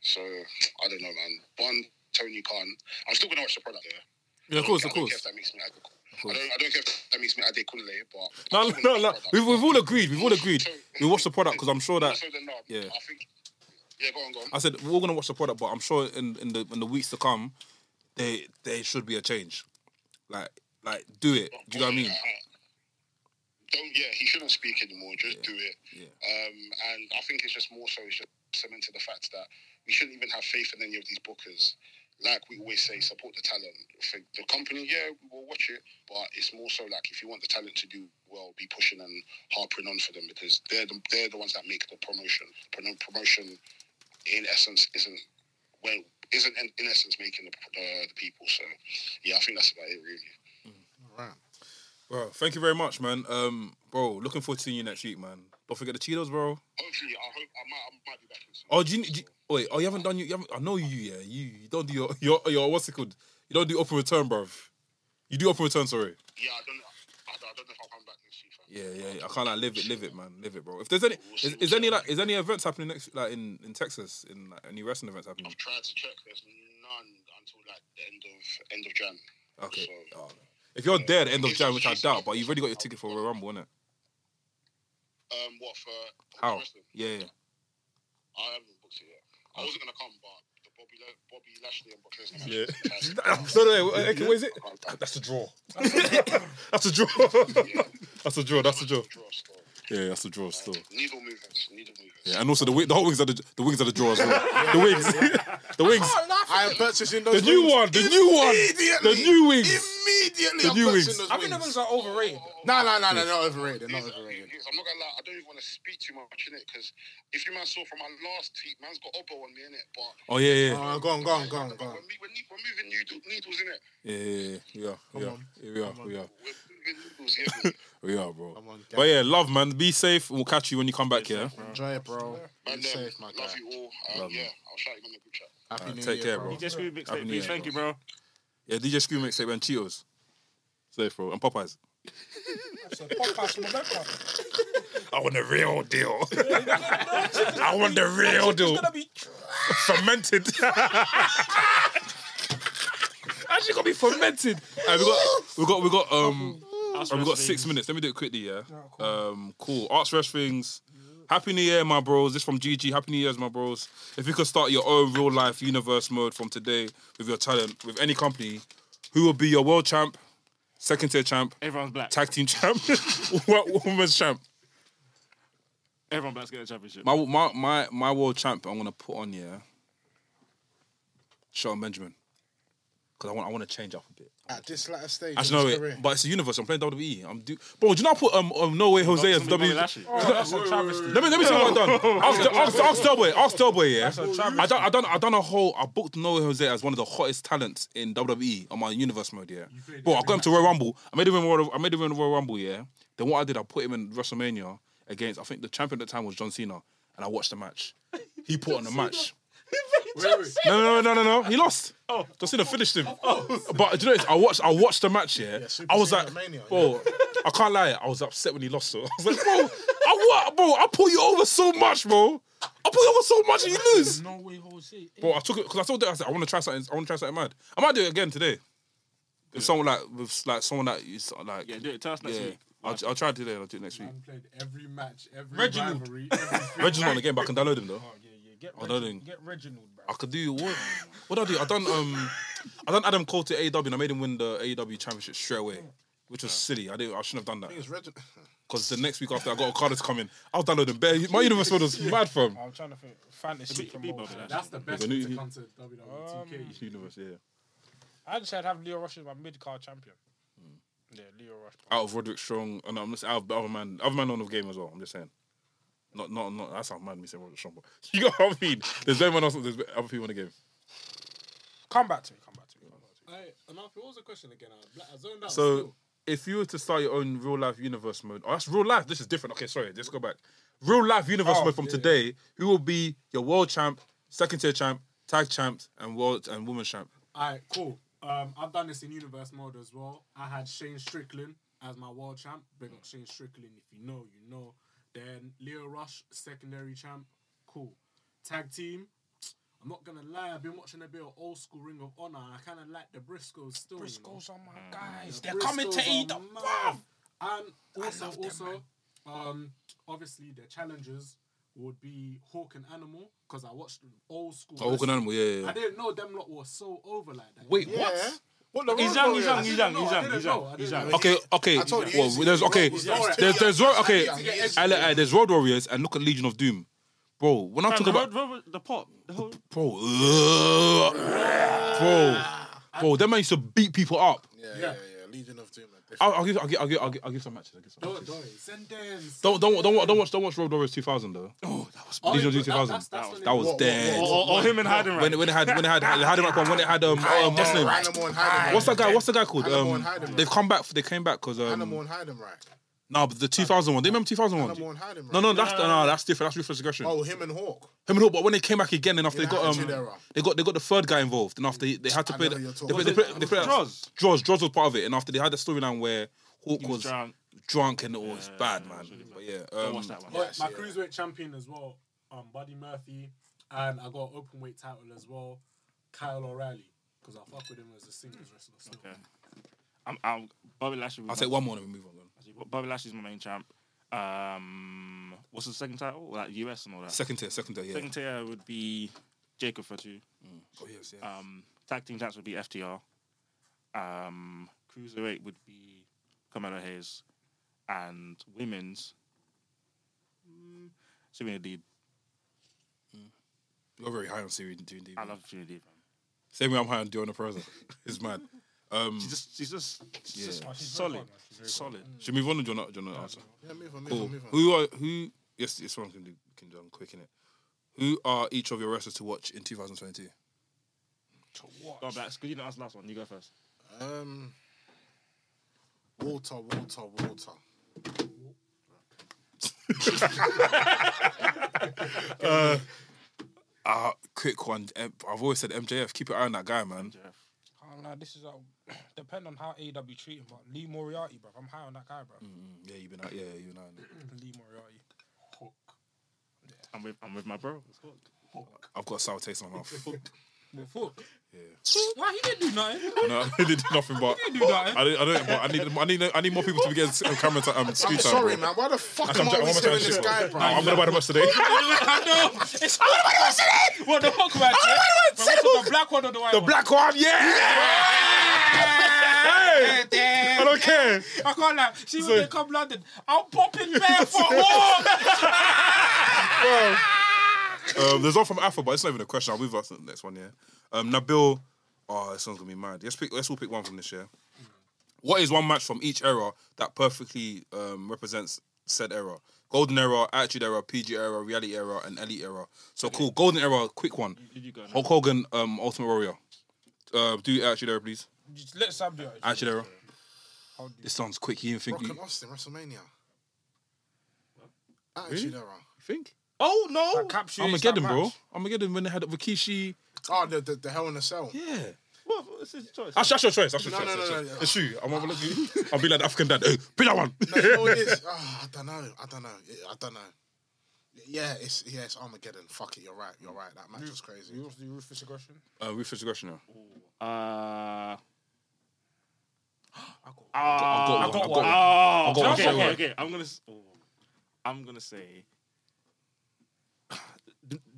So I don't know, man. One Tony Khan. I'm still gonna watch the product. Yeah,
Yeah, of course,
I
of
don't care
course.
if that makes me agric- I don't, I don't care if that makes me Adekunle, but
No,
I'm still gonna
no, no.
watch the product.
We've, we've all agreed. We've all agreed. We watched the product because I'm sure that.
Also, the knob.
yeah.
I think. Yeah, go on, go on.
I said we're all gonna watch the product, but I'm sure in, in the in the weeks to come, they there should be a change. Like like do it. Do you know what I mean?
Don't Um, yeah, he shouldn't speak anymore. Just do it.
Yeah.
Um, and I think it's just more so it's just cemented the fact that we shouldn't even have faith in any of these bookers. Like we always say, support the talent. For the company, yeah, we will watch it, but it's more so like if you want the talent to do well, be pushing and harping on for them because they're the, they're the ones that make the promotion. Pro- Promotion, in essence, isn't well isn't in, in essence making the, uh, the people. So yeah, I think that's about it really.
Bro, thank you very much, man. Um, bro, looking forward to seeing you next week, man. Don't forget the Cheetos, bro.
Hopefully, I hope I might, I might be back. in some-
Oh, do you, do you wait? Oh, you haven't done you, you haven't, I know you. Yeah, you, you don't do your your your what's it called? You don't do up and return, bro. You do up and return, sorry.
Yeah, I don't know. I, I don't know if I'll come back next week. fam.
Yeah, yeah. I can't like live it, live it, man, live it, bro. If there's any,
Oh,
is, is any like is any events happening next like in in Texas in like, any wrestling events happening?
I've tried to check. There's none until like the end of end of Jan.
Okay.
So-
Oh. If you're there at the end of Jan, which I doubt, but you've already got your ticket for Royal Rumble, innit?
Um, what for? for
How?
wrestling?
Yeah, yeah.
I haven't booked it yet. I wasn't gonna come, but the Bobby La- Bobby Lashley and Brock Lesnar. match
Yeah.
is fantastic.
No, no, wait, okay, what is it?
I can't- I can't-
That's a draw. that's a draw. that's a draw. That's a draw.
Draw still.
Yeah, that's a draw still.
Needle movers. Needle movers.
Yeah, and also the wi- the whole wings are the the wings are the draw as well. The wings, the wings,
I am purchasing those.
the new
wings
one, the new one, the
Immediately.
new wings.
Immediately,
The
I'm
new
purchasing
wings.
those
I think the
wings.
wings are overrated.
No, no, no, no, they're not overrated. They're
Yes,
not overrated.
yes, uh, I'm not gonna lie, I don't even want to speak too much in it because if you man saw from my last tweet, man's got Obo on me in it. But
Oh yeah, yeah,
Oh, go on, go on, go on, go on.
we're, we we're, we're moving needle, needles in it.
yeah, yeah, yeah, yeah, yeah, yeah, we are, we are,
We're moving needles. Yeah,
we are, bro.
Come on,
But yeah, love, man. Be safe. We'll catch you when you come back here.
enjoy it, bro.
man,
Be safe, my
love
guy.
you all. Um,
Love you.
yeah, I'll shout you on the group chat.
Happy New
take
Year,
care,
bro.
bro.
DJ Screw mixtape,
Happy New
please.
Year,
Thank you, bro.
Yeah, DJ Screw mixtape and Cheetos. Safe, bro, and Popeyes.
So podcast November.
Oh. I want the real deal. I want the real
It's
deal.
gonna be
Fermented. Actually, gonna be fermented. Alright, we got, we got, we got, um,
Us
alright, we got
wrestling.
six minutes. Let me do it quickly, yeah. Um, cool. Arts Rush things. Happy New Year, my bros. This from GG. Happy New Year's, my bros. If you could start your own real life universe mode from today with your talent with any company, who will be your world champ, second tier champ,
Everyone's black.
tag team champ, wo- women's champ?
Everyone backs get a championship.
My my my my world champ. I'm gonna put on yeah. Sean Benjamin, because I want I want to change up a bit.
At this latter stage,
I
of
should know
his
it,
career.
but it's the universe. I'm playing WWE. I'm do. Bro, do you not put um, um No Way Jose as
Bobby
W?
Lashley.
Oh.
that's a travesty.
Let me let me tell you what I've done. Ask, ask, ask Starboy. Ask Starboy. Yeah,
travesty.
I done I done I done a whole. I booked No Way Jose as one of the hottest talents in WWE on my universe mode. Yeah, bro, I got him to Royal Rumble. I made him in Royal, I made him in Royal Rumble. Yeah. Then what I did, I put him in WrestleMania against. I think the champion at the time was John Cena, and I watched the match. He put on the match. No, no, no, no, no, no. He lost. Oh. John Cena finished him. But do you know what? I watched. I watched the match. Yeah.
Super
I was
Cena
like,
Mania,
bro, I can't lie. I was upset when he lost. So I was like, bro, I what, bro? I pull you over so much, bro. I pull you over so much and you lose.
No way, Jose.
Bro, I took it because I told them I said I want to try something. I want to try something mad. I might do it again today. With someone like with like someone that is like
Yeah, do it. Tell us next
yeah.
week.
I'll, I'll try it today. and I'll do it next week.
Man played every match, every
Reginald.
rivalry, every
Reginald on the game, but I can download him though.
Oh, yeah, yeah. Get,
I don't
Reginald,
think-
get Reginald, bro.
I could do what? What did I do? I done um, I done Adam Cole to AEW and I made him win the AEW championship straight away, which was silly. I did. I shouldn't have done that
It's Reg-
because the next week after I got a card that's coming, I was downloading bare. My universe world was mad from.
I'm trying to think. Fantasy
It'd be- it'd be
promotion.
Bobby
That's the best
Yeah, but
way to
he-
come to E WWE
Um,
2K.
Universe, yeah. Hmm.
I'd say I'd have Leo Rush as my mid card champion. Yeah, Leo Rush.
Out of Roderick Strong, and I'm just out of the other man. Other man on the game as well. I'm just saying. Not, not, not. That's how mad me saying Roderick Strong, but you got what I mean. There's no one else. There's other people in the game.
Come back to me. Come back to me. Come back to me.
Hey, Amalfi, what was the question again? I bla- I zoned out.
So, if you were to start your own real life universe mode, oh, that's real life. This is different. Okay, sorry, let's go back. Real life universe
Oh,
mode from today. Who will be your world champ, second tier champ, tag champ, and world and woman champ?
Alright, cool. Um, I've done this in universe mode as well. I had Shane Strickland as my world champ. Big up Shane Strickland. If you know, you know. Then Leo Rush, secondary champ. Cool. Tag team. I'm not gonna lie. I've been watching a bit of old school Ring of Honor. And I kind of like the Briscoes still. you know.
Briscoes are my guys. They're
Briscoes
coming to
are
eat
mad.
the
And also,
love them,
also, um, obviously the challengers would be Hawk and Animal because I watched old school.
Oh, Organ
wrestling.
Animal, yeah, yeah, yeah.
I didn't know them lot were so over like that.
Wait,
yeah.
what?
What the
He's
Road
young, he's
Warriors?
young, he's
didn't
young,
know,
he's
I
young,
didn't
he's
know,
young,
I
he's
didn't
young.
know.
Okay, okay.
told you,
Well,
he's-
there's okay.
he's
There's
young.
there's, road, okay.
He's young.
I, I, there's Road Warriors and look at Legion of Doom, bro. When I
Man,
talk
the,
about
road, road, the pop, the whole
bro, ugh, bro, bro, that man used to beat people up.
Yeah, yeah, yeah. Legion of Doom. are different.
I'll, I'll give, I'll give, I'll give, I'll give, I'll give some matches. I'll give some
Don't,
matches.
don't, send
Don't
them.
don't don't watch don't watch don't watch Road Warriors 2000 though. Oh, that was
Oh,
Legion of Doom
yeah, but
2000.
that-
That
that's-
was
that's
that was
when it-
dead.
or, or him and Hayden
When it, when it had when it had it had it back on when it had um, um what's the name?
Animal and Heidenreich.
What's that guy? What's the guy called?
Animal
Um,
and Heidenreich.
they've come back. They came back because um,
Animal
no,
and Heidenreich.
but the 2000 one. They remember 2000
Animal
one.
and Heidenreich.
No, no, that's no, that's different. That's ruthless aggression.
Oh, him and Hawk.
Him and Hook, but when they came back again, and after they
In the
got
Attitude
um,
Era.
they got they got the third guy involved, and after they, they had to
I
play
know
the,
who you're
they
talking
played, they played, they played
Droz.
Droz, Droz was part of it, and after they had the storyline where Hawk was,
was drunk.
drunk and it was bad, man. But yeah, um,
Don't watch that one.
Oh, my cruiserweight champion as well, um, Buddy Murphy, and I got an open weight title as well, Kyle O'Reilly, because I fuck with him as a singles wrestler. So.
Okay. I'm, I'm Bobby Lashley. was
I'll
my-
take one more and we move on. Then.
Bobby Lashley's my main champ. Um, what's the second title? Like US and all that.
Second tier, second tier, yeah.
Second tier would be Jacob Fatu.
Oh, yes, yes.
Um, tag team champs would be FTR. Um, cruiserweight would be Carmelo Hayes, and women's. Mm, Serena Deeb.
You're very high on Siri doing
I
DB.
love Serena Deeb.
Same way I'm high on Diona Perrazzo. It's mad. Um,
She's just, she's just, she's
Yeah.
just
Oh,
solid, solid.
should we move on or do you not, do you not answer?
Yeah, move on, move
Cool.
on, move on.
Who are who? Yes, this one can do can do I'm quick in it. Who are each of your wrestlers to watch in 2022?
What?
Go back. Could you not ask the last one? You go first.
Um, Walter, Walter, Walter.
Ah,
Uh quick one. M- I've always said MJF. Keep your eye on that guy, man.
I'm like, this is a, depend on how AEW treat him, but Lee Moriarty, bro. I'm high on that guy, bro.
Mm, Yeah, you've been out. Yeah, you've been out.
Lee Moriarty.
I'm with, I'm with my bro. It's cool.
I've got a sour taste in my mouth.
But fuck.
Yeah.
Why he didn't do nothing?
No, I did nothing but.
do
eh?
nothing.
I, didn't, I don't. But I need. I need. I need more people to be getting s- camera time. Um,
I'm
screen time.
sorry,
bro.
man. Why the fuck
Actually,
am I
I'm- I'm
always
gonna
hearing this
shit,
guy,
bro.
bro?
I'm gonna buy the bus today.
I know. It's I'm gonna watch it. What the fuck, man? Bro, what's the black one or the white
The
one?
black one, yeah. Hey! I don't care.
I can't lie. See when they come London, I'm popping there for home.
Um, there's one from Alpha, but it's not even a question. I'll move us to the next one, yeah. Um, Nabil, oh, this one's gonna be mad. Let's pick. Let's all pick one from this year. What is one match from each era that perfectly um, represents said era? Golden era, Attitude era, PG era, Reality era, and Elite era. So cool. Golden era, quick one.
Did you go? now?
Hulk Hogan, um, Ultimate Warrior. Uh, do Attitude era, please.
Just Let Sam do it.
Attitude era. This sounds quick. You didn't think?
Rock
You
and Austin, WrestleMania. Attitude Era.
think? Oh no!
That captures
Armageddon,
that
bro.
match.
Armageddon when they had Rikishi.
Oh, the, the, the Hell in a Cell.
Yeah.
What? What's his choice?
That's, that's your choice. That's your
No,
choice.
no,
that's
no,
your
no,
choice.
no.
It's true. I'm gonna look at you. I'll be like the African dad. Hey, pick that one.
No, you know what it is? Ah, I don't know. I don't know. I don't know. Yeah, it's yeah, it's Armageddon. Fuck it, you're right. You're right. That match was crazy.
You want to do ruthless aggression?
Uh, Ruthless aggression. now.
Uh,
I got one. I got one.
Oh,
got one,
okay,
sorry,
okay,
one.
okay. I'm gonna, s- oh, I'm gonna say.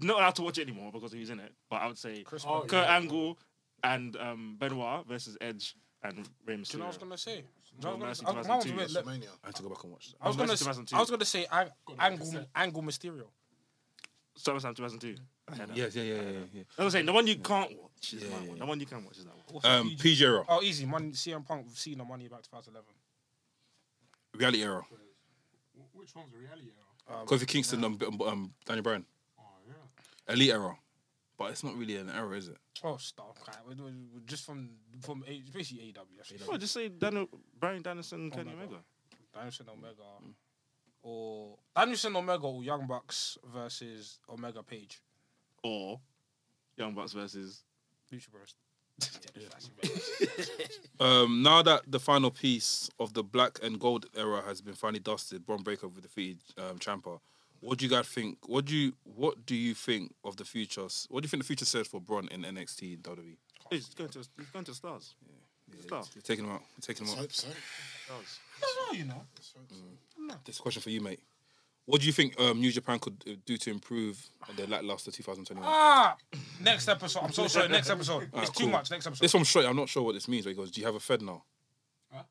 Not allowed to watch it anymore because he's in it. But I would say
Chris
Oh,
Benoit.
Kurt Angle and um, Benoit versus Edge and Rey
Do you know what I was
Mysterio.
gonna say?
John
I was
Massey,
gonna- I- mine was
2002,
a bit- look,
WrestleMania.
I had to go back and watch that.
I was
John
gonna say
Massey, 2002.
I was gonna say Ang- Angle
cassette.
Angle Mysterio.
SummerSlam 2002. I heard that.
Yes, yeah, yeah, yeah, yeah.
I was saying the one you can't watch is
Yeah,
my
yeah,
one.
yeah.
The one you can watch is that one.
yeah. Um, PG era,
Oh, easy. Money, CM Punk, Cena, Money Back 2011.
reality era.
Wh- Which one's the reality era?
Kofi Kingston, um, um, um, Daniel Bryan,
Oh, yeah.
elite era. But it's not really an era, is it?
Oh, stop. Okay. We're doing- we're Just from, from A- basically AEW. That's
Well,
it.
just say Daniel, Brian Danielson, and Kenny
my God.
Omega.
Danielson
Mm.
Omega. Or Danielson Omega or Young Bucks versus Omega Page.
Or Young Bucks versus.
Lucha Bros.
Um, now that the final piece of the black and gold era has been finally dusted, Bron Breaker defeated um, Champa. What do you guys think? What do you what do you think of the future? s- What do you think the future says for Bron in NXT and WWE?
He's going to, he's going to stars. Yeah, stars.
You're taking him out. You're taking him out.
Hope so.
stars.
This is a question for you, mate. What do you think um, New Japan could uh, do to improve on their lackluster 2021?
ah! Next episode. I'm so sorry. Next episode. It's
Ah, cool.
too much. Next episode.
This one's straight. I'm not sure what this means. But he goes, "Do you have a Fed now?"
Huh?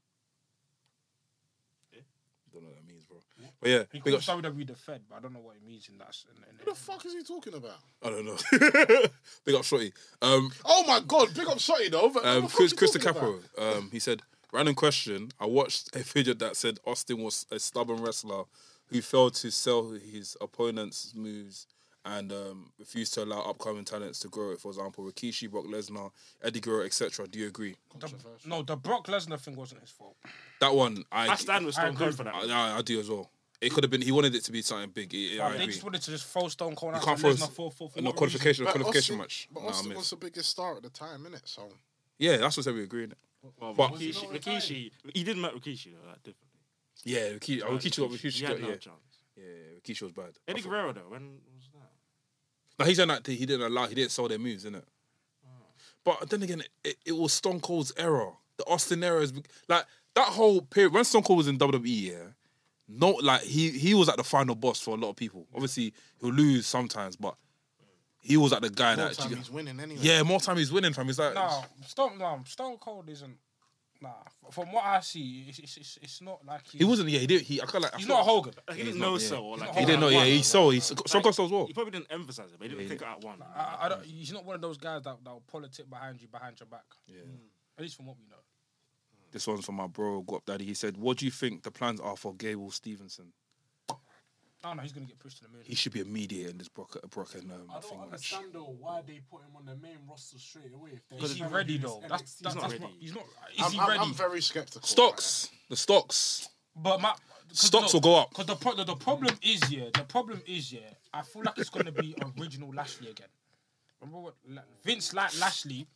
Don't know what that means, bro. But yeah,
He
big
calls
up-
WWE E the Fed, but I don't know what it means in that. In, in,
What the fuck is he talking about?
I don't know. big up, Shorty. Um,
Oh my god, big up Shotty though. But
um, Chris, Chris DiCaprio, um, he said, random question. I watched a video that said Austin was a stubborn wrestler who failed to sell his opponent's moves and um, refused to allow upcoming talents to grow. For example, Rikishi, Brock Lesnar, Eddie Guerrero, etc. Do you agree?
The- no, the Brock Lesnar thing wasn't his fault.
That one, I,
I stand with Stone
agree
Cold for that.
I, I, I do as well. It could have been. He wanted it to be something big. I- I
they
agree.
just wanted to just throw Stone Cold
You
out.
can't
for
throw
Lesnar
s-
for, for, for
And
no
not qualification, a
But
qualification
Austin,
match.
but
Nah,
Austin
myth.
was the biggest star at the time, innit? So
yeah, that's what I said we agree. innit?
Well,
But-
Rikishi, Rikishi, he didn't met Rikishi though. That differently.
Yeah, Rikishi, oh, Rikishi, got- Rikishi
He
got-
had no
yeah,
chance.
yeah, Rikishi was bad.
Eddie Guerrero though. When was that?
No, he's saying that he didn't allow, he didn't sell their moves, innit? But then again, it, it was Stone Cold's era. The Austin era is like that whole period when Stone Cold was in WWE. Yeah, no, like he he was at the final boss for a lot of people. Obviously, he'll lose sometimes, but he was at the guy
more
that.
time
you-
he's winning anyway.
yeah, more time he's winning from. He's like,
No, Stone, no, Stone Cold isn't. Nah, f- from what I see, it's it's, it's, it's not like he's,
he wasn't. Yeah, he did. He I can't like. I
He's
feel-
not Hogan.
Like, he
he's
didn't
not-
know
yeah.
so. Or, like,
He didn't know. Yeah, he sold. He's Stone Cold sold as well.
He probably didn't emphasize it, but he didn't
Yeah,
think it out one.
I, I don't, he's not one of those guys that that will politic behind you, behind your back.
Yeah.
Hmm.
At least from what we know.
This one's from my bro Guap Daddy. He said, "What do you think the plans are for Gable Stevenson?
No, no, he's gonna get pushed to the moon.
He should be a mediator in this Brock, Brock and um,
I
thing
don't
match.
understand though why they put him on the main roster straight away. if they're
Is he
trying to
ready
do this
though? That's,
NXT
that's,
stuff.
that's
ready.
what he's not. Is
I'm,
he
I'm-
ready?
I'm very skeptical.
Stocks, the stocks.
But my 'cause
Stocks
no,
will go up.
Because the, pro- the the problem is yeah, the problem is yeah. I feel like it's gonna be original Lashley again. Remember what La- Vince like Lashley?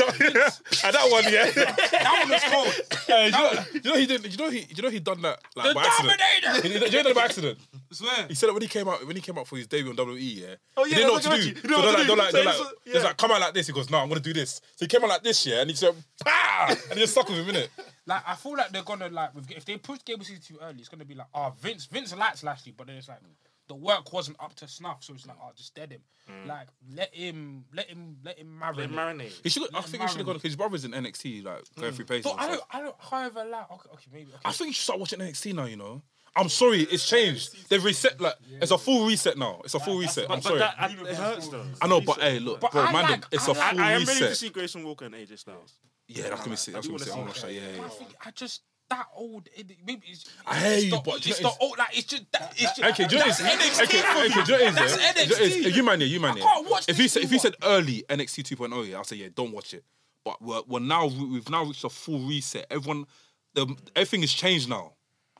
And that one, yeah.
That one was cold.
Hey, do you, know, do you know he did. You know he. You know he done that like by accident. He, did- he did that by accident.
Swear.
He said that when he came out when he came out for his debut on WWE, yeah.
Oh,
he
yeah,
didn't know what
that's
to
what I
do.
got you.
So
You know
they're
what
like,
to
they're
do.
like, they're like,
So he's a-
he's
yeah.
like, come out like this. He goes, no, I'm gonna do this. So he came out like this, yeah, and he said, "Pow!" and he just stuck with him, innit?
Like I feel like they're gonna like with, if they push Gable City too early, it's gonna be like ah Vince Vince likes Lashley, but then it's like the work wasn't up to snuff. So it's like, oh, just dead him. Like let him, let him, let him marry.
They
it.
marinate.
He should. I
Yeah,
think he should have
Marin.
gone. His brother's in NXT, like going
Hmm.
through paces.
But
and
I don't,
stuff.
I don't. However, like okay, okay maybe. Okay.
I think you should start watching NXT now. You know. I'm sorry, it's changed. They've reset. Like it's a full reset now. It's a full reset. I'm
But,
sorry.
but that, I- it hurts though.
I know, but hey, look,
But
bro,
I
man,
like-
it's
I
a
like-
I,
full
I am ready to
reset.
see Grayson Walker and AJ Styles.
Yeah, that's gonna be sick. That's
I do
gonna be sick. I'm
wanna
gonna
see
say, yeah, yeah.
I think I just that old. It, maybe it's,
I hear
it's
you,
the,
but do you
it's
know
the old. Like it's just that. It's
yeah.
just,
Okay, do you know
that's
what it is?
NXT.
Okay, okay, do you know what it is, yeah?
That's
Do you know what it
NXT.
is? You man, yeah, you
I
man. yeah.
can't watch
If he
this
said, if he
new
said early NXT 2.0, oh, yeah, I'll say yeah, don't watch it. But we're, we're now we've now reached a full reset. Everyone, the, everything is changed now.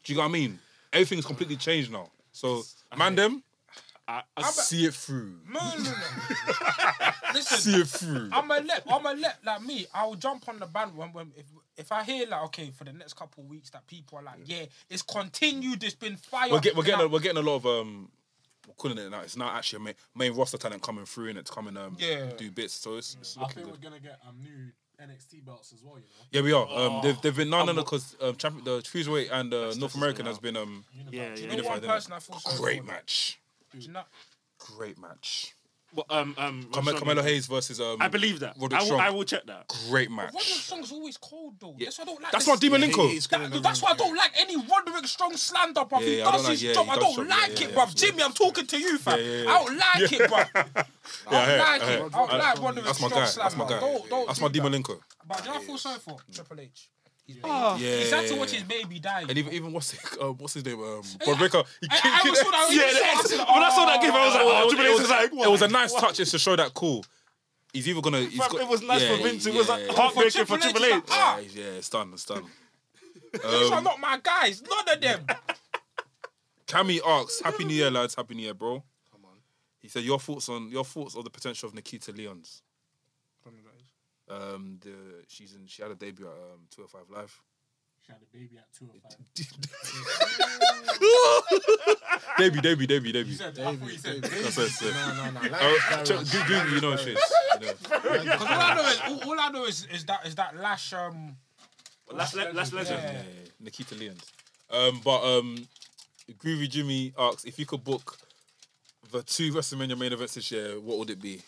Do you know what I mean? Everything is completely changed now. So man, them see it through.
No, no, no. Listen,
See it through.
I'm a let. I'm a let. Like me, I'll jump on the band when, when if if I hear like okay for the next couple of weeks that people are like yeah, it's continued. It's been fire.
We're, get, we're getting a,
Like,
we're getting a lot of um, we're calling it now. It's now actually a main, main roster talent coming through and it's coming um
Yeah.
do bits. So it's, it's
I
looking
think
good.
we're gonna get um, new NXT belts as well. You know,
Yeah, we are.
Oh,
Um, they've, they've been no, no, because um, champion, the cruiserweight and uh, North
just
American
now.
has been um,
Yeah,
you
yeah.
know
unified,
one
innit?
person I feel sorry
great
for,
match,
do you know-
great match.
Well, um, um,
Carme-
Roderick
Carmelo
Strong-
Hayes versus um,
I believe that.
Roderick
I will,
Strong.
I will check that.
Great
Roderick
match.
Strong's always cold though.
Yeah.
That's why I don't like.
That's
this-
why Demon
Yeah,
Linko.
he- he's gonna
That,
go
that's why I
wrong, yeah.
don't like any Roderick Strong slander, bruv.
Yeah,
he
yeah,
does
I don't like-
his
yeah,
job.
he
I
does
don't
job,
like
yeah,
it,
yeah,
bruv. Jimmy, I'm talking to you, fam.
Yeah, yeah, yeah.
I don't like it, bruv. I
Yeah,
don't
I
like
heard, I
it.
heard.
I don't like
I-
Roderick
that's my
Strong
guy, that's
slander.
my guy.
Don't, don't
That's my
do that.
Demon Linko.
But do you know what I feel sorry for? Triple H. He's
Yeah.
He's had to watch his baby die.
And even even what's his, uh, what's his name? Um, Broderick. He
I- I
kicked
was
it.
thought that was-
Yeah,
I was
that's-
thought that-
When I saw that game, I was like,
Oh,
oh,
Triple
it
H
was-
was like,
it was a nice touch just to show that cool. He's either gonna. He's got,
It was nice
yeah,
for Vince. It was
yeah,
like
yeah.
heartbreaking for Triple H.
like, ah,
Yeah, yeah, it's done. It's done.
these are not Oh, my guys. None of them.
Cammy asks, "Happy New Year, lads. Happy New Year, bro." Come on. He said, "Your thoughts on your thoughts on the potential of Nikita Leon's." Um, the she's in. She had a debut at um, two hundred five live.
she had a baby at two or five.
debut, debut, debut, debut.
I thought you said
That's it. that's it.
No, no, no.
Oh, check- Google, you know what she is. You know.
'Cause all I know is all, all I know is, is that is that lash um
Last, le- last legend.
Yeah, yeah, yeah. Nikita Leons. Um, but um, Groovy Jimmy asks if you could book the two WrestleMania main events this year, what would it be?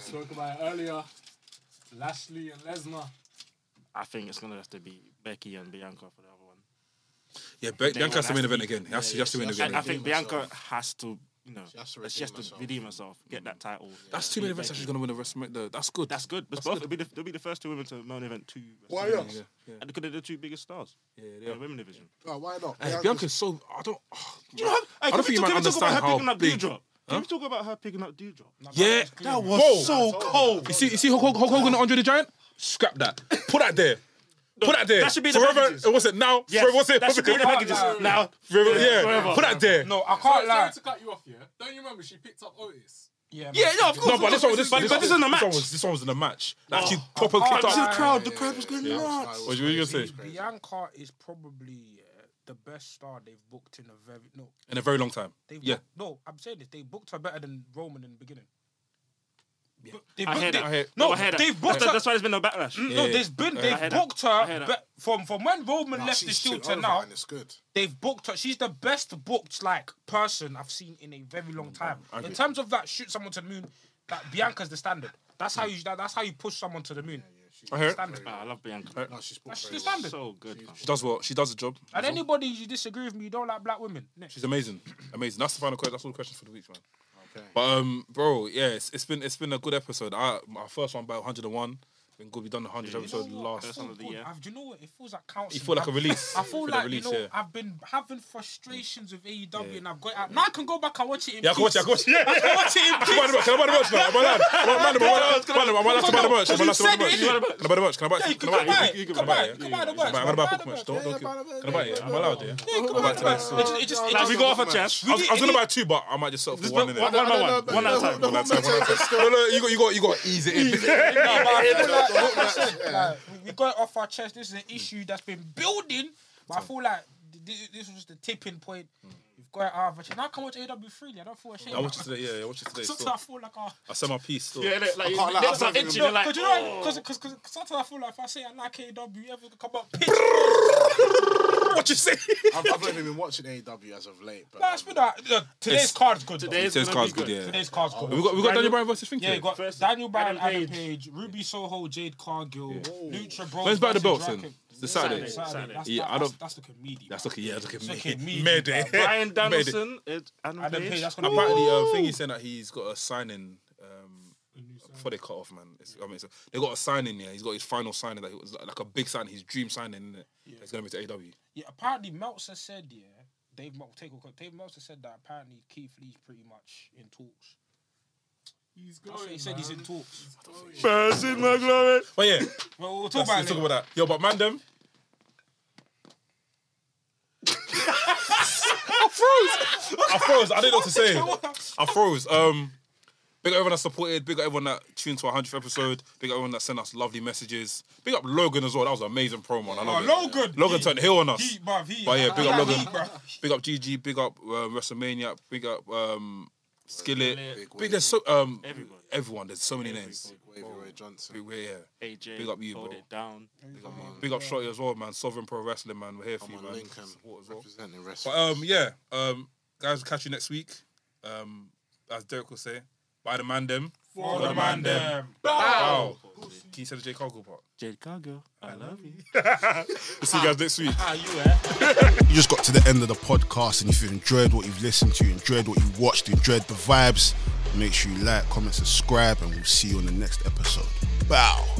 spoke about it earlier. Lashley and Lesnar.
I think it's gonna have to be Becky and Bianca for the other one.
Yeah, Be- Bianca has to
one
win the
has
event
to
again. He has to-
yeah,
she has to
she
win the
has
event
I, I
again.
think
redeem
Bianca
herself.
has to, you know, she
has
has
to
to,
redeem herself.
redeem herself, get that title.
That's too many events that she's going to win the WrestleMania. That's good.
That's good. But both, it'll, be the, it'll be the first two women to main event two.
Why
WrestleMania.
not?
Yeah, yeah,
And because they're the two biggest stars
yeah,
in
yeah.
the women division.
Oh, why not?
Hey,
Bianca's-
Bianca's so I don't. oh,
you know how,
I don't think you might understand
her picking
how
up
big.
Dewdrop? Can we talk about her picking up Dewdrop?
Yeah,
That was
Whoa.
so cold.
You see, you see Hulk, Hulk, Hulk Hogan and Andre the Giant? Scrap that. Put that there. Put that there.
that should be the
forever.
packages.
It wasn't now.
Yes,
Forever, what's it?
that should be in the packages. Now,
Forever, yeah.
forever.
Put that there.
No, I
Sorry,
can't lie.
to cut you off, yeah. Don't you remember she picked up Otis?
Yeah,
Yeah, no, of
No,
course.
but this one, this,
but,
this,
but this isn't a match. Oh,
This one was, this one was in a match. Like she proper
can't
kicked
But
lie.
the
up.
Yeah,
crowd, the crowd was going nuts.
What were you gonna say?
Bianca is probably uh, the best star they've booked in a very no.
In a very long time.
They've
Yeah.
booked- no, I'm saying this. They booked her better than Roman in the beginning. Bu- They
I heard
booked
that.
it-
I hear-
No, Mm.
No,
I heard that.
they've booked
That-
her.
That's why there's been no backlash.
No,
yeah.
there's been.
I
hear
They've
that.
booked
I hear
her
that.
be- from from when Roman
Nah,
left
she's
the Shield
over
to now.
and It's good.
They've booked her. She's the best booked like person I've seen in a very long
Mm,
time. In terms of that, shoot someone to the moon. That Bianca's the standard. That's
Mm.
how you. That, that's how you push someone to the moon.
I hear it.
Standard.
Ah, I love Bianca.
No, she's
That's
booked
the
very well.
standard.
So good. man.
She does what? She does the job.
And anybody you disagree with me, you don't like black women. Next.
She's amazing. Amazing. That's the final question. That's all the questions for the week, man.
Okay.
But um, bro, yeah, it's, it's been it's been a good episode. I my first one by 101. Been good. We done the 100 episode last.
First one of the
God,
year.
I've- do you know what? It feels like counseling.
You feel like a
I've-
release.
I feel
You
like
release,
you know
yeah.
I've been having frustrations with AEW and I've got it out. now I can go back and watch it. In
Yeah, I can watch it. I
peace.
can watch it. Yeah, yeah.
I can watch it in
Can I buy the merch? Can I buy the merch now? Am
Come on, the
I allowed? Am I allowed to buy the merch? Am I allowed to buy the merch? Am I allowed to buy the merch? Can I buy the merch? Can I buy it? Can I buy it? Can I buy it? I'm
words.
gonna buy book merch. Don't, don't. Can I buy it? I'm allowed, yeah.
Come on, the words. It just- it just- it
Like,
just-
we go off a chance.
I was, I was gonna buy two, but I might just settle for one.
One
Innit?
one by one. One at a time.
One at a time, one at a time. No, no, you got, you got, you got to ease it
No,
in.
but I feel like, like I said, like, we- we got it off our chest. This is an issue that's been building, but I feel like th- th- this was the tipping point. We've Go out of it. Now I can watch AW freely. I don't feel ashamed.
Mm. I watched it today. Yeah, yeah, I watched it today.
Sometimes
Still.
I feel like, oh,
I said my piece. Still.
Yeah, like, like,
can't lie,
lips
I
are
don't
itchy.
even-
You're like,
because you
oh.
know, because because sometimes I feel like if I say I like AW, everyone can come up. Pitch.
What you say?
I've, I've not even been watching AEW as of late, but
Nah, it's been that. Look, today's card's good. though.
Today's
Today's
gonna
card's
be
good. Yeah.
Today's card's good.
We got we got Daniel
Daniel-
Bryan versus Finky.
Yeah, you got
Versus
Daniel Bryan, Adam,
Adam
Page. Ruby Soho, Jade Cargill, Lucha Bros.
When's Battle
versus
Belts
Draken.
then? The Saturday.
Saturday.
That's,
Yeah,
that-
I don't-
That's, that's looking meaty.
That's looking. Yeah, that's looking.
It's
me-
looking meaty,
Mayday.
Brian
Mayday.
Danielson, it, Adam,
Adam
Page.
Page, that's gonna be.
Apparently, uh, thing he's saying that he's got a signing. Um, before they cut off, man. It's, I mean, so they got a signing. Yeah, he's got his final signing. That he was like a big signing, his dream signing. Isn't it? It's going to be to AW.
Yeah, apparently Meltzer said yeah. Dave Mel- take a quick- Dave Meltzer said that apparently Keith Lee's pretty much in talks.
He's
That's what
going.
he said. He's
man.
in talks.
Passing my glory. But yeah,
Well, we'll talk
let's,
about
let's
it.
talk
later.
about that. Yo, but man, them. I froze. I froze. I didn't know what to say. I froze. Um, big up everyone that supported. Big up everyone that tuned to our hundredth episode. Big up everyone that sent us lovely messages. Big up Logan as well. That was an amazing promo. and I love
Oh,
it.
Logan.
Logan
He-
turned heel on us.
He, bruv, he,
But yeah, big up
he,
Logan.
bruv.
Big up GG, big up um, WrestleMania, big up um, Skillet.
Skillet.
Big, there's so um,
Everybody.
everyone. There's so many names.
Wavy Roy Johnson.
Big, yeah,
AJ,
Big up you,
hold
bro.
it down.
big up Shotty as well, man. Sovereign Pro Wrestling, man. We're here for
I'm
you,
on
man.
Lincoln,
Support as well.
representing wrestling.
But um, yeah, um, guys, catch you next week. Um, as Derek will say, by the man them.
For the man, them.
Bow. Can you say the J Cargo part?
Jade Cargill, I love you.
We'll see you guys next week.
you just got to the end of the podcast and if you enjoyed what you've listened to, you enjoyed what you watched, you enjoyed the vibes, make sure you like, comment, subscribe, and we'll see you on the next episode. Bow.